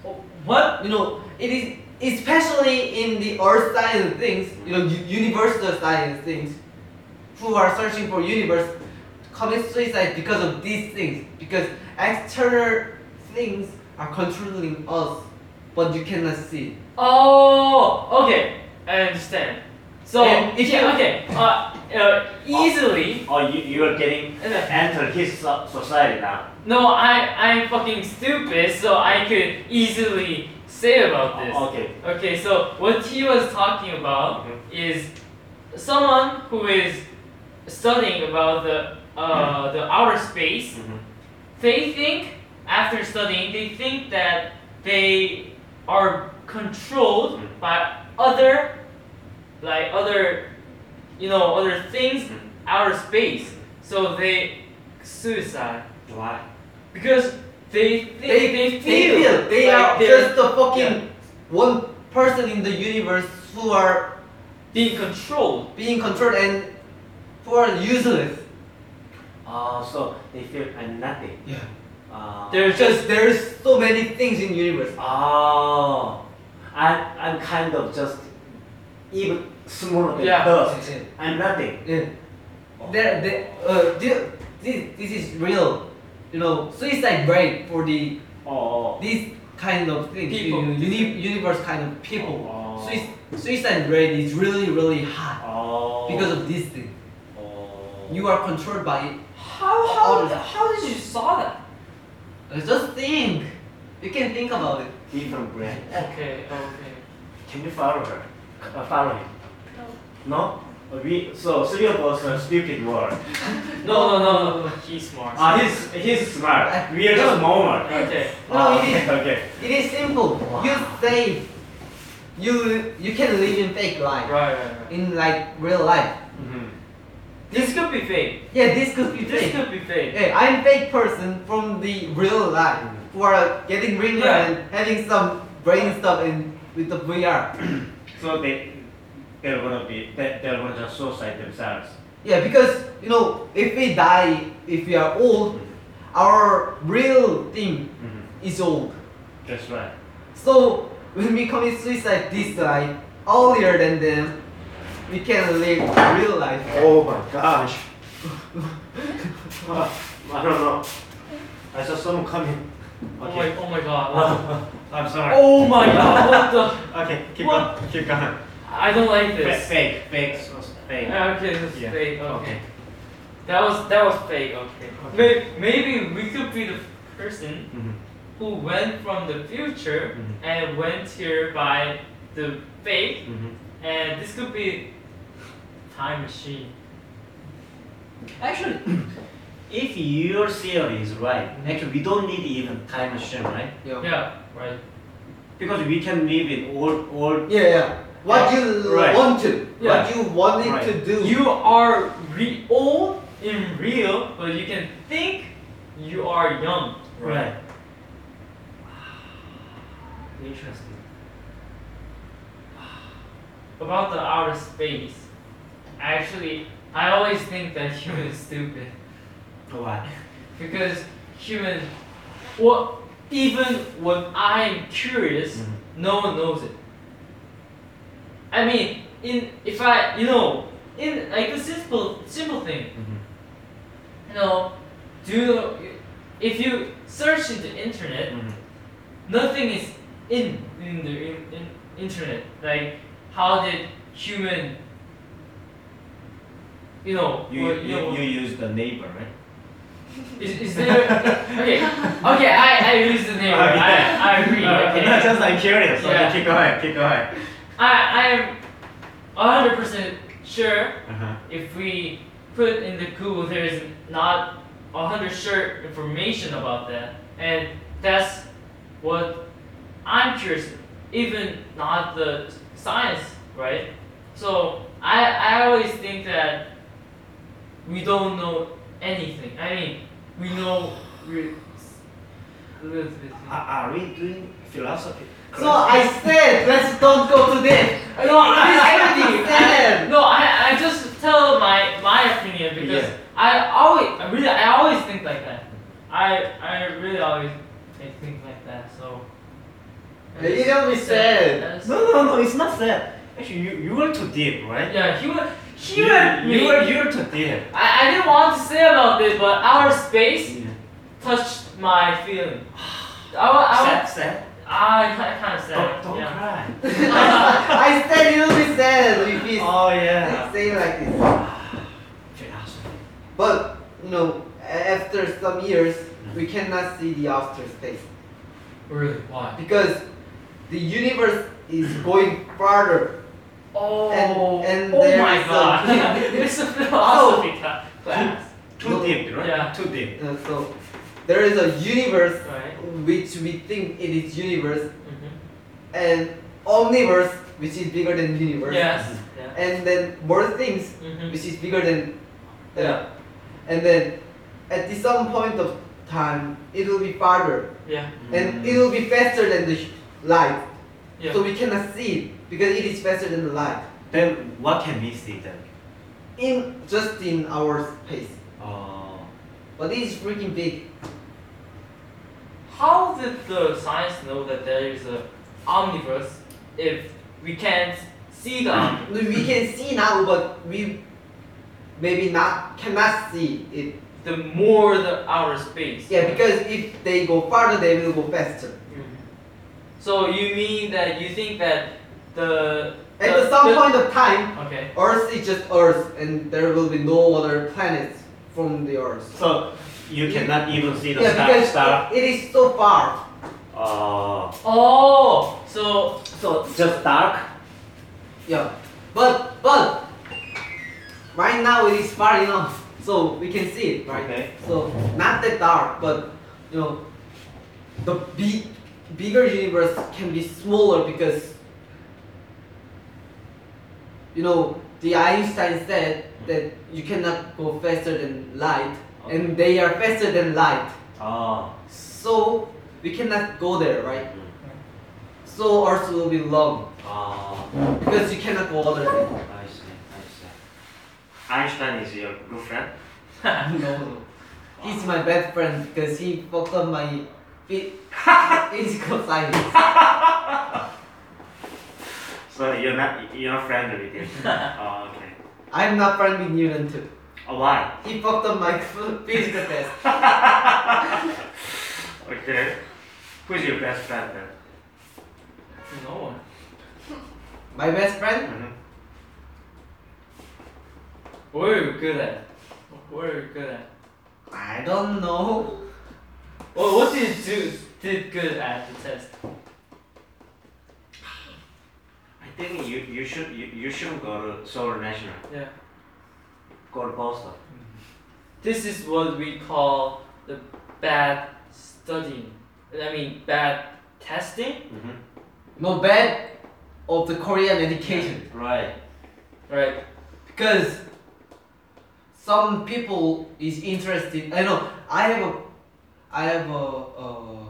Speaker 3: Oh, what?
Speaker 1: You know, it is especially in the earth science things, you know, u- universal science things, who are searching for universe commit suicide because of these things because external things are controlling us, but you cannot see. it.
Speaker 3: Oh, okay. I understand. So,
Speaker 1: And if
Speaker 3: yeah,
Speaker 1: you-
Speaker 3: okay. Uh, uh, easily.
Speaker 2: Oh, you you are getting enter his so- society now.
Speaker 3: No, I, I'm fucking stupid, so I could easily say about this.
Speaker 2: Oh, Okay.
Speaker 3: Okay, so what he was talking about
Speaker 2: Mhm.
Speaker 3: is someone who is studying about the uh, the outer space.
Speaker 2: Mhm.
Speaker 3: They think after studying, they think that they are controlled
Speaker 2: Mhm.
Speaker 3: by other, like other, you know, other things
Speaker 2: Mhm.
Speaker 3: outer space. So they suicide
Speaker 2: Why?
Speaker 3: because they think,
Speaker 1: they,
Speaker 3: they
Speaker 1: they
Speaker 3: feel
Speaker 1: feel they
Speaker 3: like
Speaker 1: are
Speaker 3: they're
Speaker 1: just the fucking one person in the universe who are
Speaker 3: being controlled.
Speaker 1: being controlled and who are useless.
Speaker 2: Oh, so they feel I'm nothing.
Speaker 1: Yeah.
Speaker 2: Uh,
Speaker 3: They're just
Speaker 1: Because there's so many things in universe.
Speaker 2: Oh, I I'm kind of just even smaller than
Speaker 3: Yeah.
Speaker 2: dust. I'm nothing.
Speaker 1: Yeah. There, there, uh, thi- this, this is real. You know, suicide rate for the
Speaker 2: Oh.
Speaker 1: these kind of things, you
Speaker 3: People.
Speaker 1: know, uni- universe kind of people.
Speaker 2: Oh.
Speaker 1: Sui- suicide rate is really really high
Speaker 2: Oh.
Speaker 1: because of this thing.
Speaker 2: Oh.
Speaker 1: You are controlled by it.
Speaker 3: How
Speaker 1: how-
Speaker 3: how did you saw that?
Speaker 1: Uh, Just think. You can think about it.
Speaker 2: different brand.
Speaker 3: Okay, okay.
Speaker 2: Can you follow her? Uh, follow him?
Speaker 4: No.
Speaker 2: No. Uh, We so three of us are stupid world.
Speaker 3: No, no, no, no. no. He's smart.
Speaker 2: Ah, he's he's smart. We are just normal.
Speaker 3: okay.
Speaker 1: No,
Speaker 2: Ah,
Speaker 1: it is-
Speaker 2: okay.
Speaker 1: It is simple. You save. You you can live in fake
Speaker 3: Right,
Speaker 1: life,
Speaker 3: right, right.
Speaker 1: in like real life.
Speaker 2: Mm-hmm.
Speaker 3: This could be fake.
Speaker 1: Yeah, this could be
Speaker 3: This
Speaker 1: fake.
Speaker 3: could be fake.
Speaker 1: Hey, I'm fake person from the real life who are getting ringer
Speaker 3: Yeah.
Speaker 1: and having some brain stuff and with the VR.
Speaker 2: So they they're gonna be they, they're gonna just suicide themselves.
Speaker 1: Yeah, because you know, if we die, if we are old, our real thing
Speaker 2: Mhm.
Speaker 1: is old.
Speaker 2: That's right.
Speaker 1: So when we commit suicide this time earlier than them, we can live real life.
Speaker 5: Oh my gosh. I don't know. I saw someone coming.
Speaker 3: Oh
Speaker 5: Okay.
Speaker 3: my, oh my god.
Speaker 2: I'm sorry.
Speaker 3: Oh my god, what the?
Speaker 2: Okay, keep
Speaker 3: What?
Speaker 2: going. Keep going. Uh,
Speaker 3: I don't like
Speaker 2: Fa-
Speaker 3: this.
Speaker 2: Fake, fake, sus- fake.
Speaker 3: Ah, Okay, this is
Speaker 2: Yeah,
Speaker 3: fake, okay.
Speaker 2: okay.
Speaker 3: That was, that was fake, okay.
Speaker 2: Okay.
Speaker 3: May- Maybe we could be the person
Speaker 2: Mhm.
Speaker 3: who went from the future
Speaker 2: Mhm.
Speaker 3: and went here by the fake,
Speaker 2: Mhm.
Speaker 3: and this could be time machine.
Speaker 5: Actually, if your theory is right, actually we don't need even time machine, right?
Speaker 1: Yeah.
Speaker 3: Yeah, right.
Speaker 5: Because we can live in all all.
Speaker 1: Yeah, yeah. What you
Speaker 5: Right.
Speaker 1: want to,
Speaker 3: Yeah.
Speaker 1: what you wanted
Speaker 5: Right.
Speaker 1: to do.
Speaker 3: You are re- old in real, but you can think you are young.
Speaker 5: Right. Interesting.
Speaker 3: About the outer space, actually, I always think that human is stupid
Speaker 5: Why?
Speaker 3: because human, what even when I'm
Speaker 2: Mm-hmm.
Speaker 3: curious, no one knows it. I mean, in if I you know in like a simple simple thing, you know, do you know, if you search in the internet,
Speaker 2: mm-hmm.
Speaker 3: nothing is in in the in, in internet. Like how did human you know,
Speaker 2: You,
Speaker 3: or, you
Speaker 2: you,
Speaker 3: know
Speaker 2: you use the neighbor, right?
Speaker 3: is, is there okay okay I, I use the name right? I, I agree okay
Speaker 2: No, just Uh, I'm curious.
Speaker 3: Yeah.
Speaker 2: Okay, keep going, keep going.
Speaker 3: I I am hundred percent sure
Speaker 2: Uh-huh.
Speaker 3: if we put in the Google there is not a hundred sure information about that and that's what I'm curious even not the science right so I I always think that we don't know anything I mean we know we a little bit
Speaker 5: Are, are we doing philosophy?
Speaker 1: so I said, let's don't go to this.
Speaker 3: No, I
Speaker 1: It's
Speaker 3: agree.
Speaker 1: empty, sad.
Speaker 3: No, I, I just tell my my opinion because I always I really I always think like that. I I really always I think like that. So
Speaker 1: You don't be sad.
Speaker 3: That's-
Speaker 5: No, no, no. It's not that. Actually, you you were too deep, right?
Speaker 3: Yeah, human
Speaker 5: You,
Speaker 3: human.
Speaker 5: you
Speaker 3: being-
Speaker 5: were you were too deep.
Speaker 3: I, I didn't want to say about this, but outer space touched my feeling. I, wa- I, wa-
Speaker 5: Sad, sad.
Speaker 3: I, I kind of
Speaker 5: Don't
Speaker 3: sad.
Speaker 5: don't
Speaker 3: yeah.
Speaker 5: cry.
Speaker 1: I said you be sad if you
Speaker 5: Oh yeah.
Speaker 1: say like this.
Speaker 5: Philosophy.
Speaker 1: But you know, a- after some years, we cannot see the outer space.
Speaker 3: Really? Why?
Speaker 1: because the universe is going farther.
Speaker 3: Oh.
Speaker 1: and
Speaker 3: oh
Speaker 1: there
Speaker 3: my
Speaker 1: is a-
Speaker 3: god. it's a philosophy ca- class.
Speaker 5: Too
Speaker 1: No.
Speaker 5: deep, right?
Speaker 3: Yeah.
Speaker 5: Too deep.
Speaker 1: Uh, so there is a universe
Speaker 3: Right.
Speaker 1: which we think it is universe
Speaker 3: hmm
Speaker 1: and omniverse which is bigger than universe.
Speaker 3: Yes. Yeah.
Speaker 1: And then more things
Speaker 3: Mm-hmm.
Speaker 1: which is bigger than
Speaker 3: Yeah.
Speaker 1: and then at the some point of time it will be farther
Speaker 3: Yeah.
Speaker 2: Mm.
Speaker 1: and it will be faster than the sh- light.
Speaker 3: Mm. Yeah.
Speaker 1: So we cannot see it because it is faster than the light.
Speaker 5: Then what can we see then?
Speaker 1: In just in our space.
Speaker 5: Oh.
Speaker 1: But it is freaking big.
Speaker 3: How did the science know that there is a omniverse if we can't see the omniverse?
Speaker 1: we can see now, but we maybe not cannot see it.
Speaker 3: the more the outer space?
Speaker 1: Yeah, because if they go farther, they will go faster.
Speaker 3: Mhm. So you mean that you think that the
Speaker 1: At
Speaker 3: the,
Speaker 1: some
Speaker 3: Uh, the-
Speaker 1: point of time,
Speaker 3: Okay.
Speaker 1: Earth is just Earth, and there will be no other planets from the Earth.
Speaker 5: So you cannot even see the
Speaker 1: yeah,
Speaker 5: star.
Speaker 1: because
Speaker 5: star.
Speaker 1: It, it is so far.
Speaker 5: Oh.
Speaker 3: Oh, so
Speaker 1: So
Speaker 5: Just dark.
Speaker 1: yeah, but but right now it is far enough, so we can see it, right?
Speaker 5: Okay.
Speaker 1: So not that dark, but you know, the big, bigger universe can be smaller because you know the Einstein said that you cannot go faster than light, and they are faster than light.
Speaker 5: Oh.
Speaker 1: So we cannot go there, right?
Speaker 5: Mm.
Speaker 1: So Earth will be long
Speaker 5: Oh. Uh,
Speaker 1: because you cannot go other than.
Speaker 2: Einstein is your good friend.
Speaker 1: no, no. He's my best friend because he fucked up my phy- physical science.
Speaker 2: So you're not you're not friendly with him. oh, okay.
Speaker 1: I'm not friend with Newton too.
Speaker 2: Oh, why?
Speaker 1: He fucked up my physical test.
Speaker 2: Okay. Who's your best friend then?
Speaker 3: No one.
Speaker 1: My best friend?
Speaker 2: Mm-hmm.
Speaker 3: What are you good at? What are you good at?
Speaker 1: I don't know.
Speaker 3: Well, what did you do? Did good at the test?
Speaker 2: I think you, you should you, you shouldn't go to Seoul National.
Speaker 3: Yeah.
Speaker 2: Go to Boston.
Speaker 3: This is what we call the bad studying. I mean bad testing,
Speaker 2: Mm-hmm.
Speaker 1: No bad of the Korean education.
Speaker 2: Right.
Speaker 3: right?
Speaker 1: Because some people is interested. I know. I have a. I have a. Uh,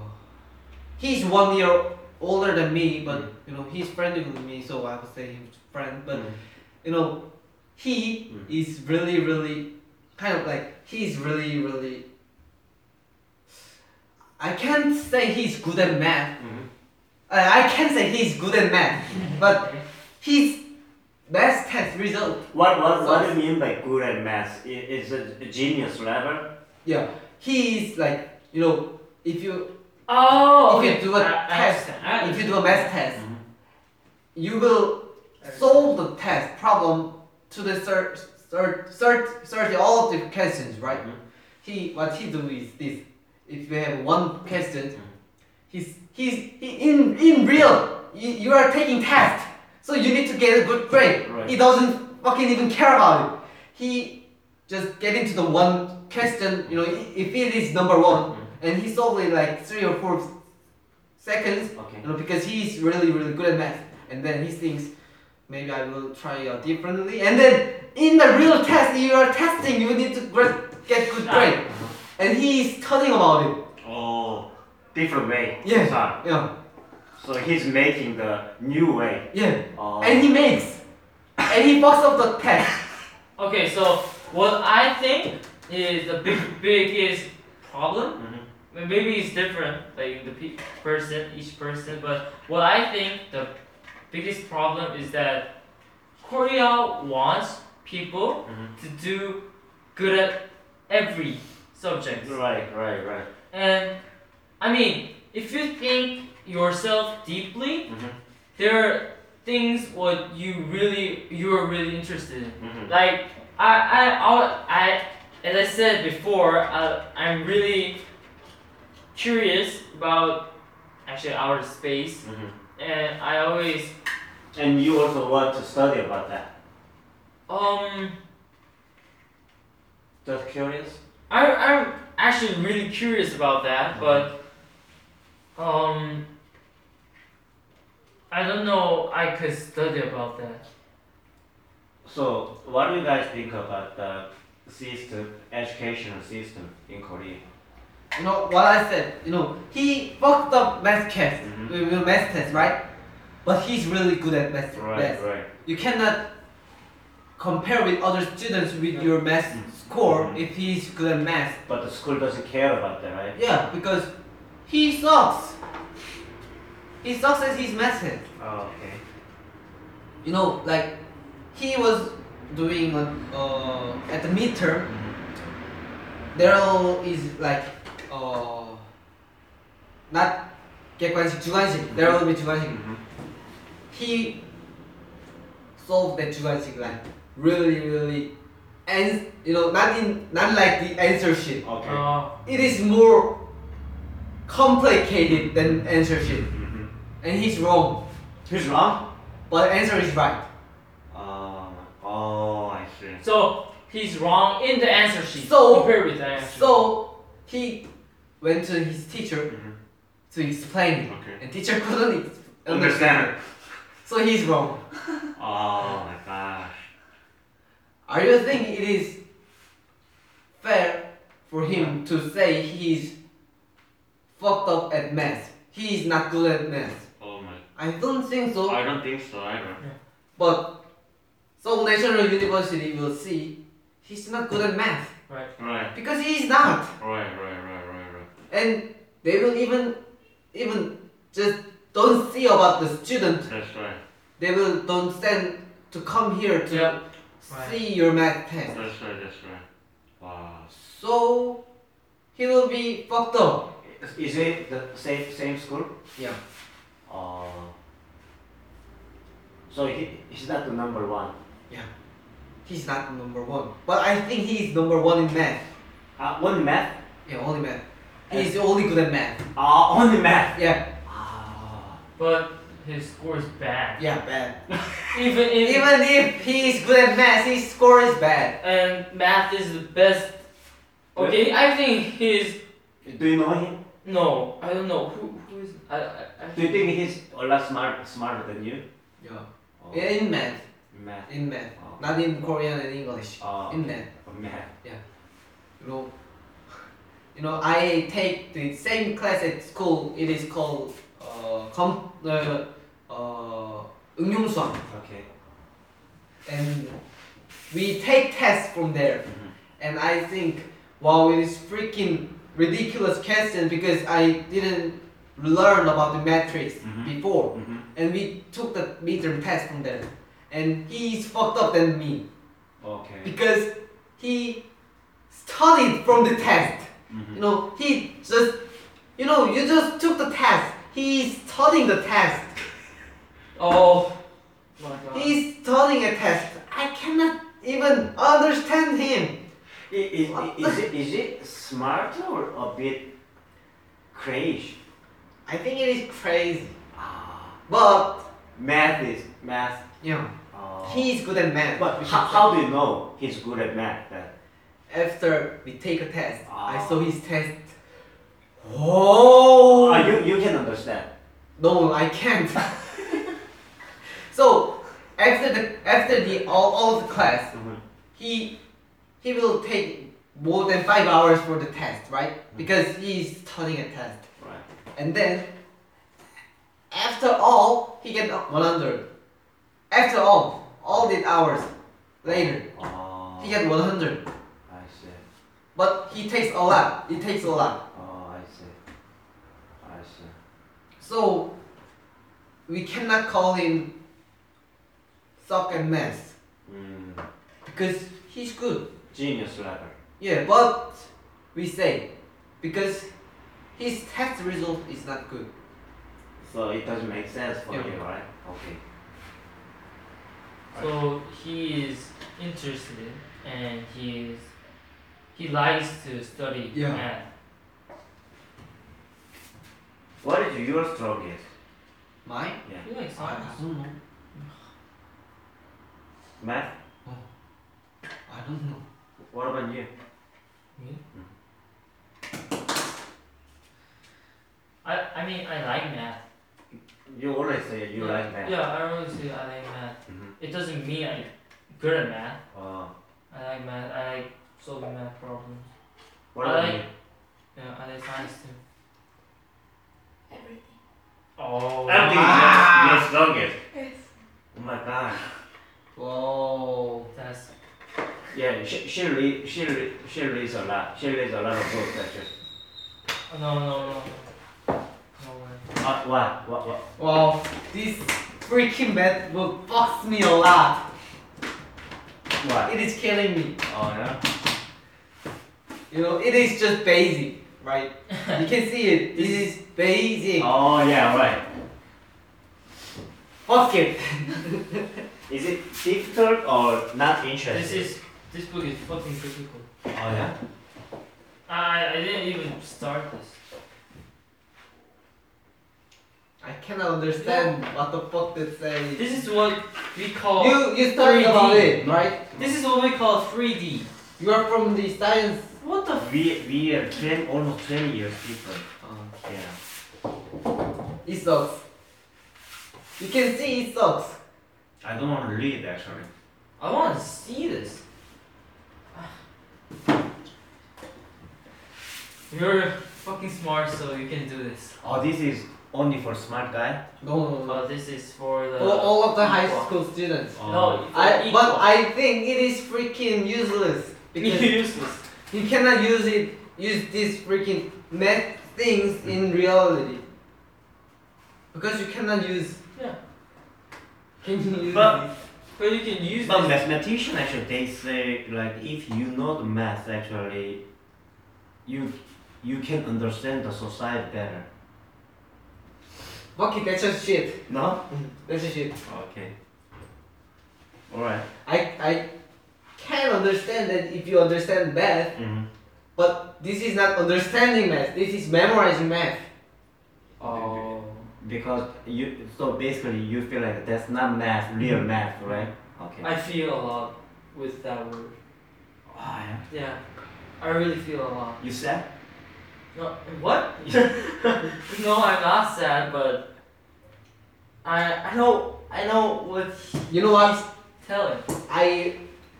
Speaker 1: he's one year older than me, but you know he's friendly with me, so I would say he's friend. But
Speaker 2: Mm-hmm.
Speaker 1: you know, he
Speaker 2: Mm.
Speaker 1: is really, really kind of like he's really, really. I can't say he's good at math.
Speaker 2: Mm-hmm.
Speaker 1: I, I can say he's good at math, but his best test result.
Speaker 2: What, what what do you mean by good at math? I- Is it a genius level?
Speaker 1: Yeah, he is like you know if you
Speaker 3: Oh.
Speaker 1: If you
Speaker 3: okay.
Speaker 1: do a
Speaker 3: I- I
Speaker 1: test,
Speaker 3: understand. I
Speaker 1: if you do
Speaker 3: understand.
Speaker 1: a math test, you will solve the test problem to the third third third third all the questions right.
Speaker 2: Mhm.
Speaker 1: He what he do is this. If you have one question,
Speaker 2: Mhm.
Speaker 1: he's he's he, in in real you, you are taking test, so you need to get a good grade.
Speaker 2: Right.
Speaker 1: He doesn't fucking even care about it. He just get into the one question. You know, i- if it is number one, and he solved it like three or four seconds.
Speaker 2: Okay.
Speaker 1: You know, because he's really, really good at math. And then he thinks, maybe I will try uh, differently. And then in the real test, you are testing, you need to gr- get good
Speaker 2: Ah.
Speaker 1: grade. And he's studying about it.
Speaker 2: Oh, different way.
Speaker 1: Yeah.
Speaker 2: Sorry.
Speaker 1: Yeah,
Speaker 2: So he's making the new way.
Speaker 1: yeah.
Speaker 2: Oh.
Speaker 1: And he makes. And he fucks up the test.
Speaker 3: Okay, so what I think is the big biggest problem.
Speaker 2: Mhm.
Speaker 3: Well, Maybe it's different, like the pe- person, each person. But what I think the biggest problem is that Korea wants people
Speaker 2: Mhm.
Speaker 3: to do good at every subject.
Speaker 2: Right, right, right.
Speaker 3: And I mean, if you think yourself deeply,
Speaker 2: Mhm.
Speaker 3: there are things what you really you are really interested in.
Speaker 2: Mhm.
Speaker 3: Like I I I'll- I as I said before, I, I'm really curious about actually outer space,
Speaker 2: Mhm.
Speaker 3: and I always
Speaker 2: And you also want to study about that.
Speaker 3: um
Speaker 2: Just curious.
Speaker 3: I I'm actually really curious about that,
Speaker 2: Mm-hmm.
Speaker 3: but um I don't know I could study about that.
Speaker 2: So, what do you guys think about the system, educational system in Korea?
Speaker 1: You know what I said? You know, he fucked up math test,
Speaker 2: Mhm.
Speaker 1: with the math test, right? But he's really good at math. math.
Speaker 2: right.
Speaker 1: you cannot compare with other students with your math score
Speaker 2: Mhm.
Speaker 1: if he's good at math.
Speaker 2: But the school doesn't care about that, right?
Speaker 1: Yeah, because he sucks. He sucks at his math.
Speaker 2: Oh, okay.
Speaker 1: You know, like he was doing a, uh, at the midterm.
Speaker 2: Mm-hmm,
Speaker 1: Daryl is like uh, not 객관식 주관식. Daryl will be 주관식.
Speaker 2: mm-hmm.
Speaker 1: he solved the 주관식 like really really and you know not in not like the answer sheet
Speaker 2: Okay.
Speaker 3: Uh,
Speaker 1: it is more complicated than answer sheet
Speaker 2: Mhm.
Speaker 1: and he's wrong
Speaker 2: He's wrong?
Speaker 1: but answer is right
Speaker 2: Uh, oh, I see.
Speaker 3: so he's wrong in the answer sheet.
Speaker 1: So-
Speaker 3: compared with the answer.
Speaker 1: so he went to his teacher
Speaker 2: Mhm.
Speaker 1: to explain it
Speaker 2: Okay.
Speaker 1: and teacher couldn't ex-
Speaker 2: Understand.
Speaker 1: so he's wrong
Speaker 2: Oh my gosh.
Speaker 1: Are you think it is fair for him to say he's fucked up at math? He is not good at math.
Speaker 2: Oh my.
Speaker 1: I don't think so.
Speaker 2: I don't think so either.
Speaker 1: But Seoul National University will see he's not good at math
Speaker 3: Right.
Speaker 5: Right,
Speaker 1: because he's not.
Speaker 5: right, right, right, right, right.
Speaker 1: And they will even even just don't see about the student.
Speaker 5: That's right.
Speaker 1: They will don't send to come here to
Speaker 3: Yeah.
Speaker 1: see your math test.
Speaker 5: That's right. That's right. Wow.
Speaker 1: So he will be fucked up.
Speaker 2: Is it the same same school?
Speaker 1: Yeah.
Speaker 2: Uh, so he, he's not the number one.
Speaker 1: He's not number one. But I think he's number one in math.
Speaker 2: Uh, only math?
Speaker 1: Yeah, only math. He's only good at math.
Speaker 2: Uh, only math.
Speaker 1: Yeah,
Speaker 2: Ah.
Speaker 3: But his score is bad.
Speaker 1: yeah, bad.
Speaker 3: Even if
Speaker 1: Even if he's good at math, his score is bad.
Speaker 3: and math is the best. Okay, I think he's
Speaker 2: Do you know him?
Speaker 3: no. I don't know who who is I I, I
Speaker 2: Do you think he's a lot smart smarter than you?
Speaker 1: Yeah.
Speaker 2: Oh,
Speaker 1: yeah. In math.
Speaker 2: Math.
Speaker 1: In math.
Speaker 2: Oh.
Speaker 1: Not in Korean and English.
Speaker 2: Uh,
Speaker 1: In math.
Speaker 2: math.
Speaker 1: You know, you know, I take the same class at school. It is called uh, com, uh, uh, 응용수학.
Speaker 2: Okay.
Speaker 1: and we take tests from there.
Speaker 2: Mhm.
Speaker 1: And I think, wow, it is freaking ridiculous question because I didn't learn about the matrix
Speaker 2: Mhm.
Speaker 1: before.
Speaker 2: Mm-hmm.
Speaker 1: And we took the midterm test from there. And he's fucked up than me
Speaker 2: Okay.
Speaker 1: because he studied from the test.
Speaker 2: Mhm.
Speaker 1: You know, he just, you know, you just took the test. He's studying the test.
Speaker 3: oh my god.
Speaker 1: He's studying a test. I cannot even understand him.
Speaker 2: I- Is, is, it, is it smarter or a bit crazy?
Speaker 1: I think it is crazy.
Speaker 2: Ah.
Speaker 1: But
Speaker 2: Math is math.
Speaker 1: you know,
Speaker 2: Uh,
Speaker 1: he is good at math.
Speaker 2: But
Speaker 1: we
Speaker 2: how,
Speaker 1: should say.
Speaker 2: how do you know he's good at math? That
Speaker 1: After we take a test, I
Speaker 2: Ah.
Speaker 1: saw his test. Oh,
Speaker 2: uh, you you can understand.
Speaker 1: no, I can't. so after the after the all, all the class,
Speaker 2: Mhm.
Speaker 1: he he will take more than five hours for the test, right? Because he is studying a test.
Speaker 2: Right.
Speaker 1: And then, after all, he get 100. After all, all these hours later,
Speaker 2: Oh,
Speaker 1: he get 100.
Speaker 2: I see.
Speaker 1: But he takes a lot. It takes a lot.
Speaker 2: Oh, I see. I see.
Speaker 1: So, we cannot call him suck and mess
Speaker 2: Mm.
Speaker 1: because he's good.
Speaker 2: Genius level.
Speaker 1: Yeah, but we say because his test result is not good.
Speaker 2: So it doesn't make sense for
Speaker 1: Yeah.
Speaker 2: you, right? Okay.
Speaker 3: So he is interested and he is he likes to study
Speaker 1: Yeah.
Speaker 3: math.
Speaker 2: What is your strongest?
Speaker 1: Mine?
Speaker 3: He likes
Speaker 1: I,
Speaker 3: science.
Speaker 1: I don't know.
Speaker 2: Math.
Speaker 1: I don't know.
Speaker 2: What about you?
Speaker 3: Me? I I mean I like math.
Speaker 2: You always say you
Speaker 3: yeah.
Speaker 2: like math.
Speaker 3: Yeah, I always say I like math.
Speaker 2: Mhm.
Speaker 3: It doesn't mean I'm good at math.
Speaker 2: Uh,
Speaker 3: I like math. I like solving math problems.
Speaker 2: what
Speaker 3: I
Speaker 2: about
Speaker 3: like-
Speaker 2: you?
Speaker 3: Yeah, I like science too.
Speaker 4: Everything.
Speaker 3: Oh.
Speaker 2: I think
Speaker 1: Ah!
Speaker 2: that's your strongest.
Speaker 4: Yes.
Speaker 2: Oh my god.
Speaker 1: Whoa.
Speaker 3: That's
Speaker 2: Yeah, she she read, she read, she reads a lot. She reads a lot of books actually.
Speaker 3: no oh, no no. no. No way.
Speaker 2: Uh, what? What? What?
Speaker 1: Wow, this freaking math book fucks me a lot.
Speaker 2: What?
Speaker 1: It is killing me.
Speaker 2: Oh yeah.
Speaker 1: You know, it is just basic, right? you can see it. This is basic.
Speaker 2: Oh yeah, right.
Speaker 1: Fuck it.
Speaker 2: Is it difficult or not interesting?
Speaker 3: This is this book is fucking critical.
Speaker 2: Oh yeah.
Speaker 3: I I didn't even start this.
Speaker 1: I cannot understand what the fuck they say.
Speaker 3: This is what we call
Speaker 1: you you studied
Speaker 3: 3D.
Speaker 1: about it, right?
Speaker 3: this is what we call 3D.
Speaker 1: You are from the science.
Speaker 3: What the f-
Speaker 2: We we are 20, almost twenty years different.
Speaker 1: Oh,
Speaker 2: Yeah.
Speaker 1: it sucks. You can see it sucks.
Speaker 2: I don't want to read actually.
Speaker 3: I want to see this. You're fucking smart, so you can do this.
Speaker 2: Oh, this is only for smart guy?
Speaker 1: No, no, no.
Speaker 3: Well, this is for the.
Speaker 1: For all of the high
Speaker 3: equal.
Speaker 1: school students.
Speaker 2: Oh.
Speaker 3: No, for
Speaker 1: I,
Speaker 3: equal.
Speaker 1: but I think it is freaking useless because
Speaker 3: useless.
Speaker 1: you cannot use it. Use these freaking math things in reality because you cannot use.
Speaker 3: Yeah.
Speaker 1: Can you use?
Speaker 2: But-
Speaker 1: it?
Speaker 3: But you can use
Speaker 2: But
Speaker 3: this.
Speaker 2: mathematician actually they say like if you know the math actually, you you can understand the society better.
Speaker 1: okay, that's just shit.
Speaker 2: No?
Speaker 1: That's just shit.
Speaker 2: Okay. Alright.
Speaker 1: I I can understand that if you understand math,
Speaker 2: Mm-hmm.
Speaker 1: but this is not understanding math. This is memorizing math.
Speaker 3: Oh.
Speaker 2: Because you so basically you feel like that's not math, real math, right? Okay.
Speaker 3: I feel a lot with that word.
Speaker 2: Oh, yeah.
Speaker 3: Yeah. I really feel a lot.
Speaker 2: You said?
Speaker 3: No, what? no, I'm not sad, but I I know I know what
Speaker 1: You know what?
Speaker 3: he's telling.
Speaker 1: I,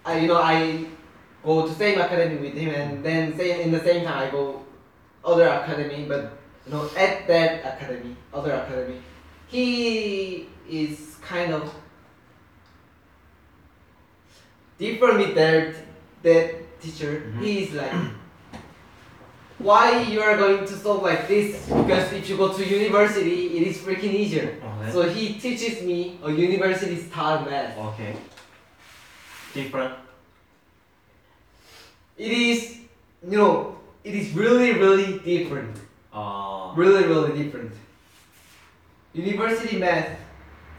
Speaker 1: I you know I go to same academy with him, and then same in the same time I go other academy, but you know at that academy, other academy, he is kind of different with that that teacher. He is like. Why you are going to solve like this? Because if you go to university, it is freaking easier.
Speaker 2: Okay.
Speaker 1: So he teaches me a university style math.
Speaker 2: okay. Different.
Speaker 1: it is you know it is really really different
Speaker 2: Uh,
Speaker 1: really really different university math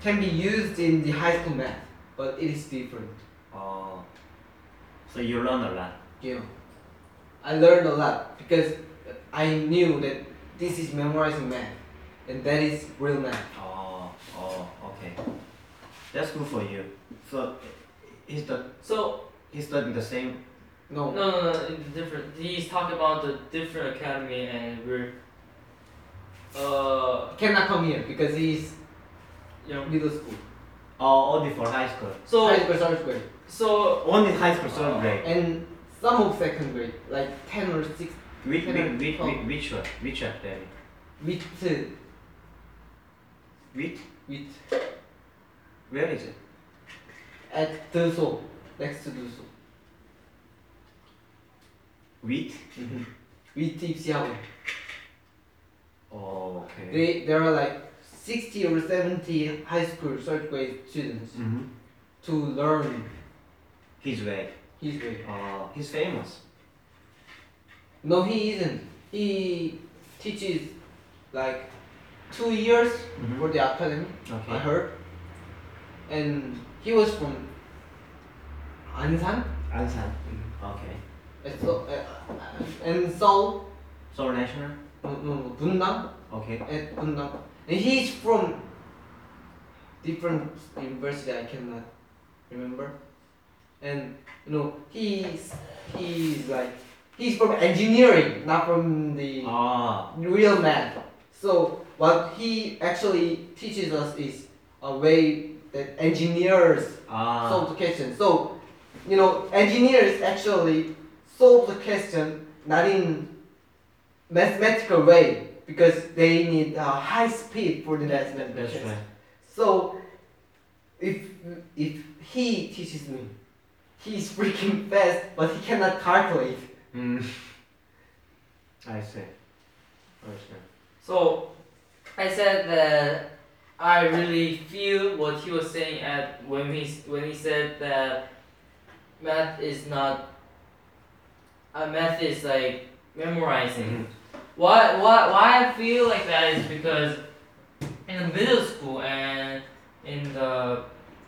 Speaker 1: can be used in the high school math but it is different
Speaker 2: uh, so you learn a lot.
Speaker 1: you know i learned a lot because i knew that this is memorizing math and that is real math
Speaker 2: Oh, oh, okay. That's good for you. So he's the
Speaker 3: So
Speaker 2: he's studying the same.
Speaker 1: no,
Speaker 3: no no no it's different he's talking about the different academy and we're uh
Speaker 1: cannot come here because he is
Speaker 3: you know
Speaker 1: middle school
Speaker 2: Oh, only for high school.
Speaker 1: high
Speaker 3: so
Speaker 1: school third grade
Speaker 3: so
Speaker 2: Only high school third grade.
Speaker 1: and some of second grade like 10 or 6
Speaker 2: Which
Speaker 1: Can
Speaker 2: which
Speaker 1: I-
Speaker 2: which
Speaker 1: oh.
Speaker 2: which which one? Which academy?
Speaker 1: with
Speaker 2: Which
Speaker 1: with
Speaker 2: where is it?
Speaker 1: at Duso, next to Duso.
Speaker 2: Wheat.
Speaker 1: With Xiaomi.
Speaker 2: Oh, okay.
Speaker 1: They there are like sixty or seventy high school third grade students
Speaker 2: Mm-hmm.
Speaker 1: to learn
Speaker 2: His way.
Speaker 1: his way.
Speaker 2: Oh, he's famous.
Speaker 1: No he isn't. He teaches like two years
Speaker 2: Mhm.
Speaker 1: for the academy, I
Speaker 2: Okay.
Speaker 1: heard. And he was from Ansan
Speaker 2: Ansan. Okay.
Speaker 1: and so uh, and Seoul
Speaker 2: Seoul National.
Speaker 1: no no no Bundan
Speaker 2: Okay.
Speaker 1: at Bundan. And he's from different university I cannot remember. And you know, he's he's like he's from engineering, not from the
Speaker 2: Ah.
Speaker 1: real math. So what he actually teaches us is a way that engineers
Speaker 2: Ah.
Speaker 1: solve the question. So you know, engineers actually solve the question not in mathematical way because they need a high speed for the mathematical
Speaker 2: that's
Speaker 1: question.
Speaker 2: right.
Speaker 1: So, if if he teaches me, he's freaking fast, but he cannot calculate.
Speaker 2: Mm. I see. Understand.
Speaker 3: So, I said that I really feel what he was saying at when he s- when he said that math is not uh, math is like memorizing. Why why why I feel like that is because in the middle school and in the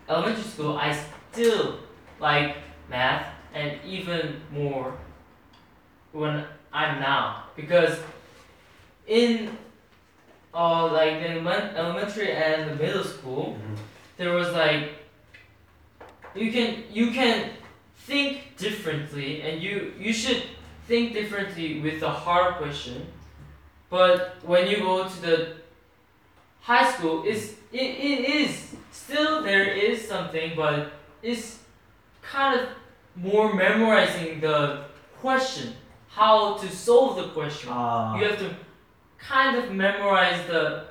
Speaker 3: elementary school I still like math and even more when I'm now because in uh, like in men- elementary and the middle school,
Speaker 2: Mhm.
Speaker 3: there was like you can you can think differently and you you should think differently with the hard question, but when you go to the high school, is it, it is still there is something, but it's kind of more memorizing the question, how to solve the question
Speaker 2: Ah.
Speaker 3: you have to kind of memorize the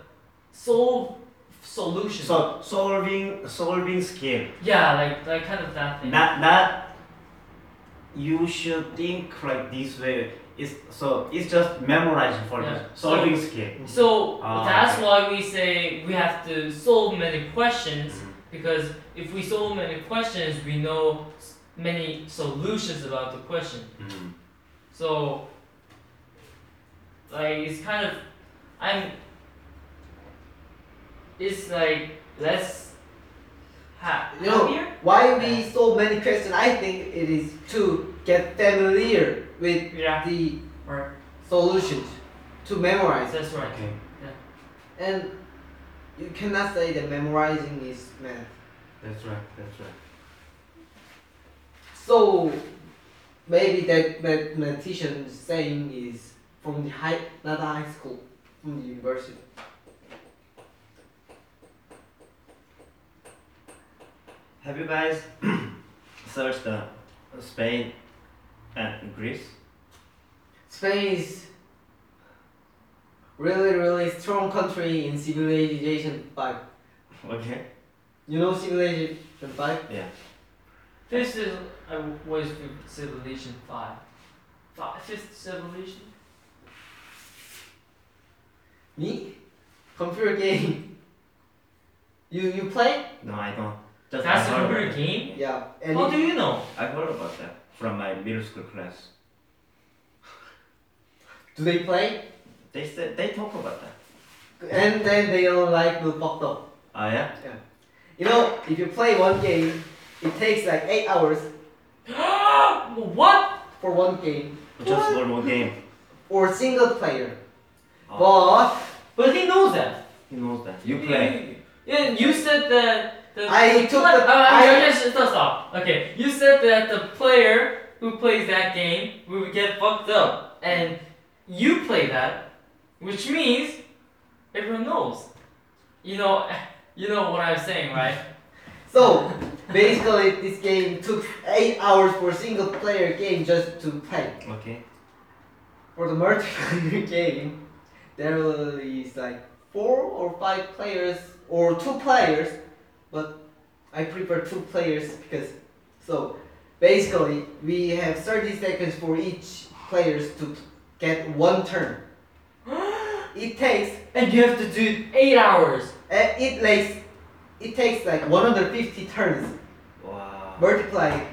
Speaker 3: solve solution.
Speaker 2: So solving solving skill.
Speaker 3: yeah, like like kind of that thing.
Speaker 2: Not not. You should think like this way. It's so it's just memorizing for
Speaker 3: Yeah. Mm-hmm.
Speaker 2: this solving skill.
Speaker 3: so
Speaker 2: Ah,
Speaker 3: that's
Speaker 2: okay.
Speaker 3: why we say we have to solve many questions
Speaker 2: Mhm.
Speaker 3: because if we solve many questions, we know s- many solutions about the question.
Speaker 2: Mhm.
Speaker 3: So, like, it's kind of, I'm, it's like less ha-
Speaker 1: You know,
Speaker 3: happier.
Speaker 1: Why we so many questions? I think it is to get familiar with
Speaker 3: Yeah,
Speaker 1: the
Speaker 3: Right.
Speaker 1: solutions to memorize,
Speaker 3: that's right.
Speaker 2: Okay.
Speaker 1: and you cannot say that memorizing is math.
Speaker 2: That's right. That's right.
Speaker 1: So maybe that mathematician saying is from the high, not the high school, from the university.
Speaker 2: Have you guys searched uh, Spain and Greece?
Speaker 1: Spain is really, really strong country in civilization five.
Speaker 2: Okay.
Speaker 1: You know civilization five?
Speaker 3: This is, I was with civilization five. Five, fifth civilization?
Speaker 1: Me? Computer game. You you play?
Speaker 2: No, I don't. Just
Speaker 3: That's
Speaker 2: I
Speaker 3: a
Speaker 2: heard
Speaker 3: computer
Speaker 2: about it.
Speaker 3: game?
Speaker 1: Yeah. And
Speaker 3: How do you know?
Speaker 2: I heard about that from my middle school class.
Speaker 1: do they play?
Speaker 2: They said they talk about that.
Speaker 1: And then they don't like the fucked up.
Speaker 2: Oh yeah.
Speaker 1: You know, if you play one game, it takes like eight hours
Speaker 3: what?
Speaker 1: for one game
Speaker 2: Just one more game.
Speaker 1: or single player.
Speaker 2: Oh,
Speaker 3: But he knows that.
Speaker 2: he knows that. You play.
Speaker 3: Yeah, you said that. The,
Speaker 1: I took
Speaker 3: What?
Speaker 1: the-
Speaker 3: Uh, I,
Speaker 1: I-
Speaker 3: just, just stop. Okay, you said that the player who plays that game will get fucked up, and you play that, which means everyone knows. You know, you know what I'm saying, right?
Speaker 1: But so basically, this game took eight hours for single player game just to play.
Speaker 2: Okay.
Speaker 1: For the multiplayer game, there is like four or five players or two players, but I prefer two players because so basically we have 30 seconds for each players to get one turn. It takes
Speaker 3: and you have to do eight hours.
Speaker 1: uh, it takes it takes like 150 turns
Speaker 2: Wow.
Speaker 1: multiplying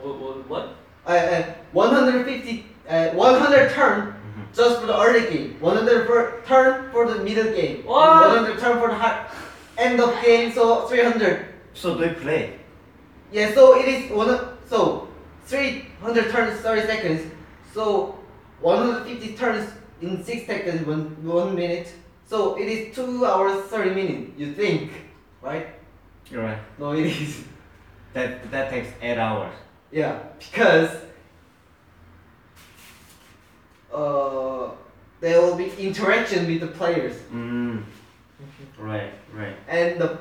Speaker 3: What? What? what?
Speaker 1: uh, uh, 150 uh, 100 turn
Speaker 2: Mhm.
Speaker 1: just for the early game, 100 for turn for the middle game, and
Speaker 3: What?
Speaker 1: 100 turn for the hard, end of game, so 300.
Speaker 2: So they play.
Speaker 1: Yeah, so it is one. So 300 turns, 30 seconds. So 150 turns in six seconds, one one minute. So it is two hours, 30 minutes. You think, right?
Speaker 2: You're right.
Speaker 1: No, it is.
Speaker 2: That that takes eight hours.
Speaker 1: Yeah, because uh, there will be interaction with the players.
Speaker 2: Mm. Right. Right.
Speaker 1: and the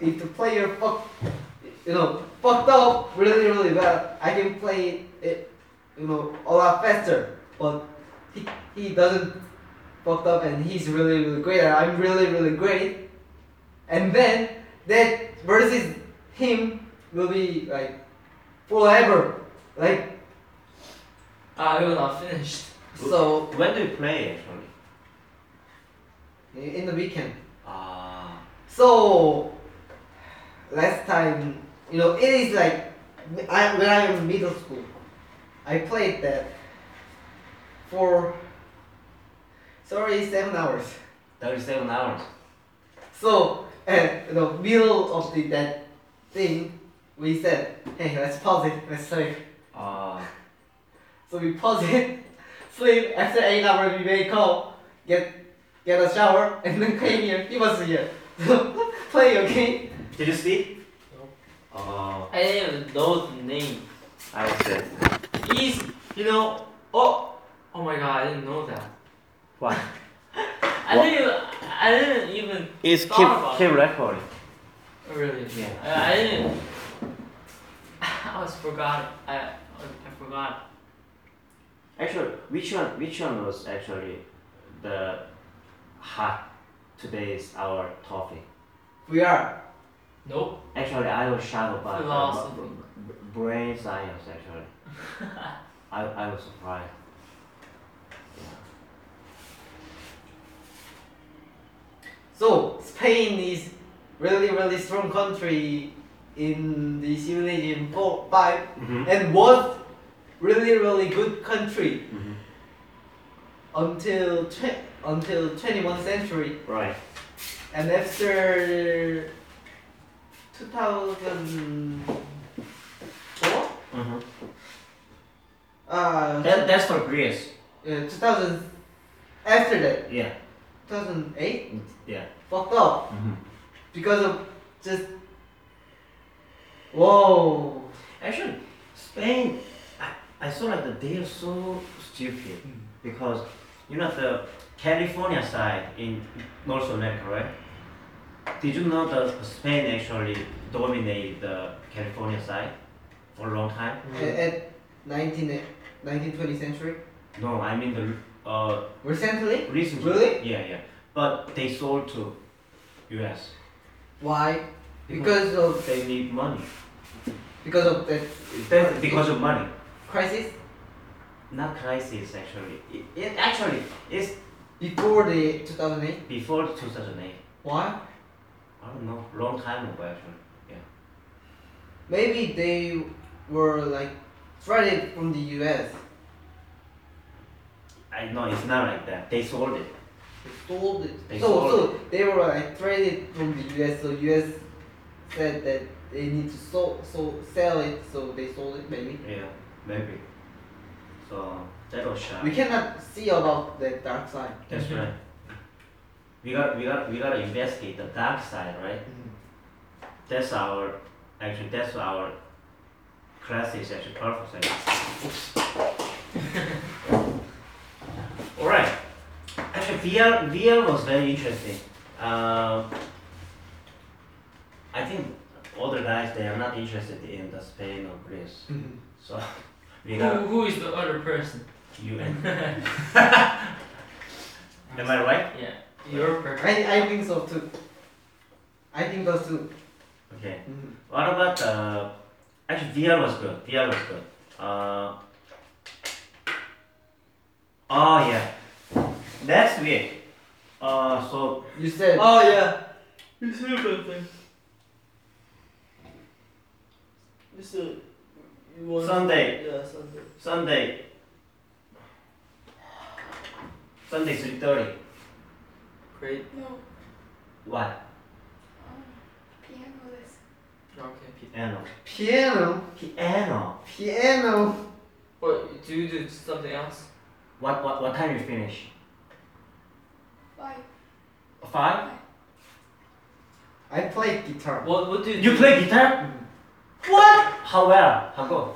Speaker 1: if the player fuck, you know, fucked up really really well, I can play it, you know, a lot faster. But he he doesn't fucked up, and he's really really great, and I'm really really great. And then that versus him will be like forever, like
Speaker 3: Ah, we were not finished.
Speaker 1: so
Speaker 2: When do you play actually?
Speaker 1: in the weekend.
Speaker 2: Ah.
Speaker 1: So last time, you know, it is like I, when I am middle school, I played that for thirty-seven hours.
Speaker 2: Thirty-seven hours.
Speaker 1: So and you know, middle of the that thing, we said, hey, let's pause it, let's sleep.
Speaker 2: Ah.
Speaker 1: So we pause it, sleep. After eight hours, we wake up, get get a shower, and then came here. He was here. So play okay.
Speaker 2: Did you see?
Speaker 3: No.
Speaker 2: Oh.
Speaker 3: I didn't even know the name.
Speaker 2: I said.
Speaker 3: He's, you know, oh, oh my god, I didn't know that.
Speaker 2: What?
Speaker 3: I
Speaker 2: What?
Speaker 3: didn't. even- I didn't even.
Speaker 2: It's
Speaker 3: keep- Starbucks. keep
Speaker 2: recording.
Speaker 3: Oh, really?
Speaker 2: Yeah.
Speaker 3: I, I didn't. I was forgot. I I forgot.
Speaker 5: Actually, which one? Which one was actually the hot. Today is our topic.
Speaker 1: We are.
Speaker 3: Nope.
Speaker 5: Actually, I was shocked about
Speaker 3: Philosophy.
Speaker 5: b- b- brain science. Actually, I, I was surprised.
Speaker 1: So Spain is really really strong country in the civilization four five
Speaker 5: Mm-hmm.
Speaker 1: and was really really good country
Speaker 5: Mhm.
Speaker 1: until tw- until 21st century
Speaker 5: Right.
Speaker 1: and after 2004
Speaker 5: Mm-hmm.
Speaker 1: uh,
Speaker 2: That, that's for Greece.
Speaker 1: yeah, 2000 after that
Speaker 2: Yeah.
Speaker 1: 2008
Speaker 2: Yeah.
Speaker 1: fucked up
Speaker 2: Mhm.
Speaker 1: because of just whoa
Speaker 2: Actually, Spain, I, I saw like that they are so stupid because you know the California side in North America, right? Did you know that Spain actually dominated the California side for a long time?
Speaker 1: A- at 19 19th 20th century
Speaker 2: No, I mean the uh,
Speaker 1: recently
Speaker 2: recently.
Speaker 1: Really?
Speaker 2: Yeah, yeah. But they sold to U.S.
Speaker 1: why because of
Speaker 2: They need money.
Speaker 1: because of that
Speaker 2: That's because of money.
Speaker 1: crisis
Speaker 2: Not crisis actually. It, it actually it's
Speaker 1: before the 2008
Speaker 2: before 2008.
Speaker 1: why
Speaker 2: I don't know, long time ago actually.
Speaker 1: maybe they were like threatened from the US
Speaker 2: I know it's not like that. They sold it.
Speaker 1: they sold it
Speaker 2: They
Speaker 1: so
Speaker 2: sold
Speaker 1: so they were like threatened from the US so US said that they need to so, so sell it so they sold it maybe
Speaker 2: Yeah, maybe. So that was sharp.
Speaker 1: we cannot see about the dark side
Speaker 2: That's right. We got we got we gotta investigate the dark side, right? That's our actually that's our class is actually purpose. actually. Alright. Actually VR VR was very interesting. Um, I think other guys they are not interested in the Spain or Greece.
Speaker 1: Mhm.
Speaker 2: So we
Speaker 3: Who,
Speaker 2: got
Speaker 3: who is the other person?
Speaker 2: you and
Speaker 3: Am
Speaker 2: Am I right?
Speaker 3: Yeah. Your person.
Speaker 1: I, I think so too. I think those two.
Speaker 2: Okay.
Speaker 1: Mhm.
Speaker 2: What about uh, actually VR was good. VR was good. Uh, oh yeah. Next week. Uh, so
Speaker 1: You said
Speaker 3: Oh yeah. You see about that.
Speaker 6: Just a you want
Speaker 2: Sunday.
Speaker 6: Yeah, Sunday.
Speaker 2: Sunday. Sunday three thirty.
Speaker 6: Great.
Speaker 4: No.
Speaker 2: What?
Speaker 4: Um, piano lesson.
Speaker 6: Okay.
Speaker 2: Piano.
Speaker 1: piano,
Speaker 2: Piano.
Speaker 1: piano.
Speaker 6: But do you do something else?
Speaker 2: What what what time you finish?
Speaker 4: Five.
Speaker 2: Five.
Speaker 1: I play guitar.
Speaker 6: What What do you?
Speaker 2: You
Speaker 6: do?
Speaker 2: play guitar? What? How well? How good?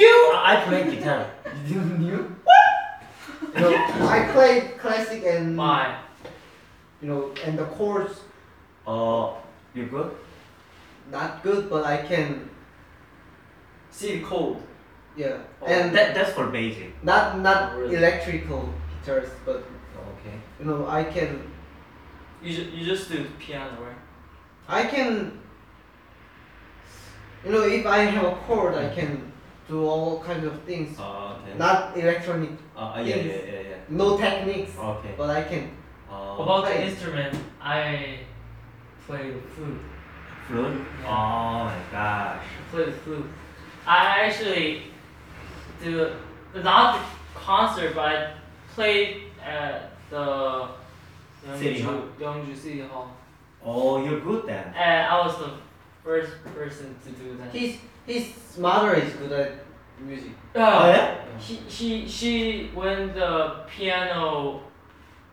Speaker 2: You? I I play guitar.
Speaker 1: You didn't knew? What? no, I play classic and
Speaker 3: My.
Speaker 1: you know and the chords
Speaker 2: Oh, you good?
Speaker 1: not good, but I can
Speaker 6: see the cold.
Speaker 1: yeah.
Speaker 6: Oh,
Speaker 1: and
Speaker 2: That that's for basic.
Speaker 1: not not
Speaker 6: Really?
Speaker 1: electrical guitars, but
Speaker 2: Okay.
Speaker 1: you know I can
Speaker 6: You ju- you just do the piano, right?
Speaker 1: I can, you know, if I have a chord, I can do all kinds of things.
Speaker 2: Oh, okay.
Speaker 1: Not electronic,
Speaker 2: Uh, yeah, yeah,
Speaker 1: Yes.
Speaker 2: yeah, yeah.
Speaker 1: no techniques,
Speaker 2: Okay.
Speaker 1: but I can.
Speaker 2: Uh,
Speaker 3: About the
Speaker 1: Right.
Speaker 3: instrument, I play the flute.
Speaker 2: flute? Oh my gosh.
Speaker 3: I play the flute. I actually do not the concert, but I played at the
Speaker 2: City Hall.
Speaker 6: Yeongju Yeongju City Hall.
Speaker 2: Oh, you're good then.
Speaker 3: and I was the first person to do that.
Speaker 1: His his mother is good at music.
Speaker 2: Oh yeah?
Speaker 3: She she she when the piano,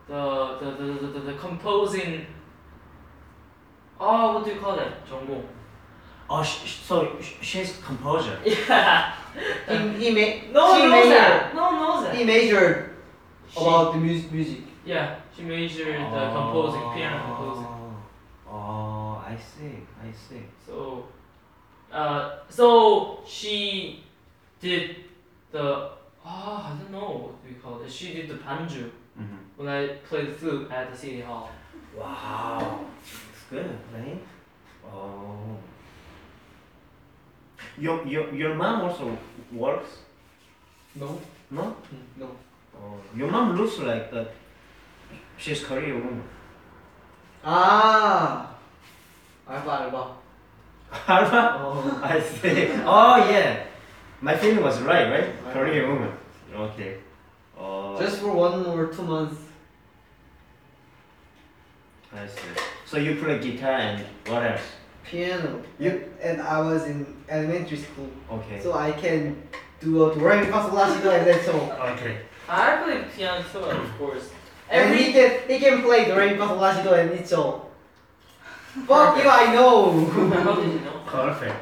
Speaker 3: the the the the, the, the composing. Oh, what do you call that? 전공.
Speaker 2: Oh, sh- sh- so sh- she's composer.
Speaker 3: Yeah.
Speaker 1: He he ma-
Speaker 3: No
Speaker 1: she
Speaker 3: one knows
Speaker 1: majored,
Speaker 3: that. No one knows that.
Speaker 1: he majored
Speaker 3: She-
Speaker 1: about the music music.
Speaker 3: Yeah, she majored the composing, piano composing.
Speaker 2: Oh, I see. I see.
Speaker 3: So, uh, so she ah, did the oh I don't know what we call it. She did the banjo.
Speaker 2: Mhm.
Speaker 3: when I play the flute at the city hall.
Speaker 2: Wow, it's good, right? Oh. Your, your, your mom also works,
Speaker 3: No,
Speaker 2: no?
Speaker 3: no.
Speaker 2: Oh. Your mom looks like that. She's Korean woman.
Speaker 1: Ah, I thought about.
Speaker 2: Alright. I see. Oh yeah, my feeling was right, right?
Speaker 1: Right.
Speaker 2: Korean woman. Okay. Oh.
Speaker 1: Just for one or two months.
Speaker 2: I see. So you play guitar and what else?
Speaker 1: piano.
Speaker 2: You-
Speaker 1: and I was in elementary school,
Speaker 2: Okay.
Speaker 1: so I can do a do re mi fa sol la si do and that song.
Speaker 2: okay.
Speaker 3: I play piano too, of course.
Speaker 1: And he can he can play do re mi fa sol la si do and it's all. Fuck you, I know.
Speaker 3: How did you know?
Speaker 2: Perfect.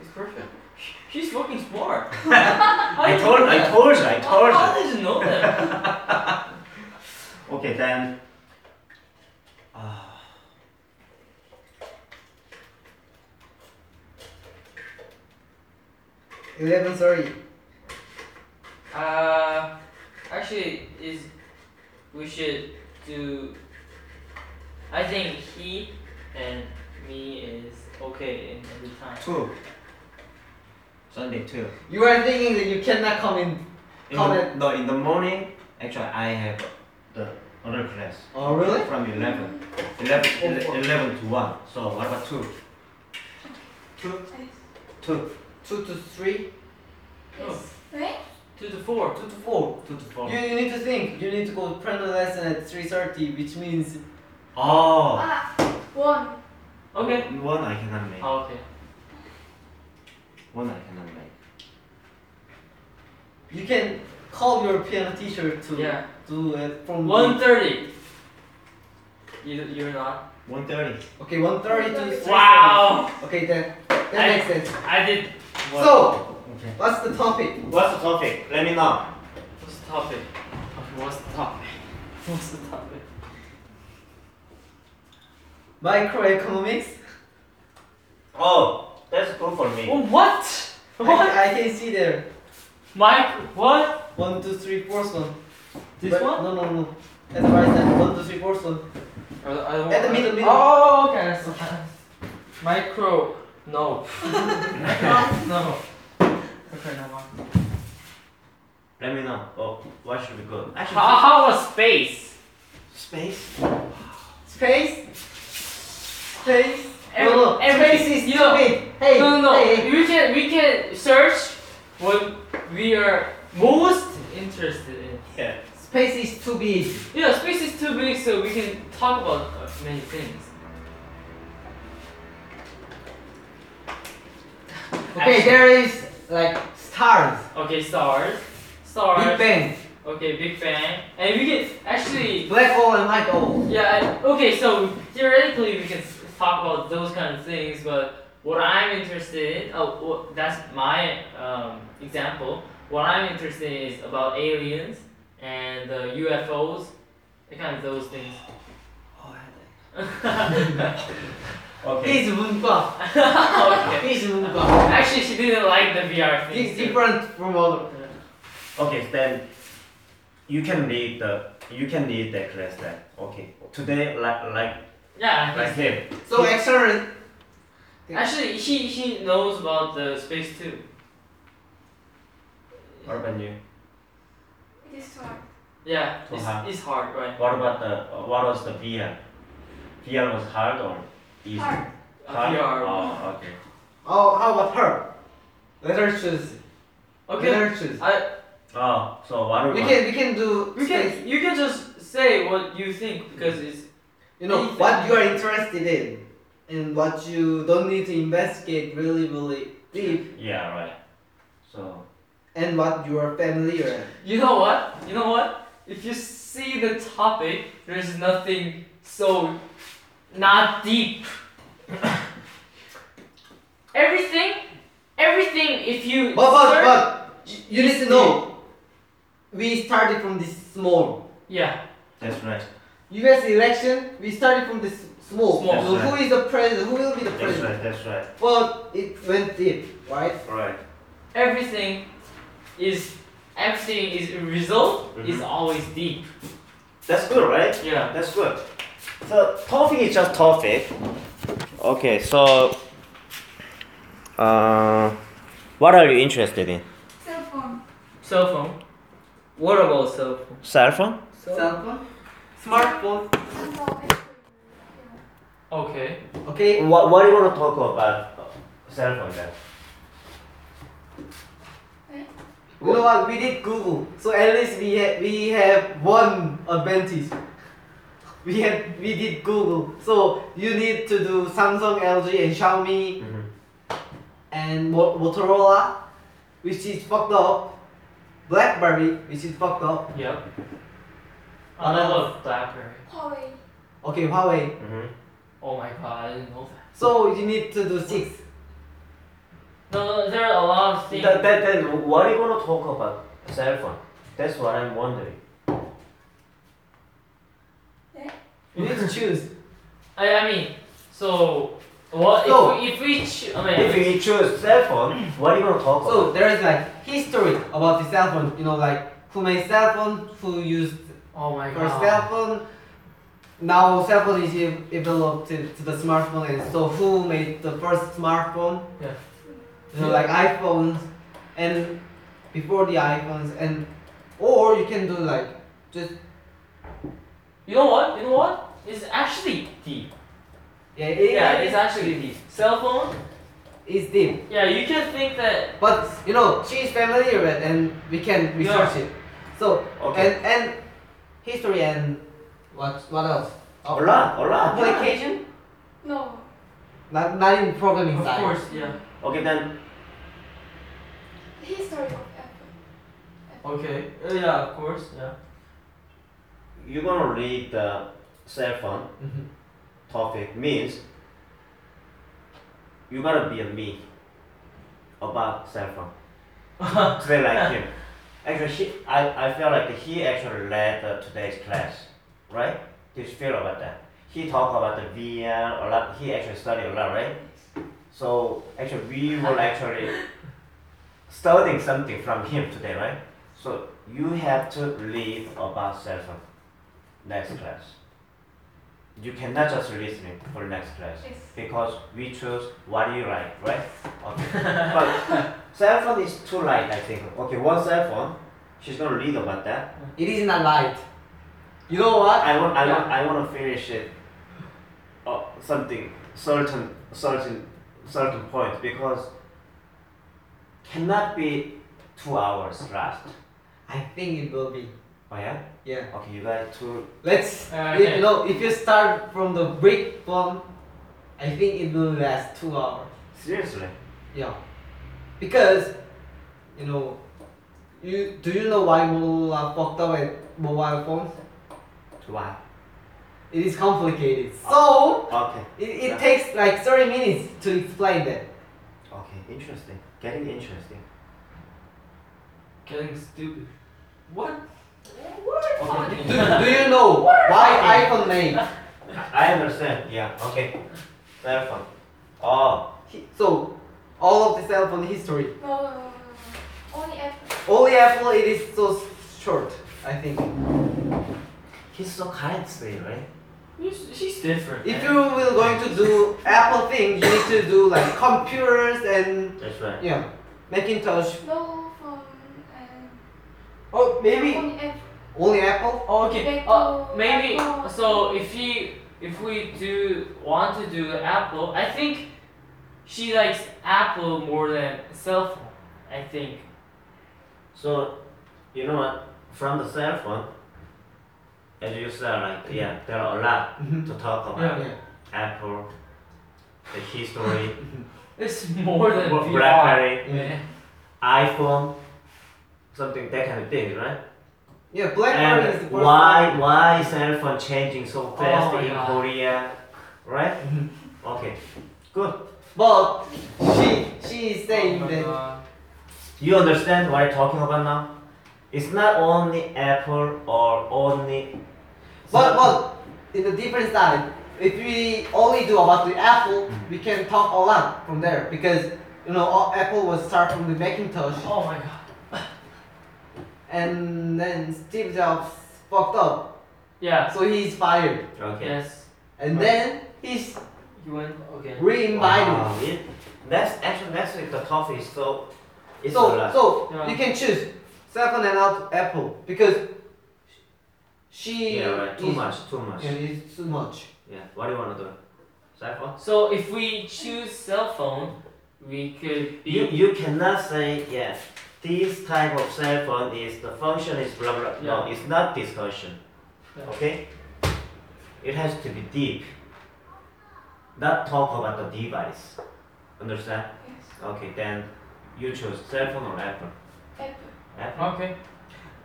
Speaker 3: It's perfect. Sh- She's fucking smart.
Speaker 2: I told, I told you, I told
Speaker 3: How
Speaker 2: you.
Speaker 3: did you know that?
Speaker 2: Okay, then. Uh,
Speaker 1: Eleven thirty.
Speaker 3: Uh, actually, is we should do. I think he and me is okay in every time.
Speaker 2: two. Sunday two.
Speaker 1: You are thinking that you cannot come in.
Speaker 2: In
Speaker 1: How
Speaker 2: the,
Speaker 1: did-
Speaker 2: no, in the morning. Actually, I have the other class
Speaker 1: Oh really?
Speaker 2: from 11. 11,
Speaker 1: Oh, oh.
Speaker 2: 11 to one. So what about two? Two. Two.
Speaker 1: Two to three.
Speaker 4: Yes. Right?
Speaker 3: Two to four.
Speaker 1: Two to four.
Speaker 2: Two to four.
Speaker 1: You, you need to think. You need to go piano lesson at three thirty, which means
Speaker 2: Oh.
Speaker 4: Ah, one.
Speaker 3: Okay.
Speaker 2: One I cannot make.
Speaker 3: Oh, okay.
Speaker 2: One I cannot make.
Speaker 1: you can call your piano teacher to
Speaker 3: Yeah.
Speaker 1: do it from
Speaker 3: One thirty. You you're not.
Speaker 2: One thirty.
Speaker 1: Okay, 130 to 3
Speaker 3: Wow.
Speaker 1: Okay, then. That
Speaker 3: I-
Speaker 1: makes sense.
Speaker 3: I did.
Speaker 1: So,
Speaker 2: Okay.
Speaker 1: what's the topic?
Speaker 2: What's the topic? Let me know.
Speaker 3: What's the topic? Okay, what's the topic? What's the topic?
Speaker 1: Microeconomics?
Speaker 2: Oh, that's good for me.
Speaker 3: Oh, what? What?
Speaker 1: I, I can see there.
Speaker 3: Mike? What?
Speaker 1: One, two, three, fourth one.
Speaker 3: This
Speaker 1: But-
Speaker 3: one?
Speaker 1: No, no, no. That's right then. One, two, three, fourth one.
Speaker 3: Or the other
Speaker 1: At the
Speaker 3: one?
Speaker 1: middle, middle.
Speaker 3: Oh, okay. I saw that. Micro. No. no. Okay, no more.
Speaker 2: Let me know. Oh, what should we go? Actually,
Speaker 3: How, how was space?
Speaker 2: space.
Speaker 1: Space? Space?
Speaker 3: Every-
Speaker 1: no, no.
Speaker 3: every-
Speaker 1: Space is
Speaker 3: you know-
Speaker 1: stupid. Hey,
Speaker 3: no, no, no.
Speaker 1: hey, hey.
Speaker 3: We can we can search what we are most interested in.
Speaker 2: Yeah.
Speaker 1: Space is too big.
Speaker 3: Yeah, space is too big, so we can talk about uh, many things.
Speaker 1: Okay,
Speaker 3: Actually-
Speaker 1: there is like stars.
Speaker 3: Okay, stars, stars.
Speaker 1: Big Bang.
Speaker 3: Okay, Big Bang, and we can actually.
Speaker 1: Black hole and white hole.
Speaker 3: Yeah, I- okay, so theoretically we can s- talk about those kind of things, but what I'm interested in, oh, wha- that's my um, example. What I'm interested in is about aliens and uh, UFOs, and kind of those things.
Speaker 2: Okay.
Speaker 1: This is Moonba.
Speaker 3: okay.
Speaker 1: This is Moonba.
Speaker 3: Actually, she didn't like the VR
Speaker 1: It's
Speaker 3: thing.
Speaker 1: different from other.
Speaker 2: Okay, then you can lead the you can lead the class then. Okay. Today, like like
Speaker 3: Yeah.
Speaker 2: like him.
Speaker 1: So external.
Speaker 3: Actually, she she knows about the space too.
Speaker 2: What about you?
Speaker 4: It is hard.
Speaker 3: Yeah,
Speaker 2: Too
Speaker 3: it's,
Speaker 2: hard.
Speaker 3: it's hard, right?
Speaker 2: What about the what was the VR? VR was hard or easy?
Speaker 4: Hard.
Speaker 3: A
Speaker 2: Hard?
Speaker 3: VR.
Speaker 2: Oh, okay.
Speaker 1: Oh, how about her? Let her choose. Let
Speaker 3: Okay.
Speaker 1: her choose.
Speaker 3: I,
Speaker 2: Oh, so what
Speaker 1: We
Speaker 2: about?
Speaker 1: can we can do
Speaker 3: You
Speaker 1: space.
Speaker 3: can you can just say what you think because it's
Speaker 1: you know
Speaker 3: anything.
Speaker 1: what you are interested in, and what you don't need to investigate really really deep,
Speaker 2: Yeah, E right. So
Speaker 1: and what you are familiar. with.
Speaker 3: you know what you know what if you see the topic there's nothing so not deep. everything, everything. If you
Speaker 1: But but
Speaker 3: search-
Speaker 1: but you- you need to know. We started from this small.
Speaker 3: yeah
Speaker 2: that's right.
Speaker 1: U.S. election. We started from this small.
Speaker 3: Small.
Speaker 1: So
Speaker 2: That's
Speaker 1: who is the president? Who will be the
Speaker 2: That's
Speaker 1: president?
Speaker 2: right. That's right.
Speaker 1: But it went deep, right?
Speaker 2: Right.
Speaker 1: Mm-hmm.
Speaker 3: everything is everything is result is always deep.
Speaker 2: That's good, right?
Speaker 3: Yeah.
Speaker 2: That's good. So topic is just topic. Okay, so uh, what are you interested in?
Speaker 4: Cell phone.
Speaker 3: Cell phone. What about cell phone?
Speaker 2: Cell phone?
Speaker 3: Cell
Speaker 1: Cell phone? Smartphone.
Speaker 3: okay.
Speaker 1: Okay.
Speaker 2: What What do you want to talk about? uh, Cell phone then.
Speaker 1: You know what? We did Google, so at least we ha- we have one advantage. We had we did Google, so you need to do Samsung, LG, and Xiaomi
Speaker 2: Mhm.
Speaker 1: and Mo- Motorola, which is fucked up. BlackBerry, which is fucked up.
Speaker 3: Yep.
Speaker 1: What
Speaker 3: I
Speaker 1: else?
Speaker 3: love BlackBerry.
Speaker 4: Huawei.
Speaker 1: Okay, Huawei.
Speaker 2: Mhm.
Speaker 3: Oh my god, I didn't know that.
Speaker 1: So you need to do six.
Speaker 3: No, no, there are a lot of things.
Speaker 2: Th- Then, then what do you want to talk about? Cell phone. That's what I'm wondering.
Speaker 1: You need to choose.
Speaker 3: I, I mean, so what
Speaker 1: So-
Speaker 3: if we, if we ch- oh, I mean,
Speaker 2: If you choose cell phone, what do you want to talk
Speaker 1: So
Speaker 2: about?
Speaker 1: there is like history about the cell phone. You know, like who made cell phone, who used
Speaker 3: oh my
Speaker 1: For
Speaker 3: god.
Speaker 1: cell phone, now cell phone is ev- evolved to, to the smartphone, and so who made the first smartphone?
Speaker 3: Yeah.
Speaker 1: You know, like iPhones, and before the iPhones, and or you can do like just
Speaker 3: You know what? You know what? It's actually deep.
Speaker 1: yeah, it,
Speaker 3: Yeah, it's actually deep. Cell phone.
Speaker 1: it's deep.
Speaker 3: Yeah, you can think that.
Speaker 1: But you know, she is familiar with, and we can research it. So
Speaker 2: Okay.
Speaker 1: and and history and what what else?
Speaker 2: A lot, a lot.
Speaker 1: Application?
Speaker 4: No.
Speaker 1: Not not in programming
Speaker 3: Of
Speaker 1: side.
Speaker 3: course, yeah.
Speaker 2: Okay, then
Speaker 4: History of Apple.
Speaker 3: Okay. Uh, yeah, of course, yeah.
Speaker 2: you're gonna read the cell phone
Speaker 1: Mhm.
Speaker 2: topic means you gotta be a me about cell phone. Today like him. Actually, he, I, I feel like he actually led uh, today's class, right? Did you feel about that? He talked about the VR a lot. He actually studied a lot, right? So actually, we were actually studying something from him today, right? So you have to read about cell phone next class. You cannot just listen it for next class
Speaker 4: Yes.
Speaker 2: because we choose what you like, right? Okay. but cell phone is too light, I think. Okay, one cell phone. She's gonna read about that.
Speaker 1: It is not light. You know what?
Speaker 2: I want, I want, I want to finish it. Oh, something certain, certain, certain point because cannot be two hours last.
Speaker 1: I think it will be.
Speaker 2: Oh yeah.
Speaker 1: Yeah.
Speaker 2: Okay, you guys two.
Speaker 1: Let's.
Speaker 3: Uh,
Speaker 1: if-
Speaker 3: okay.
Speaker 1: You know, if you start from the brick bomb, I think it will last two hours.
Speaker 2: Seriously.
Speaker 1: Yeah. Because, you know, you do you know why Motorola fucked up at mobile phones?
Speaker 2: Why?
Speaker 1: It is complicated. So
Speaker 2: Okay.
Speaker 1: it, it takes like thirty minutes to explain that.
Speaker 2: Okay. Interesting. Getting interesting.
Speaker 3: Getting stupid. What?
Speaker 2: Okay.
Speaker 1: Do, do you know why iPhone made?
Speaker 2: I understand. Yeah. Okay. Cell phone. Oh.
Speaker 1: He- So all of the cell phone history.
Speaker 4: No, no, no, no, no. Only Apple.
Speaker 1: Only Apple it is so short, I think.
Speaker 2: He's so kind today, right?
Speaker 3: She's, she's different.
Speaker 1: If you
Speaker 3: man.
Speaker 1: will going to do Apple thing, you need to do like computers and
Speaker 2: That's right.
Speaker 1: yeah, Macintosh.
Speaker 4: No phone and
Speaker 1: Oh, maybe
Speaker 4: only Apple.
Speaker 1: only Apple.
Speaker 3: Oh, okay.
Speaker 4: Back
Speaker 3: Uh,
Speaker 4: to
Speaker 3: maybe.
Speaker 4: Apple.
Speaker 3: So if we if we do want to do Apple, I think she likes Apple more than cell phone. I think.
Speaker 2: So, you know what? From the cell phone, as you said, like yeah, there are a lot
Speaker 1: Mhm.
Speaker 2: to talk about.
Speaker 3: Yeah.
Speaker 1: Yeah.
Speaker 2: Apple, the history,
Speaker 3: It's more than
Speaker 2: Bla-
Speaker 3: VR.
Speaker 2: BlackBerry,
Speaker 1: Yeah.
Speaker 3: Man.
Speaker 2: iPhone, something that kind of thing, right?
Speaker 1: Yeah, BlackBerry is the
Speaker 2: And
Speaker 1: first Oh,
Speaker 2: why why is cell phone changing so fast
Speaker 3: my
Speaker 2: in
Speaker 3: God.
Speaker 2: Korea, right?
Speaker 1: Mhm.
Speaker 2: Okay, good.
Speaker 1: one. But she she is
Speaker 3: Oh
Speaker 1: saying
Speaker 3: my
Speaker 1: that
Speaker 3: God.
Speaker 2: You understand what I'm talking about now? It's not only Apple or only.
Speaker 1: but but in a different side, if we only do about the Apple, we can talk a lot from there because you know all Apple was start from the Macintosh.
Speaker 3: Oh my god.
Speaker 1: and then Steve Jobs fucked up.
Speaker 3: Yeah.
Speaker 1: So he's fired.
Speaker 2: Okay.
Speaker 3: Yes.
Speaker 1: And then he's
Speaker 3: You win again.
Speaker 1: re-invited.
Speaker 2: Wow, yeah. Next, actually, next week the topic is so. It's a
Speaker 1: so
Speaker 2: lot.
Speaker 1: so
Speaker 3: Yeah.
Speaker 1: you can choose seven and out apple because she
Speaker 2: yeah, right. Too
Speaker 1: is,
Speaker 2: much. Too much.
Speaker 1: and it's too much.
Speaker 2: Yeah. What do you wanna do? Cypher?
Speaker 3: So if we choose cell phone, we could be.
Speaker 2: You you cannot say yes. This type of cell phone is the function is blah blah. No, it's not discussion.
Speaker 3: Yeah.
Speaker 2: Okay. It has to be deep. Not talk about the device. Understand?
Speaker 4: Yes.
Speaker 2: Okay, then you choose cell phone or Apple.
Speaker 4: Apple.
Speaker 2: Apple.
Speaker 3: Okay.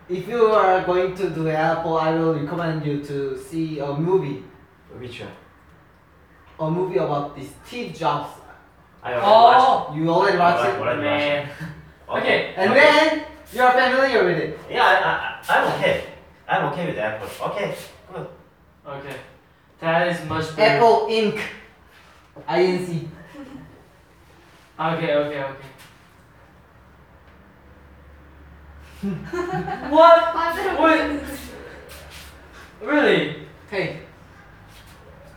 Speaker 1: If you are going to do apple, I will recommend you to see a movie,
Speaker 2: Which one?
Speaker 1: a movie about the Steve Jobs.
Speaker 2: I already watched.
Speaker 3: Oh.
Speaker 1: You already watched it,
Speaker 2: Already watched.
Speaker 3: Man. Okay.
Speaker 1: and then you are familiar with it.
Speaker 2: Yeah, I, I, I'm okay. I'm okay with Apple. Okay, good.
Speaker 3: Okay. That is much better.
Speaker 1: Apple Inc. INC.
Speaker 3: Okay, okay, okay. what? What?
Speaker 4: 반대로 보내는 거.
Speaker 3: Really?
Speaker 1: Hey,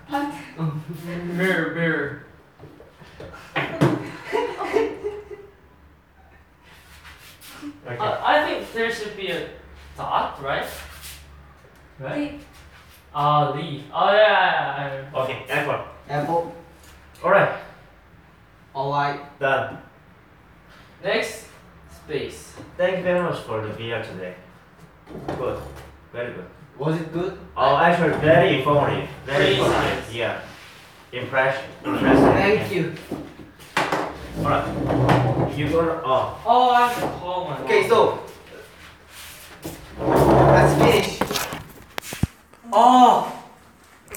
Speaker 4: 반대.
Speaker 3: Mirror, mirror.
Speaker 2: Okay.
Speaker 3: Uh, I think there should be a dot, right? Right?
Speaker 4: 네.
Speaker 3: Ah, leaf. Oh, yeah, yeah, yeah. I-
Speaker 2: okay, Apple.
Speaker 1: Apple.
Speaker 2: Alright,
Speaker 1: All right.
Speaker 2: done.
Speaker 3: Next, space.
Speaker 2: Thank you very much for the beer today. Good. Very good.
Speaker 1: Was it good?
Speaker 2: Oh, actually, very informative. Very
Speaker 3: Very
Speaker 2: informative.
Speaker 3: nice.
Speaker 2: Yeah. Impression. Impressive.
Speaker 1: Thank you.
Speaker 2: Alright. You gonna. Oh.
Speaker 3: Oh, I have to call my
Speaker 1: Okay,
Speaker 3: mom.
Speaker 1: so let's finish.
Speaker 3: Oh,